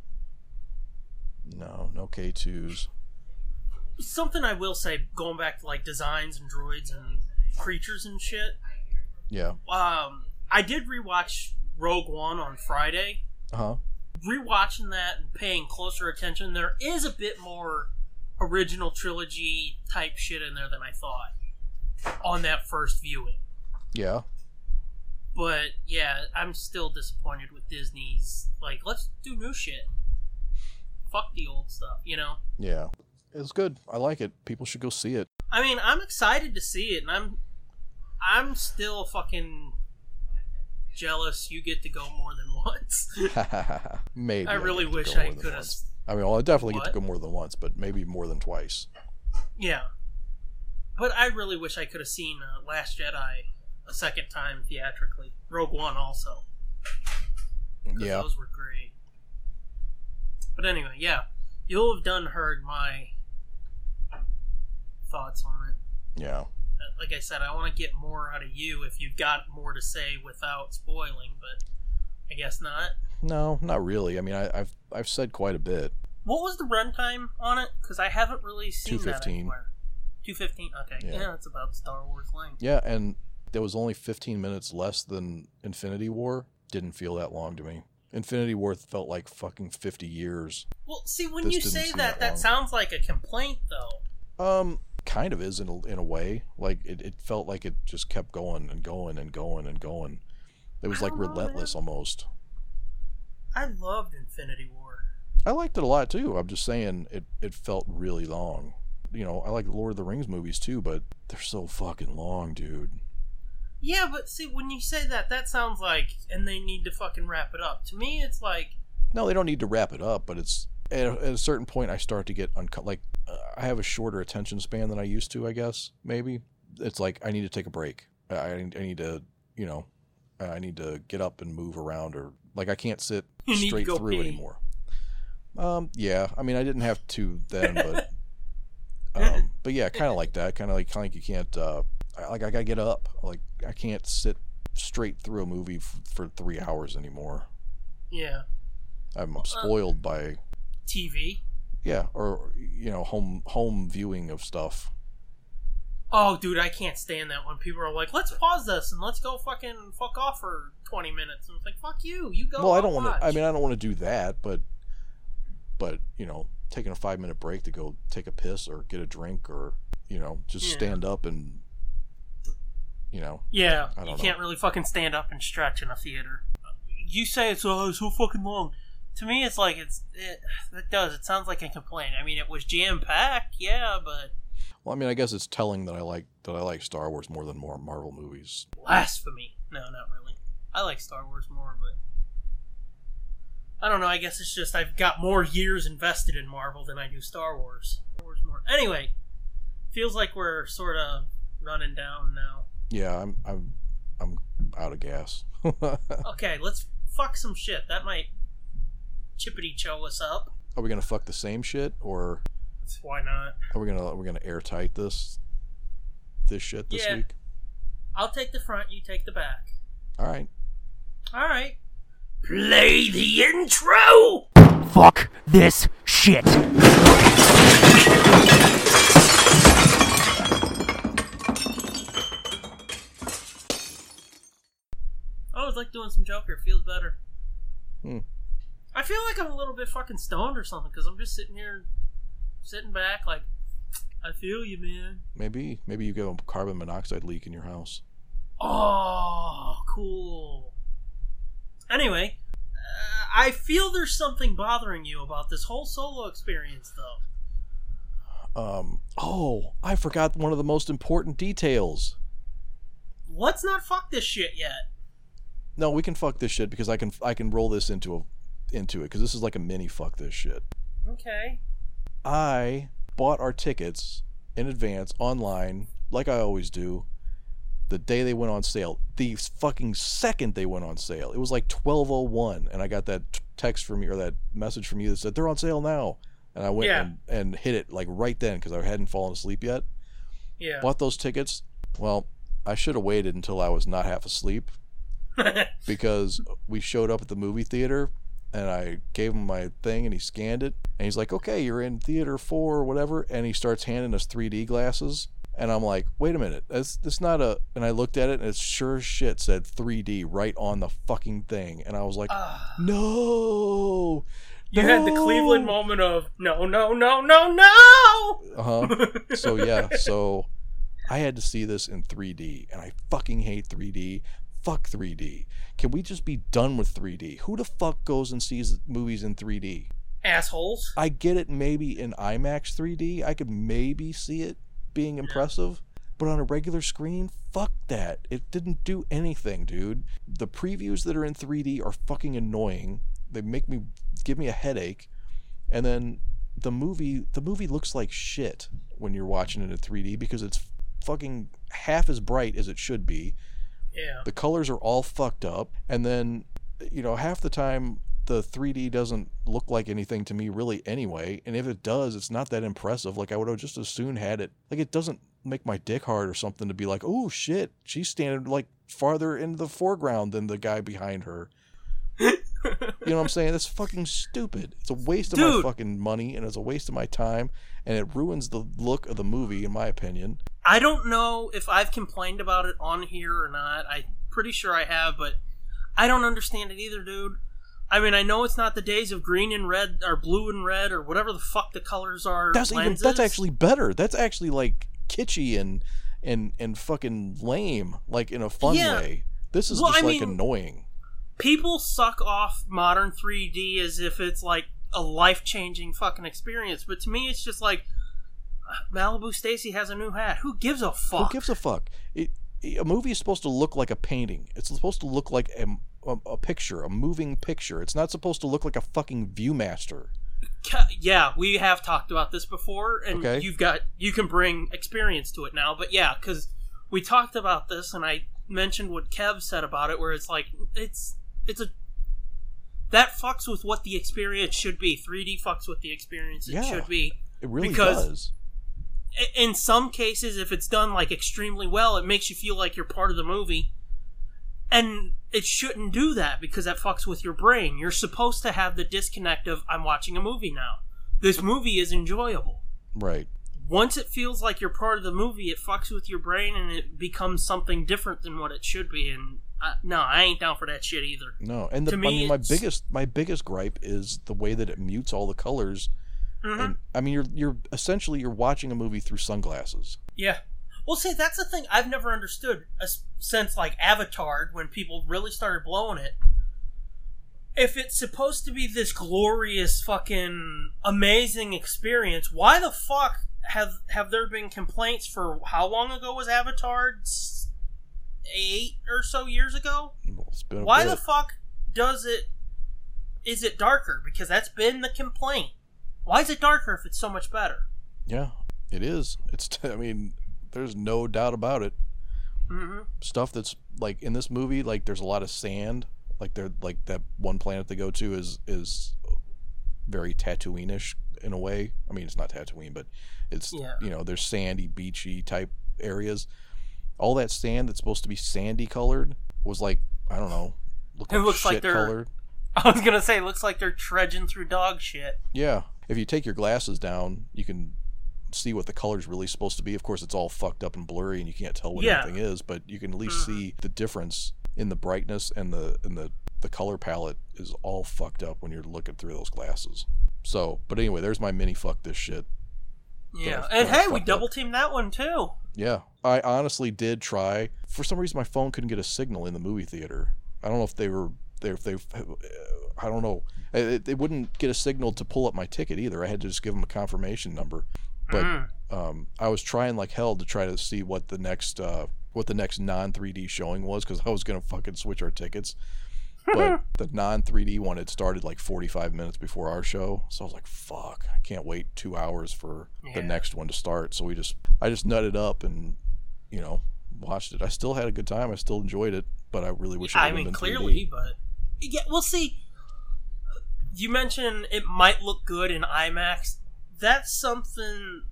Speaker 2: no no k2s
Speaker 1: Something I will say, going back to like designs and droids and creatures and shit.
Speaker 2: yeah
Speaker 1: Um, I did rewatch Rogue One on Friday.
Speaker 2: uh-huh
Speaker 1: Rewatching that and paying closer attention, there is a bit more original trilogy type shit in there than I thought on that first viewing.
Speaker 2: yeah
Speaker 1: But yeah, I'm still disappointed with Disney's like, let's do new shit. Fuck the old stuff, you know?
Speaker 2: yeah it's good i like it people should go see it
Speaker 1: I mean, I'm excited to see it, and I'm, I'm still fucking jealous. You get to go more than once.
Speaker 2: maybe
Speaker 1: I really
Speaker 2: get to
Speaker 1: wish
Speaker 2: go
Speaker 1: I
Speaker 2: more than
Speaker 1: could have.
Speaker 2: once. I mean, well, I definitely get to
Speaker 1: What?
Speaker 2: go more than once, but maybe more than twice.
Speaker 1: Yeah, but I really wish I could have seen uh, Last Jedi a second time theatrically. Rogue One also. 'cause
Speaker 2: Yeah.
Speaker 1: those were great. But anyway, yeah, you'll have done heard my thoughts on it.
Speaker 2: Yeah.
Speaker 1: Uh, Like I said, I want to get more out of you if you've got more to say without spoiling, but I guess not.
Speaker 2: No, not really. I mean, I, I've I've said quite a bit.
Speaker 1: What was the runtime on it? Because I haven't really seen that
Speaker 2: 215.
Speaker 1: anywhere. Two fifteen. Okay.
Speaker 2: Yeah.
Speaker 1: Yeah. it's about Star Wars length.
Speaker 2: Yeah, and there was only 15 minutes less than Infinity War. Didn't feel that long to me. Infinity War felt like fucking 50 years.
Speaker 1: Well, see, when
Speaker 2: This
Speaker 1: you
Speaker 2: didn't
Speaker 1: say
Speaker 2: seem
Speaker 1: that,
Speaker 2: that
Speaker 1: that,
Speaker 2: long.
Speaker 1: sounds like a complaint, though.
Speaker 2: Um, kind of is in a, in a way. Like it, it felt like it just kept going and going and going and going. It was
Speaker 1: I
Speaker 2: like
Speaker 1: don't know, man.
Speaker 2: relentless almost.
Speaker 1: I loved Infinity War.
Speaker 2: I liked it a lot too. I'm just saying it, it felt really long. You know, I like the Lord of the Rings movies too, but they're so fucking long, dude.
Speaker 1: Yeah, but see, when you say that, that sounds like, and they need to fucking wrap it up. To me, it's like,
Speaker 2: No, they don't need to wrap it up, but it's at a, at a certain point I start to get unco- like uh, I have a shorter attention span than I used to, I guess. Maybe it's like I need to take a break. I I I need to, you know, I need to get up and move around or like I can't sit
Speaker 1: You need to
Speaker 2: straight
Speaker 1: go
Speaker 2: through
Speaker 1: pee.
Speaker 2: anymore. Um yeah, I mean I didn't have to then, but um but yeah, kind of like that. Kind of like kind of like you can't uh I- like I got to get up. Like I can't sit straight through a movie f- for 3 hours anymore.
Speaker 1: yeah,
Speaker 2: I'm
Speaker 1: uh,
Speaker 2: spoiled by
Speaker 1: TV.
Speaker 2: yeah, or you know, home home viewing of stuff.
Speaker 1: Oh, dude, I can't stand that when people are like, let's pause this and let's go fucking fuck off for 20 minutes. And it's like, fuck you, you go.
Speaker 2: well, I
Speaker 1: I'll
Speaker 2: don't want
Speaker 1: watch.
Speaker 2: to. I mean, I don't want to do that, but but you know, taking a five minute break to go take a piss or get a drink or you know, just
Speaker 1: Yeah.
Speaker 2: stand up and you know,
Speaker 1: yeah,
Speaker 2: I don't
Speaker 1: you
Speaker 2: know.
Speaker 1: can't really fucking stand up and stretch in a theater. You say it's oh, it's so fucking long. To me, it's like, it's, it, it does. It sounds like a complaint. I mean, it was jam packed, yeah, but
Speaker 2: well, I mean, I guess it's telling that I like that I like Star Wars more than more Marvel movies.
Speaker 1: blasphemy. No, not really. I like Star Wars more, but I don't know. I guess it's just I've got more years invested in Marvel than I do Star Wars. Star Wars more. Anyway, feels like we're sort of running down now.
Speaker 2: Yeah, I'm I'm I'm out of gas.
Speaker 1: Okay, let's fuck some shit. That might chippity cho us up.
Speaker 2: are we gonna fuck the same shit or
Speaker 1: Why not?
Speaker 2: are we gonna are we gonna airtight this this shit this
Speaker 1: Yeah.
Speaker 2: week?
Speaker 1: I'll take the front. You take the back.
Speaker 2: All right.
Speaker 1: All right. Play the intro.
Speaker 5: Fuck this shit.
Speaker 1: I was like doing some Joker. It feels better.
Speaker 2: Hmm.
Speaker 1: I feel like I'm a little bit fucking stoned or something because I'm just sitting here, sitting back, like, I feel you, man.
Speaker 2: Maybe maybe you get a carbon monoxide leak in your house.
Speaker 1: Oh, cool. Anyway, uh, I feel there's something bothering you about this whole solo experience, though.
Speaker 2: Um oh, I forgot one of the most important details.
Speaker 1: Let's not fuck this shit yet.
Speaker 2: No, we can fuck this shit because I can I can roll this into a into it cuz this is like a mini fuck this shit.
Speaker 1: Okay.
Speaker 2: I bought our tickets in advance online like I always do the day they went on sale. The fucking second they went on sale. It was like 1201 and I got that t- text from you or that message from you that said they're on sale now. And I went
Speaker 1: Yeah.
Speaker 2: and, and hit it like right then cuz I hadn't fallen asleep yet.
Speaker 1: Yeah.
Speaker 2: bought those tickets. Well, I should have waited until I was not half asleep because we showed up at the movie theater and I gave him my thing and he scanned it and he's like, "Okay, you're in theater 4 or whatever." And he starts handing us 3D glasses and I'm like, "Wait a minute. That's that's not a and I looked at it and it sure as shit said 3D right on the fucking thing and I was like,
Speaker 1: Ah.
Speaker 2: "No."
Speaker 1: you had the
Speaker 2: No!
Speaker 1: Cleveland moment of no, no, no, no, no.
Speaker 2: Uh-huh. so yeah, so I had to see this in 3D, and I fucking hate 3D. Fuck 3D. Can we just be done with 3D? Who the fuck goes and sees movies in 3D?
Speaker 1: Assholes.
Speaker 2: I get it, maybe in IMAX 3D, I could maybe see it being impressive, but on a regular screen, fuck that. It didn't do anything, dude. The previews that are in 3D are fucking annoying. They make me give me a headache, and then the movie the movie looks like shit when you're watching it in 3D because it's fucking half as bright as it should be.
Speaker 1: Yeah.
Speaker 2: The colors are all fucked up, and then you know half the time the 3D doesn't look like anything to me really anyway, and if it does, it's not that impressive. Like I would have just as soon had it. Like it doesn't make my dick hard or something to be like, oh shit, she's standing like farther in the foreground than the guy behind her. You know what I'm saying? That's fucking stupid. It's a waste of
Speaker 1: Dude.
Speaker 2: my fucking money and it's a waste of my time and it ruins the look of the movie in my opinion.
Speaker 1: I don't know if I've complained about it on here or not. I'm pretty sure I have, but I don't understand it either, dude. I mean, I know it's not the days of green and red or blue and red or whatever the fuck the colors are.
Speaker 2: That's
Speaker 1: lenses.
Speaker 2: even that's actually better. That's actually like kitschy and and and fucking lame like in a fun
Speaker 1: Yeah.
Speaker 2: way. This is
Speaker 1: Well,
Speaker 2: just
Speaker 1: I
Speaker 2: like
Speaker 1: mean-
Speaker 2: annoying.
Speaker 1: people suck off modern 3D as if it's like a life changing fucking experience, but to me, it's just like "Ah, Malibu Stacy has a new hat. Who gives a fuck?
Speaker 2: Who gives a fuck? It, a movie is supposed to look like a painting. It's supposed to look like a, a, a picture, a moving picture. It's not supposed to look like a fucking ViewMaster.
Speaker 1: Ca- yeah, we have talked about this before, and
Speaker 2: Okay.
Speaker 1: you've got you can bring experience to it now. But yeah, because we talked about this, and I mentioned what Kev said about it, where it's like it's it's a that fucks with what the experience should be. 3D fucks with the experience it
Speaker 2: Yeah.
Speaker 1: should be.
Speaker 2: It really
Speaker 1: Because-
Speaker 2: does.
Speaker 1: I- In some cases, if it's done like extremely well, it makes you feel like you're part of the movie. And it shouldn't do that because that fucks with your brain. You're supposed to have the disconnect of I'm watching a movie now. This movie is enjoyable
Speaker 2: Right.
Speaker 1: once it feels like you're part of the movie, it fucks with your brain and it becomes something different than what it should be. And I, no, I ain't down for that shit either.
Speaker 2: No. And the,
Speaker 1: To
Speaker 2: I
Speaker 1: me,
Speaker 2: mean, my
Speaker 1: it's-
Speaker 2: biggest my biggest gripe is the way that it mutes all the colors.
Speaker 1: Mhm.
Speaker 2: And I mean, you're you're essentially you're watching a movie through sunglasses.
Speaker 1: Yeah. Well, see, that's the thing I've never understood as- since like Avatar, when people really started blowing it. If it's supposed to be this glorious, fucking amazing experience, why the fuck have have there been complaints for how long ago was Avatar? S- Eight or so years ago.
Speaker 2: Well, it's been a
Speaker 1: why the
Speaker 2: bit.
Speaker 1: fuck does it is it darker because that's been the complaint why is it darker if it's so much better
Speaker 2: yeah, it is. It's I mean, there's no doubt about it.
Speaker 1: mm-hmm.
Speaker 2: stuff that's like in this movie like there's a lot of sand like they're like that one planet they go to is is very Tatooine-ish in a way i mean it's not Tatooine but it's
Speaker 1: Yeah.
Speaker 2: you know there's sandy beachy type areas all that sand that's supposed to be sandy colored was like i don't know look
Speaker 1: It
Speaker 2: like
Speaker 1: looks like
Speaker 2: shit
Speaker 1: they're-
Speaker 2: colored
Speaker 1: i was gonna say it looks like they're trudging through dog shit
Speaker 2: yeah if you take your glasses down you can see what the color's really supposed to be of course it's all fucked up and blurry and you can't tell what
Speaker 1: Yeah.
Speaker 2: anything is but you can at least see the difference in the brightness and the and the the color palette is all fucked up when you're looking through those glasses so but anyway there's my mini fuck this shit
Speaker 1: yeah
Speaker 2: Yeah,
Speaker 1: and
Speaker 2: yeah,
Speaker 1: hey we
Speaker 2: fucked up.
Speaker 1: double teamed that one too
Speaker 2: yeah i honestly did try for some reason my phone couldn't get a signal in the movie theater i don't know if they were they if they i don't know it, it wouldn't get a signal to pull up my ticket either i had to just give them a confirmation number But-
Speaker 1: Mm.
Speaker 2: um, I was trying like hell to try to see what the next uh, what the next non 3D showing was because I was gonna fucking switch our tickets. But the non 3D one had started like 45 minutes before our show, so I was like, "Fuck, I can't wait two hours for
Speaker 1: Yeah.
Speaker 2: the next one to start." So we just I just nutted up and you know watched it. I still had a good time. I still enjoyed it, but I really wish it
Speaker 1: i
Speaker 2: would've
Speaker 1: mean
Speaker 2: been
Speaker 1: clearly
Speaker 2: 3D.
Speaker 1: but yeah we'll see you mentioned it might look good in imax that's something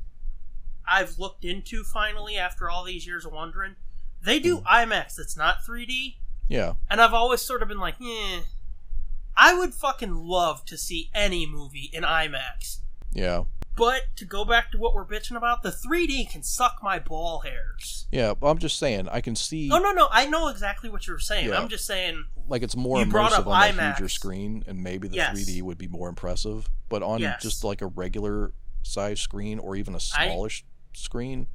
Speaker 1: i've looked into finally after all these years of wondering they do
Speaker 2: Hmm.
Speaker 1: imax that's not 3d
Speaker 2: Yeah,
Speaker 1: And I've always sort of been like, eh. I would fucking love to see any movie in IMAX.
Speaker 2: yeah.
Speaker 1: But to go back to what we're bitching about, the 3D can suck my ball hairs.
Speaker 2: Yeah, but I'm just saying, I can see
Speaker 1: Oh, no, no, I know exactly what you're saying.
Speaker 2: Yeah.
Speaker 1: I'm just saying,
Speaker 2: like it's more
Speaker 1: You brought
Speaker 2: immersive
Speaker 1: up
Speaker 2: on a
Speaker 1: IMAX.
Speaker 2: huger screen, and maybe the
Speaker 1: Yes.
Speaker 2: 3D would be more impressive. But on
Speaker 1: Yes.
Speaker 2: just like a regular size screen or even a
Speaker 1: I
Speaker 2: smallish screen,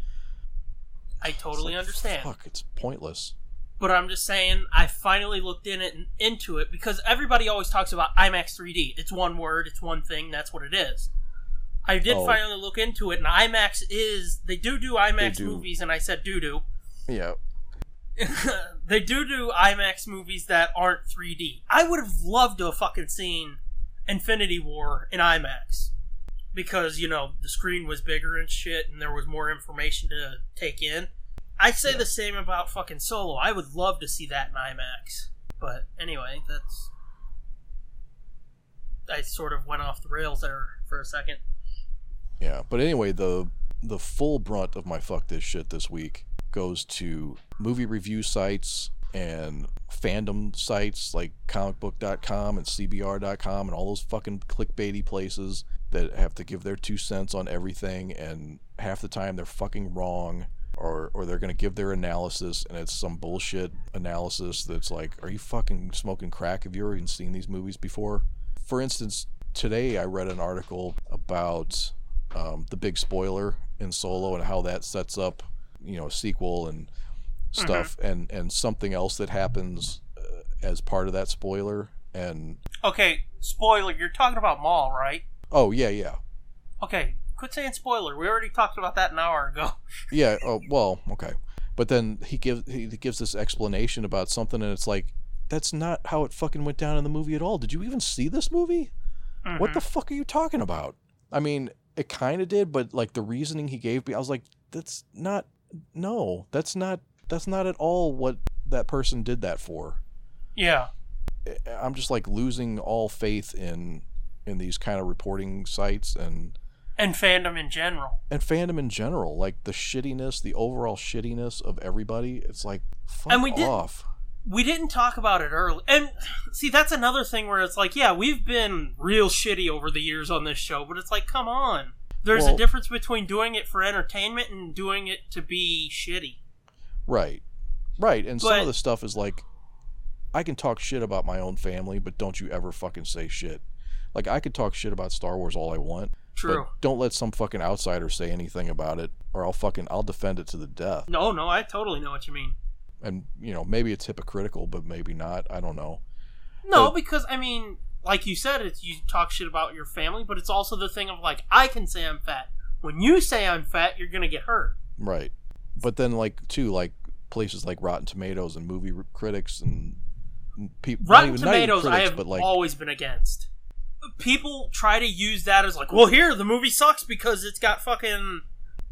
Speaker 1: I
Speaker 2: it's
Speaker 1: totally
Speaker 2: like,
Speaker 1: understand.
Speaker 2: Fuck, it's pointless.
Speaker 1: But I'm just saying, I finally looked in it and into it because everybody always talks about IMAX 3D. It's one word, it's one thing, that's what it is. I did
Speaker 2: Oh.
Speaker 1: finally look into it, and IMAX is. They do do IMAX
Speaker 2: do.
Speaker 1: movies, and I said doo doo.
Speaker 2: Yeah,
Speaker 1: they do do IMAX movies that aren't 3D. I would have loved to have fucking seen Infinity War in IMAX because you know the screen was bigger and shit, and there was more information to take in. I say the same about fucking Solo. I would love to see that in IMAX. But anyway, that's I sort of went off the rails there for a second.
Speaker 2: yeah. But anyway, the the full brunt of my fuck this shit this week goes to movie review sites, and fandom sites like comicbook.com and cbr.com and all those fucking clickbaity places that have to give their two cents on everything and half the time they're fucking wrong or or they're going to give their analysis and it's some bullshit analysis that's like are you fucking smoking crack have you even seen these movies before for instance today i read an article about um, the big spoiler in solo and how that sets up you know a sequel and stuff and and something else that happens uh, as part of that spoiler and
Speaker 1: Okay, spoiler. You're talking about Maul, right?
Speaker 2: oh yeah yeah
Speaker 1: Okay, quit saying spoiler. We already talked about that an hour ago.
Speaker 2: yeah oh, well okay but then he gives he gives this explanation about something and it's like that's not how it fucking went down in the movie at all did you even see this movie what the fuck are you talking about i mean it kind of did but like the reasoning he gave me i was like that's not no that's not that's not at all what that person did that for
Speaker 1: Yeah.
Speaker 2: I'm just like losing all faith in in these kind of reporting sites and
Speaker 1: And fandom in general.
Speaker 2: and fandom in general. Like the shittiness, the overall shittiness of everybody. It's like fuck
Speaker 1: And we did-
Speaker 2: off.
Speaker 1: We didn't talk about it early. And see, that's another thing where it's like, yeah, we've been real shitty over the years on this show, but it's like, come on. There's
Speaker 2: Well-
Speaker 1: a difference between doing it for entertainment and doing it to be shitty.
Speaker 2: Right, right. And some
Speaker 1: But-
Speaker 2: of the stuff is like, I can talk shit about my own family, but don't you ever fucking say shit. Like I could talk shit about Star Wars all I want,
Speaker 1: True.
Speaker 2: but don't let some fucking outsider say anything about it, or I'll fucking I'll defend it to the death.
Speaker 1: No, no, I totally know what you mean.
Speaker 2: And you know maybe it's hypocritical, but maybe not. I don't know.
Speaker 1: No,
Speaker 2: But-
Speaker 1: because I mean, like you said, it's you talk shit about your family, but it's also the thing of like, I can say I'm fat. When you say I'm fat, you're gonna get hurt.
Speaker 2: Right. But then, like, too, like places like Rotten Tomatoes and movie re- critics and people.
Speaker 1: Rotten Tomatoes, I have
Speaker 2: but like,
Speaker 1: always been against. People try to use that as like, well, here the movie sucks because it's got fucking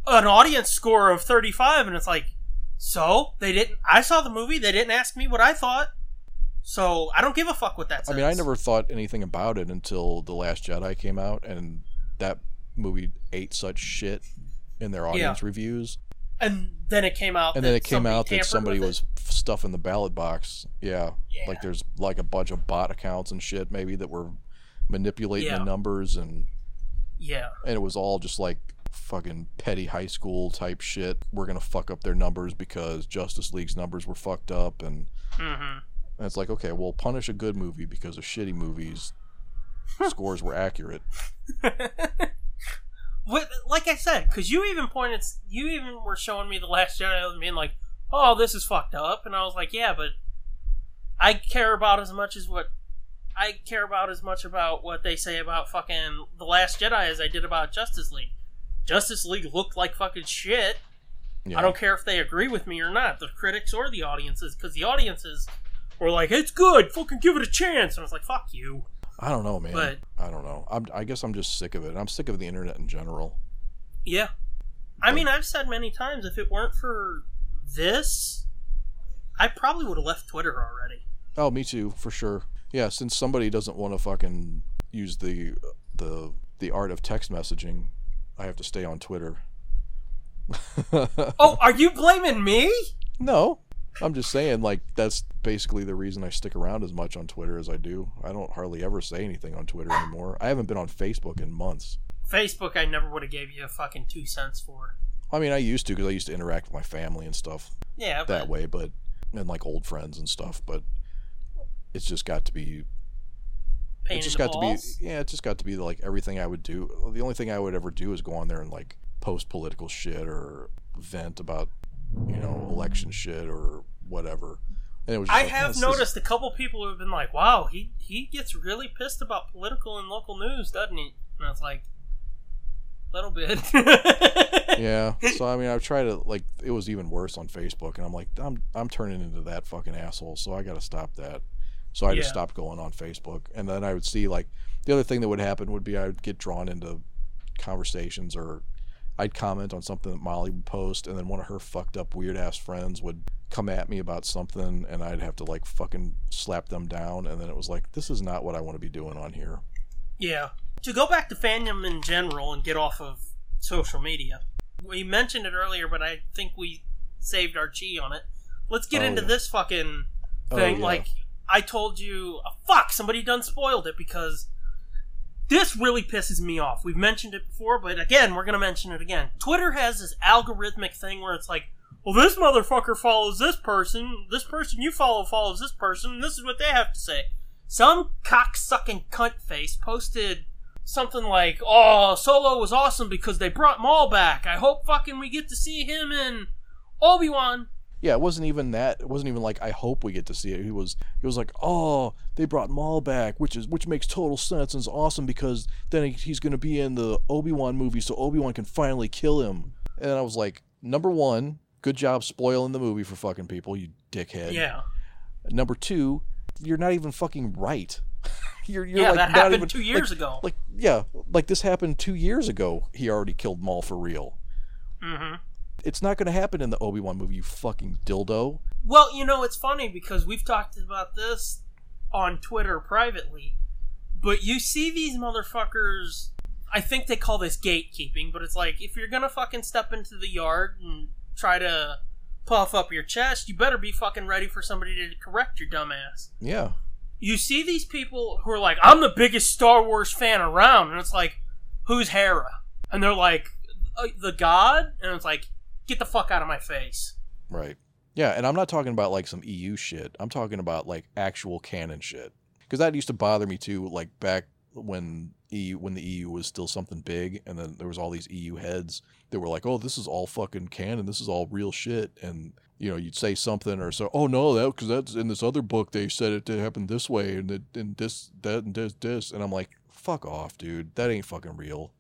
Speaker 1: an audience score of 35, and it's like, so they didn't. I saw the movie. They didn't ask me what I thought, so I don't give a fuck what that
Speaker 2: I
Speaker 1: says.
Speaker 2: mean, I never thought anything about it until The Last Jedi came out, and that movie ate such shit in their audience reviews.
Speaker 1: And then it came out.
Speaker 2: And then
Speaker 1: that
Speaker 2: it came
Speaker 1: somebody
Speaker 2: out that
Speaker 1: tampered
Speaker 2: somebody
Speaker 1: with it.
Speaker 2: was f- stuffing the ballot box. Yeah. Like, there's like a bunch of bot accounts and shit, maybe, that were manipulating
Speaker 1: Yeah.
Speaker 2: the numbers and
Speaker 1: Yeah.
Speaker 2: and it was all just like fucking petty high school type shit. We're gonna fuck up their numbers because Justice League's numbers were fucked up, and,
Speaker 1: Mm-hmm.
Speaker 2: and it's like, okay, well, punish a good movie because a shitty movie's scores were accurate.
Speaker 1: What, like I said, because you even pointed, you even were showing me the Last Jedi and being like, "Oh, this is fucked up," and I was like, "Yeah, but I care about as much as what I care about as much about what they say about fucking the Last Jedi as I did about Justice League. Justice League looked like fucking shit.
Speaker 2: Yeah.
Speaker 1: I don't care if they agree with me or not, the critics or the audiences, because the audiences were like, "It's good, fucking give it a chance," and I was like, "Fuck you."
Speaker 2: I don't know, man.
Speaker 1: But-
Speaker 2: I don't know. I'm, I guess I'm just sick of it. I'm sick of the internet in general.
Speaker 1: Yeah. I mean, I've said many times if it weren't for this, I probably would have left Twitter already.
Speaker 2: Oh, me too, for sure. Yeah, since somebody doesn't want to fucking use the the the art of text messaging, I have to stay on Twitter.
Speaker 1: Oh, are you blaming me?
Speaker 2: No, I'm just saying like that's basically the reason I stick around as much on Twitter as I do. I don't hardly ever say anything on Twitter anymore. I haven't been on Facebook in months.
Speaker 1: Facebook, I never would have gave you a fucking two cents for.
Speaker 2: I mean, I used to because I used to interact with my family and stuff
Speaker 1: Yeah, but
Speaker 2: that way, but and like old friends and stuff. But it's just got to be
Speaker 1: pain
Speaker 2: it just
Speaker 1: in the
Speaker 2: got
Speaker 1: balls.
Speaker 2: to be yeah it just got to be like everything i would do the only thing i would ever do is go on there and like post political shit or vent about you know election shit or whatever and it was just
Speaker 1: I
Speaker 2: like,
Speaker 1: have
Speaker 2: this- this-
Speaker 1: noticed a couple people who have been like, "Wow, he he gets really pissed about political and local news, doesn't he?" And I was like, "Little bit."
Speaker 2: yeah so i mean i've tried to like it was even worse on facebook and i'm like i'm i'm turning into that fucking asshole so i gotta stop that so i just
Speaker 1: Yeah.
Speaker 2: stopped going on facebook and then i would see like the other thing that would happen would be i would get drawn into conversations or i'd comment on something that molly would post and then one of her fucked up weird ass friends would come at me about something and i'd have to like fucking slap them down and then it was like this is not what i want to be doing on here
Speaker 1: Yeah. To go back to fandom in general and get off of social media, we mentioned it earlier, but I think we saved our chi on it. Let's get
Speaker 2: Oh,
Speaker 1: into
Speaker 2: yeah.
Speaker 1: this fucking
Speaker 2: Oh,
Speaker 1: thing.
Speaker 2: yeah.
Speaker 1: Like I told you, oh, fuck, somebody done spoiled it because this really pisses me off. We've mentioned it before, but again, we're gonna mention it again. Twitter has this algorithmic thing where it's like, well, this motherfucker follows this person, this person you follow follows this person, and this is what they have to say. Some cocksucking cunt face posted something like, "Oh, Solo was awesome because they brought Maul back. I hope fucking we get to see him in Obi Wan."
Speaker 2: Yeah, it wasn't even that. It wasn't even like I hope we get to see it. He was he was like, oh, they brought Maul back, which is which makes total sense and is awesome because then he, he's gonna be in the Obi Wan movie, so Obi Wan can finally kill him. And I was like, number one, good job spoiling the movie for fucking people, you dickhead.
Speaker 1: Yeah,
Speaker 2: Number two, you're not even fucking right. you're you're
Speaker 1: yeah,
Speaker 2: like
Speaker 1: that
Speaker 2: not
Speaker 1: happened
Speaker 2: even-
Speaker 1: two
Speaker 2: like-
Speaker 1: years ago.
Speaker 2: Like yeah, like this happened two years ago. He already killed Maul for real.
Speaker 1: hmm
Speaker 2: It's not gonna happen in the Obi Wan movie. You fucking dildo.
Speaker 1: Well, you know, it's funny because we've talked about this on Twitter privately, but you see these motherfuckers. I think they call this gatekeeping, but it's like if you're gonna fucking step into the yard and try to puff up your chest, you better be fucking ready for somebody to correct your dumbass.
Speaker 2: Yeah.
Speaker 1: you see these people who are like, I'm the biggest Star Wars fan around, and it's like, who's Hera? And they're like, "Uh, the god? And it's like, get the fuck out of my face.
Speaker 2: Right. Yeah, and I'm not talking about like some EU shit. I'm talking about like actual canon shit. Because that used to bother me too. Like back when EU when the EU was still something big, and then there was all these EU heads that were like, "Oh, this is all fucking canon. This is all real shit." And you know, you'd say something or so. Oh no, that because that's in this other book they said it to happen this way and it, and this that and this this. And I'm like, fuck off, dude. That ain't fucking real.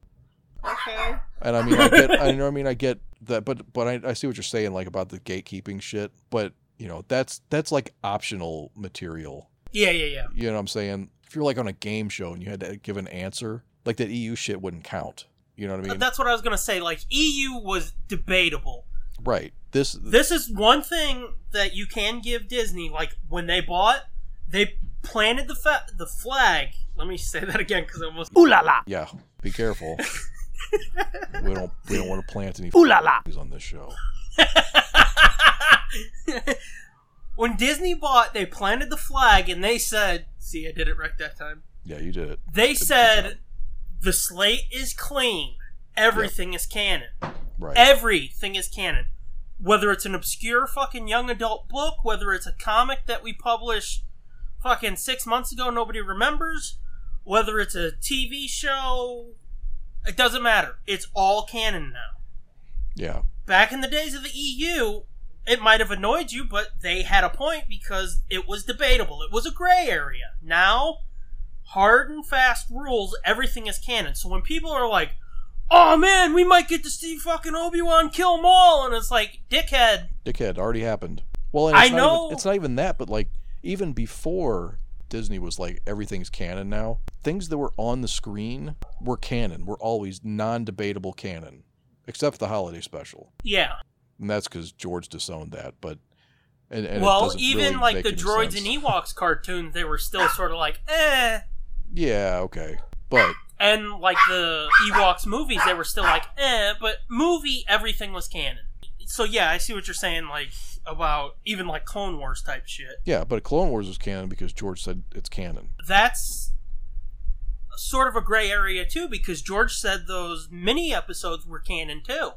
Speaker 1: Okay.
Speaker 2: And I mean, I get, I know, I mean, I get that, but but I, I see what you're saying, like about the gatekeeping shit. But you know, that's that's like optional material.
Speaker 1: Yeah, yeah, yeah.
Speaker 2: You know what I'm saying? If you're like on a game show and you had to give an answer, like that EU shit wouldn't count. You know what I mean?
Speaker 1: That's what I was gonna say. Like, EU was debatable.
Speaker 2: right. This,
Speaker 1: This is one thing that you can give Disney. Like, when they bought, they planted the, fa- the flag. Let me say that again because I almost.
Speaker 5: Ooh la la.
Speaker 2: yeah. Be careful. we don't we don't want to plant any
Speaker 5: Ooh la la.
Speaker 2: f***s on this show.
Speaker 1: when Disney bought, they planted the flag and they said, "See, I did it right that time."
Speaker 2: Yeah, you did it.
Speaker 1: They
Speaker 2: good job.
Speaker 1: said the slate is clean. Everything is canon.
Speaker 2: Right.
Speaker 1: Everything is canon. Whether it's an obscure fucking young adult book, whether it's a comic that we published fucking six months ago nobody remembers, whether it's a TV show, it doesn't matter. It's all canon now
Speaker 2: yeah.
Speaker 1: back in the days of the EU, it might have annoyed you, but they had a point because it was debatable. It was a gray area. Now, hard and fast rules, everything is canon. So when people are like, oh man, we might get to see fucking Obi Wan kill Maul, and it's like, dickhead.
Speaker 2: dickhead already happened well and it's
Speaker 1: I
Speaker 2: not
Speaker 1: know-
Speaker 2: even, it's not even that but like even before disney was like everything's canon now things that were on the screen were canon were always non-debatable canon except for the holiday special
Speaker 1: Yeah.
Speaker 2: and that's because george disowned that but and, and it
Speaker 1: well,
Speaker 2: doesn't
Speaker 1: even
Speaker 2: really
Speaker 1: like
Speaker 2: make
Speaker 1: the
Speaker 2: any
Speaker 1: droids
Speaker 2: sense.
Speaker 1: and Ewoks cartoon, they were still sort of like, eh.
Speaker 2: yeah okay but
Speaker 1: And like the Ewoks movies, they were still like, eh, but movie, everything was canon. So yeah, I see what you're saying, like, about even like Clone Wars type shit.
Speaker 2: yeah but clone wars was canon because george said it's canon
Speaker 1: That's sort of a gray area too, because George said those mini episodes were canon too.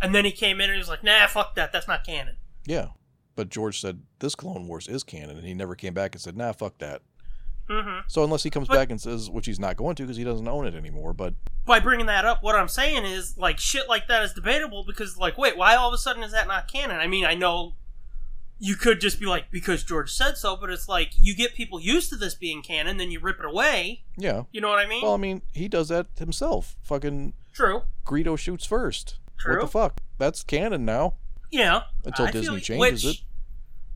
Speaker 1: And then he came in and he was like, nah, fuck that, that's not canon.
Speaker 2: yeah but george said this clone wars is canon and he never came back and said nah fuck that
Speaker 1: hmm
Speaker 2: So unless he comes
Speaker 1: But-
Speaker 2: back and says, which he's not going to because he doesn't own it anymore, but
Speaker 1: By bringing that up, what I'm saying is, like, shit like that is debatable because, like, wait, why all of a sudden is that not canon? I mean, I know you could just be like, because George said so, but it's like, you get people used to this being canon, then you rip it away.
Speaker 2: yeah.
Speaker 1: You know what I mean?
Speaker 2: Well, I mean, he does that himself. Fucking
Speaker 1: True.
Speaker 2: Greedo shoots first. What
Speaker 1: True.
Speaker 2: the fuck? That's canon now.
Speaker 1: Yeah.
Speaker 2: Until
Speaker 1: I feel
Speaker 2: Disney
Speaker 1: you.
Speaker 2: changes
Speaker 1: which,
Speaker 2: it.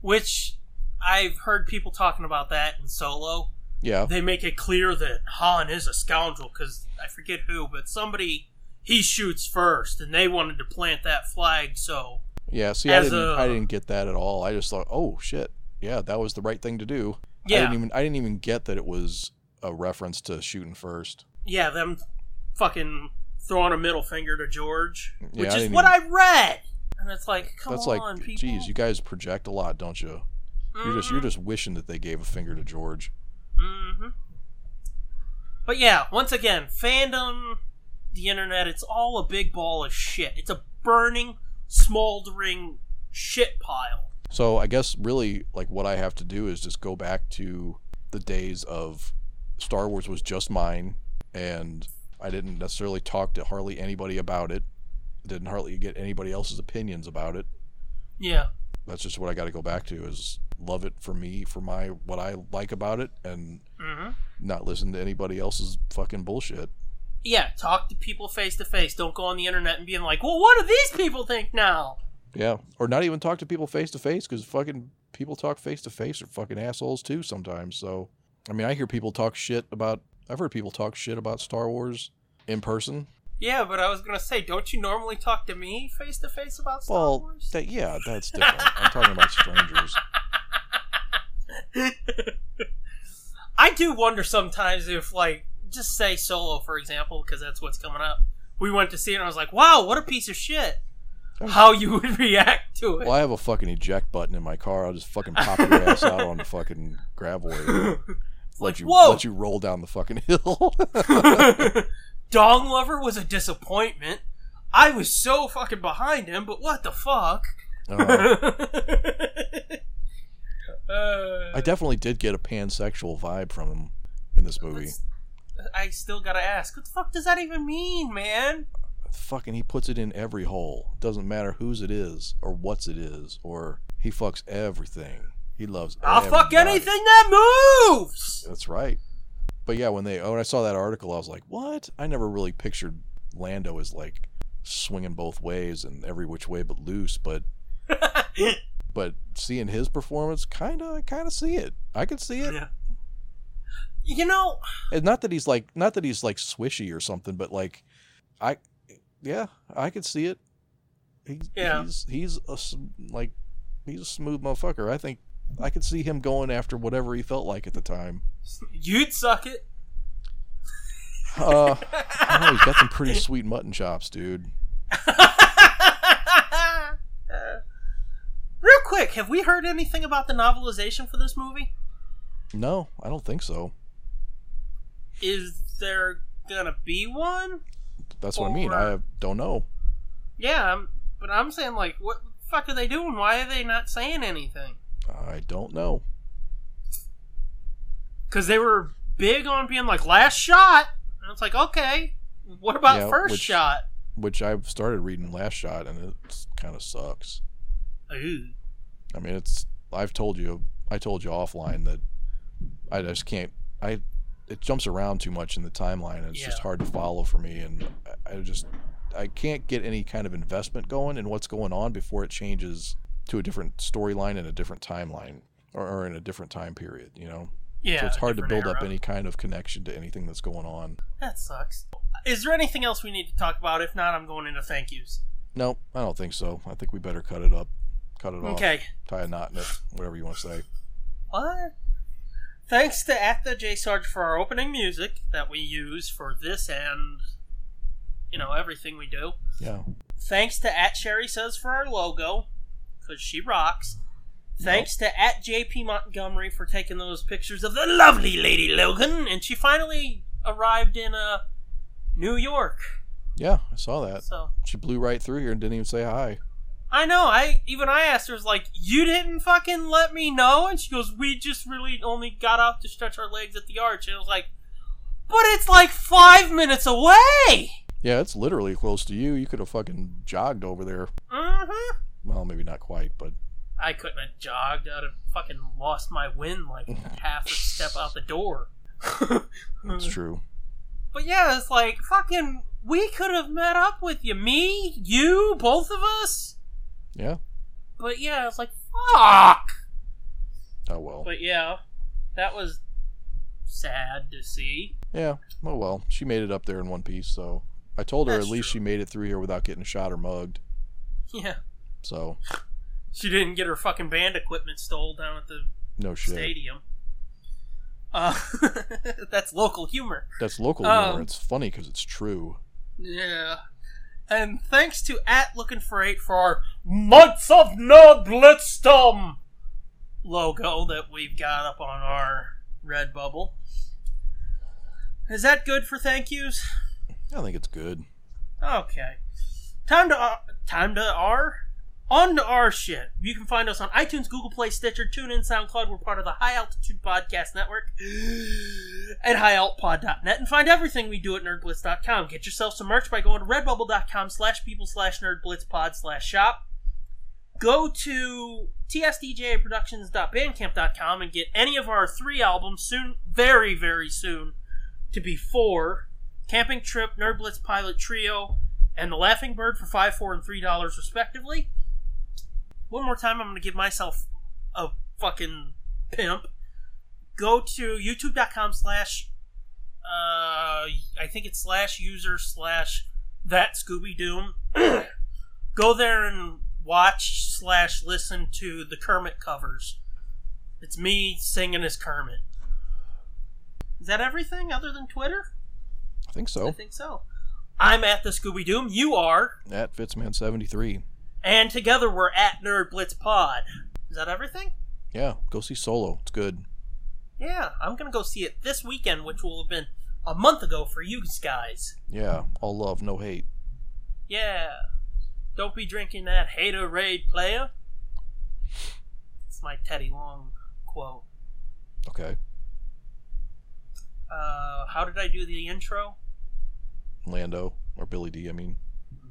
Speaker 1: Which I've heard people talking about that in Solo.
Speaker 2: Yeah.
Speaker 1: They make it clear that Han is a scoundrel because I forget who, but somebody he shoots first, and they wanted to plant that flag. So
Speaker 2: Yeah. See, I
Speaker 1: As
Speaker 2: didn't.
Speaker 1: a-
Speaker 2: I didn't get that at all. I just thought, oh shit, yeah, that was the right thing to do. I
Speaker 1: yeah,
Speaker 2: didn't even. I didn't even get that it was a reference to shooting first.
Speaker 1: yeah, them fucking throwing a middle finger to George,
Speaker 2: Yeah,
Speaker 1: which
Speaker 2: I
Speaker 1: is
Speaker 2: didn't
Speaker 1: what I read. and it's like, come
Speaker 2: That's
Speaker 1: on,
Speaker 2: like,
Speaker 1: people. Mm-hmm.
Speaker 2: geez, you guys project a lot, don't you? You're just you're just wishing that they gave a finger to George.
Speaker 1: hmm But yeah, once again, fandom, the internet, it's all a big ball of shit. It's a burning, smoldering shit pile.
Speaker 2: So I guess really like what I have to do is just go back to the days of Star Wars was just mine and I didn't necessarily talk to hardly anybody about it. Didn't hardly get anybody else's opinions about it.
Speaker 1: Yeah.
Speaker 2: That's just what I got to go back to is love it for me for my what I like about it and
Speaker 1: hmm
Speaker 2: not listen to anybody else's fucking bullshit.
Speaker 1: Yeah, talk to people face to face. Don't go on the internet and being like, well, what do these people think now?
Speaker 2: Yeah, or not even talk to people face to face because fucking people talk face to face are fucking assholes too sometimes. So, I mean, I hear people talk shit about. I've heard people talk shit about Star Wars in person.
Speaker 1: Yeah, but I was gonna say, don't you normally talk to me face to face about Star
Speaker 2: well,
Speaker 1: Wars?
Speaker 2: that, yeah, that's different. I'm talking about strangers.
Speaker 1: I do wonder sometimes if, like, just say Solo, for example, because that's what's coming up. We went to see it, and I was like, wow, what a piece of shit. How you would react to it.
Speaker 2: Well, I have a fucking eject button in my car. I'll just fucking pop your ass out on the fucking gravoid.
Speaker 1: like,
Speaker 2: Let you
Speaker 1: whoa!
Speaker 2: let you roll down the fucking hill.
Speaker 1: Dong Lover was a disappointment. I was so fucking behind him, but what the fuck?
Speaker 2: Uh,
Speaker 1: Uh,
Speaker 2: I definitely did get a pansexual vibe from him in this movie.
Speaker 1: Let's- I still gotta ask, what the fuck does that even mean, man?
Speaker 2: fucking he puts it in every hole. Doesn't matter whose it is or what's it is or he fucks everything. He loves.
Speaker 1: I'll fuck
Speaker 2: everybody.
Speaker 1: anything that moves!
Speaker 2: That's right. But yeah, when they oh, when I saw that article, I was like, what? I never really pictured Lando as like swinging both ways and every which way but loose. But but seeing his performance, kind of, I kind of see it. I could see it.
Speaker 1: Yeah. You know,
Speaker 2: And not that he's like, not that he's like swishy or something, but like, I, yeah, I could see it. He,
Speaker 1: Yeah.
Speaker 2: He's he's a s- like, he's a smooth motherfucker. I think I could see him going after whatever he felt like at the time.
Speaker 1: you'd suck it.
Speaker 2: Uh, I don't know, he's got some pretty sweet mutton chops, dude.
Speaker 1: Real quick, have we heard anything about the novelization for this movie?
Speaker 2: No, I don't think so.
Speaker 1: Is there gonna be one?
Speaker 2: That's what I mean. I don't know.
Speaker 1: Yeah, I'm, but I'm saying, like, what the fuck are they doing? Why are they not saying anything?
Speaker 2: I don't know.
Speaker 1: Because they were big on being like, last shot! And it's like, okay, what about
Speaker 2: Yeah,
Speaker 1: first
Speaker 2: which-
Speaker 1: shot?
Speaker 2: Which I've started reading last shot, and it kind of sucks.
Speaker 1: Ooh.
Speaker 2: I mean, it's I've told you I told you offline that I just can't I it jumps around too much in the timeline and it's just
Speaker 1: Yeah.
Speaker 2: hard to follow for me and I- I just I can't get any kind of investment going in what's going on before it changes to a different storyline and a different timeline or, or in a different time period, you know.
Speaker 1: Yeah.
Speaker 2: so it's hard to
Speaker 1: different
Speaker 2: build up
Speaker 1: era.
Speaker 2: any kind of connection to anything that's going on.
Speaker 1: That sucks. Is there anything else we need to talk about? If not, I'm going into thank yous.
Speaker 2: No, I don't think so. I think we better cut it up. Cut it off.
Speaker 1: Okay.
Speaker 2: Tie a knot in it, whatever you want to say.
Speaker 1: What? Thanks to at the J Sarge for our opening music that we use for this and you know everything we do.
Speaker 2: Yeah.
Speaker 1: Thanks to at Sherry says for our logo because she rocks. Thanks to at JP Montgomery for taking those pictures of the lovely Lady Logan, and she finally arrived in uh, New York.
Speaker 2: Yeah, I saw that.
Speaker 1: So
Speaker 2: She blew right through here and didn't even say hi.
Speaker 1: I know. I even I asked her, I was like, "You didn't fucking let me know," and she goes, "We just really only got out to stretch our legs at the arch." And I was like, "But it's like five minutes away."
Speaker 2: Yeah, it's literally close to you. You could have fucking jogged over there.
Speaker 1: Mm-hmm.
Speaker 2: Well, maybe not quite, but
Speaker 1: I couldn't have jogged. I'd have fucking lost my wind like half a step out the door.
Speaker 2: it's
Speaker 1: Hmm.
Speaker 2: true.
Speaker 1: But yeah, it's like fucking. We could have met up with you, me, you, both of us.
Speaker 2: Yeah.
Speaker 1: But yeah, it's like fuck.
Speaker 2: Oh well.
Speaker 1: But yeah, that was sad to see.
Speaker 2: Yeah. Oh well. She made it up there in one piece, so I told her
Speaker 1: That's
Speaker 2: at least
Speaker 1: true.
Speaker 2: she made it through here without getting shot or mugged.
Speaker 1: Yeah.
Speaker 2: So
Speaker 1: She didn't get her fucking band equipment stole down at the
Speaker 2: no shit.
Speaker 1: stadium. Uh, that's local humor.
Speaker 2: That's local
Speaker 1: Um,
Speaker 2: humor. It's funny because it's true.
Speaker 1: Yeah. And thanks to at looking for eight for our months of no blitzdom logo that we've got up on our red bubble. Is that good for thank yous?
Speaker 2: I think it's good.
Speaker 1: Okay. Time to uh, time to R. On to our shit. You can find us on iTunes, Google Play, Stitcher, TuneIn, SoundCloud. We're part of the High Altitude Podcast Network at highaltpod.net and find everything we do at nerdblitz.com. Get yourself some merch by going to redbubble.com slash people slash nerdblitzpod slash shop. Go to tsdjproductions.bandcamp.com and get any of our three albums soon, very, very soon, to be four Camping Trip, Nerd Blitz Pilot Trio, and The Laughing Bird for five, four, and three dollars respectively. One more time, I'm going to give myself a fucking pimp. Go to youtube.com slash, uh, I think it's slash user slash that Scooby Doom. Go there and watch slash listen to the Kermit covers. It's me singing as Kermit. Is that everything other than Twitter?
Speaker 2: I think
Speaker 1: I
Speaker 2: so.
Speaker 1: think so. I'm at the Scooby Doom. You are,
Speaker 2: At Fitzman seventy three.
Speaker 1: and together we're at Nerd Blitz Pod. Is that everything?
Speaker 2: Yeah, go see Solo. It's good.
Speaker 1: Yeah, I'm gonna go see it this weekend, which will have been a month ago for you guys.
Speaker 2: Yeah, all love, no hate.
Speaker 1: Yeah, don't be drinking that haterade, player. It's my Teddy Long quote.
Speaker 2: Okay,
Speaker 1: Uh, how did I do the intro?
Speaker 2: Lando or Billy D. I mean,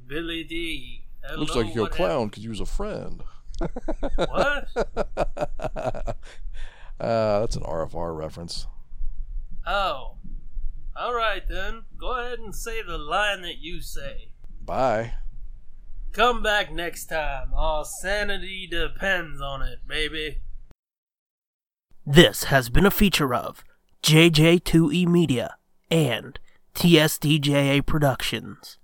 Speaker 1: Billy D. Hello,
Speaker 2: looks like you're a
Speaker 1: what
Speaker 2: clown because you was a friend.
Speaker 1: hap- What?
Speaker 2: uh, that's an RFR reference.
Speaker 1: Oh. All right then. Go ahead and say the line that you say.
Speaker 2: Bye.
Speaker 1: Come back next time. Our sanity depends on it, baby.
Speaker 5: This has been a feature of E JJ2E Media and TSDJA Productions.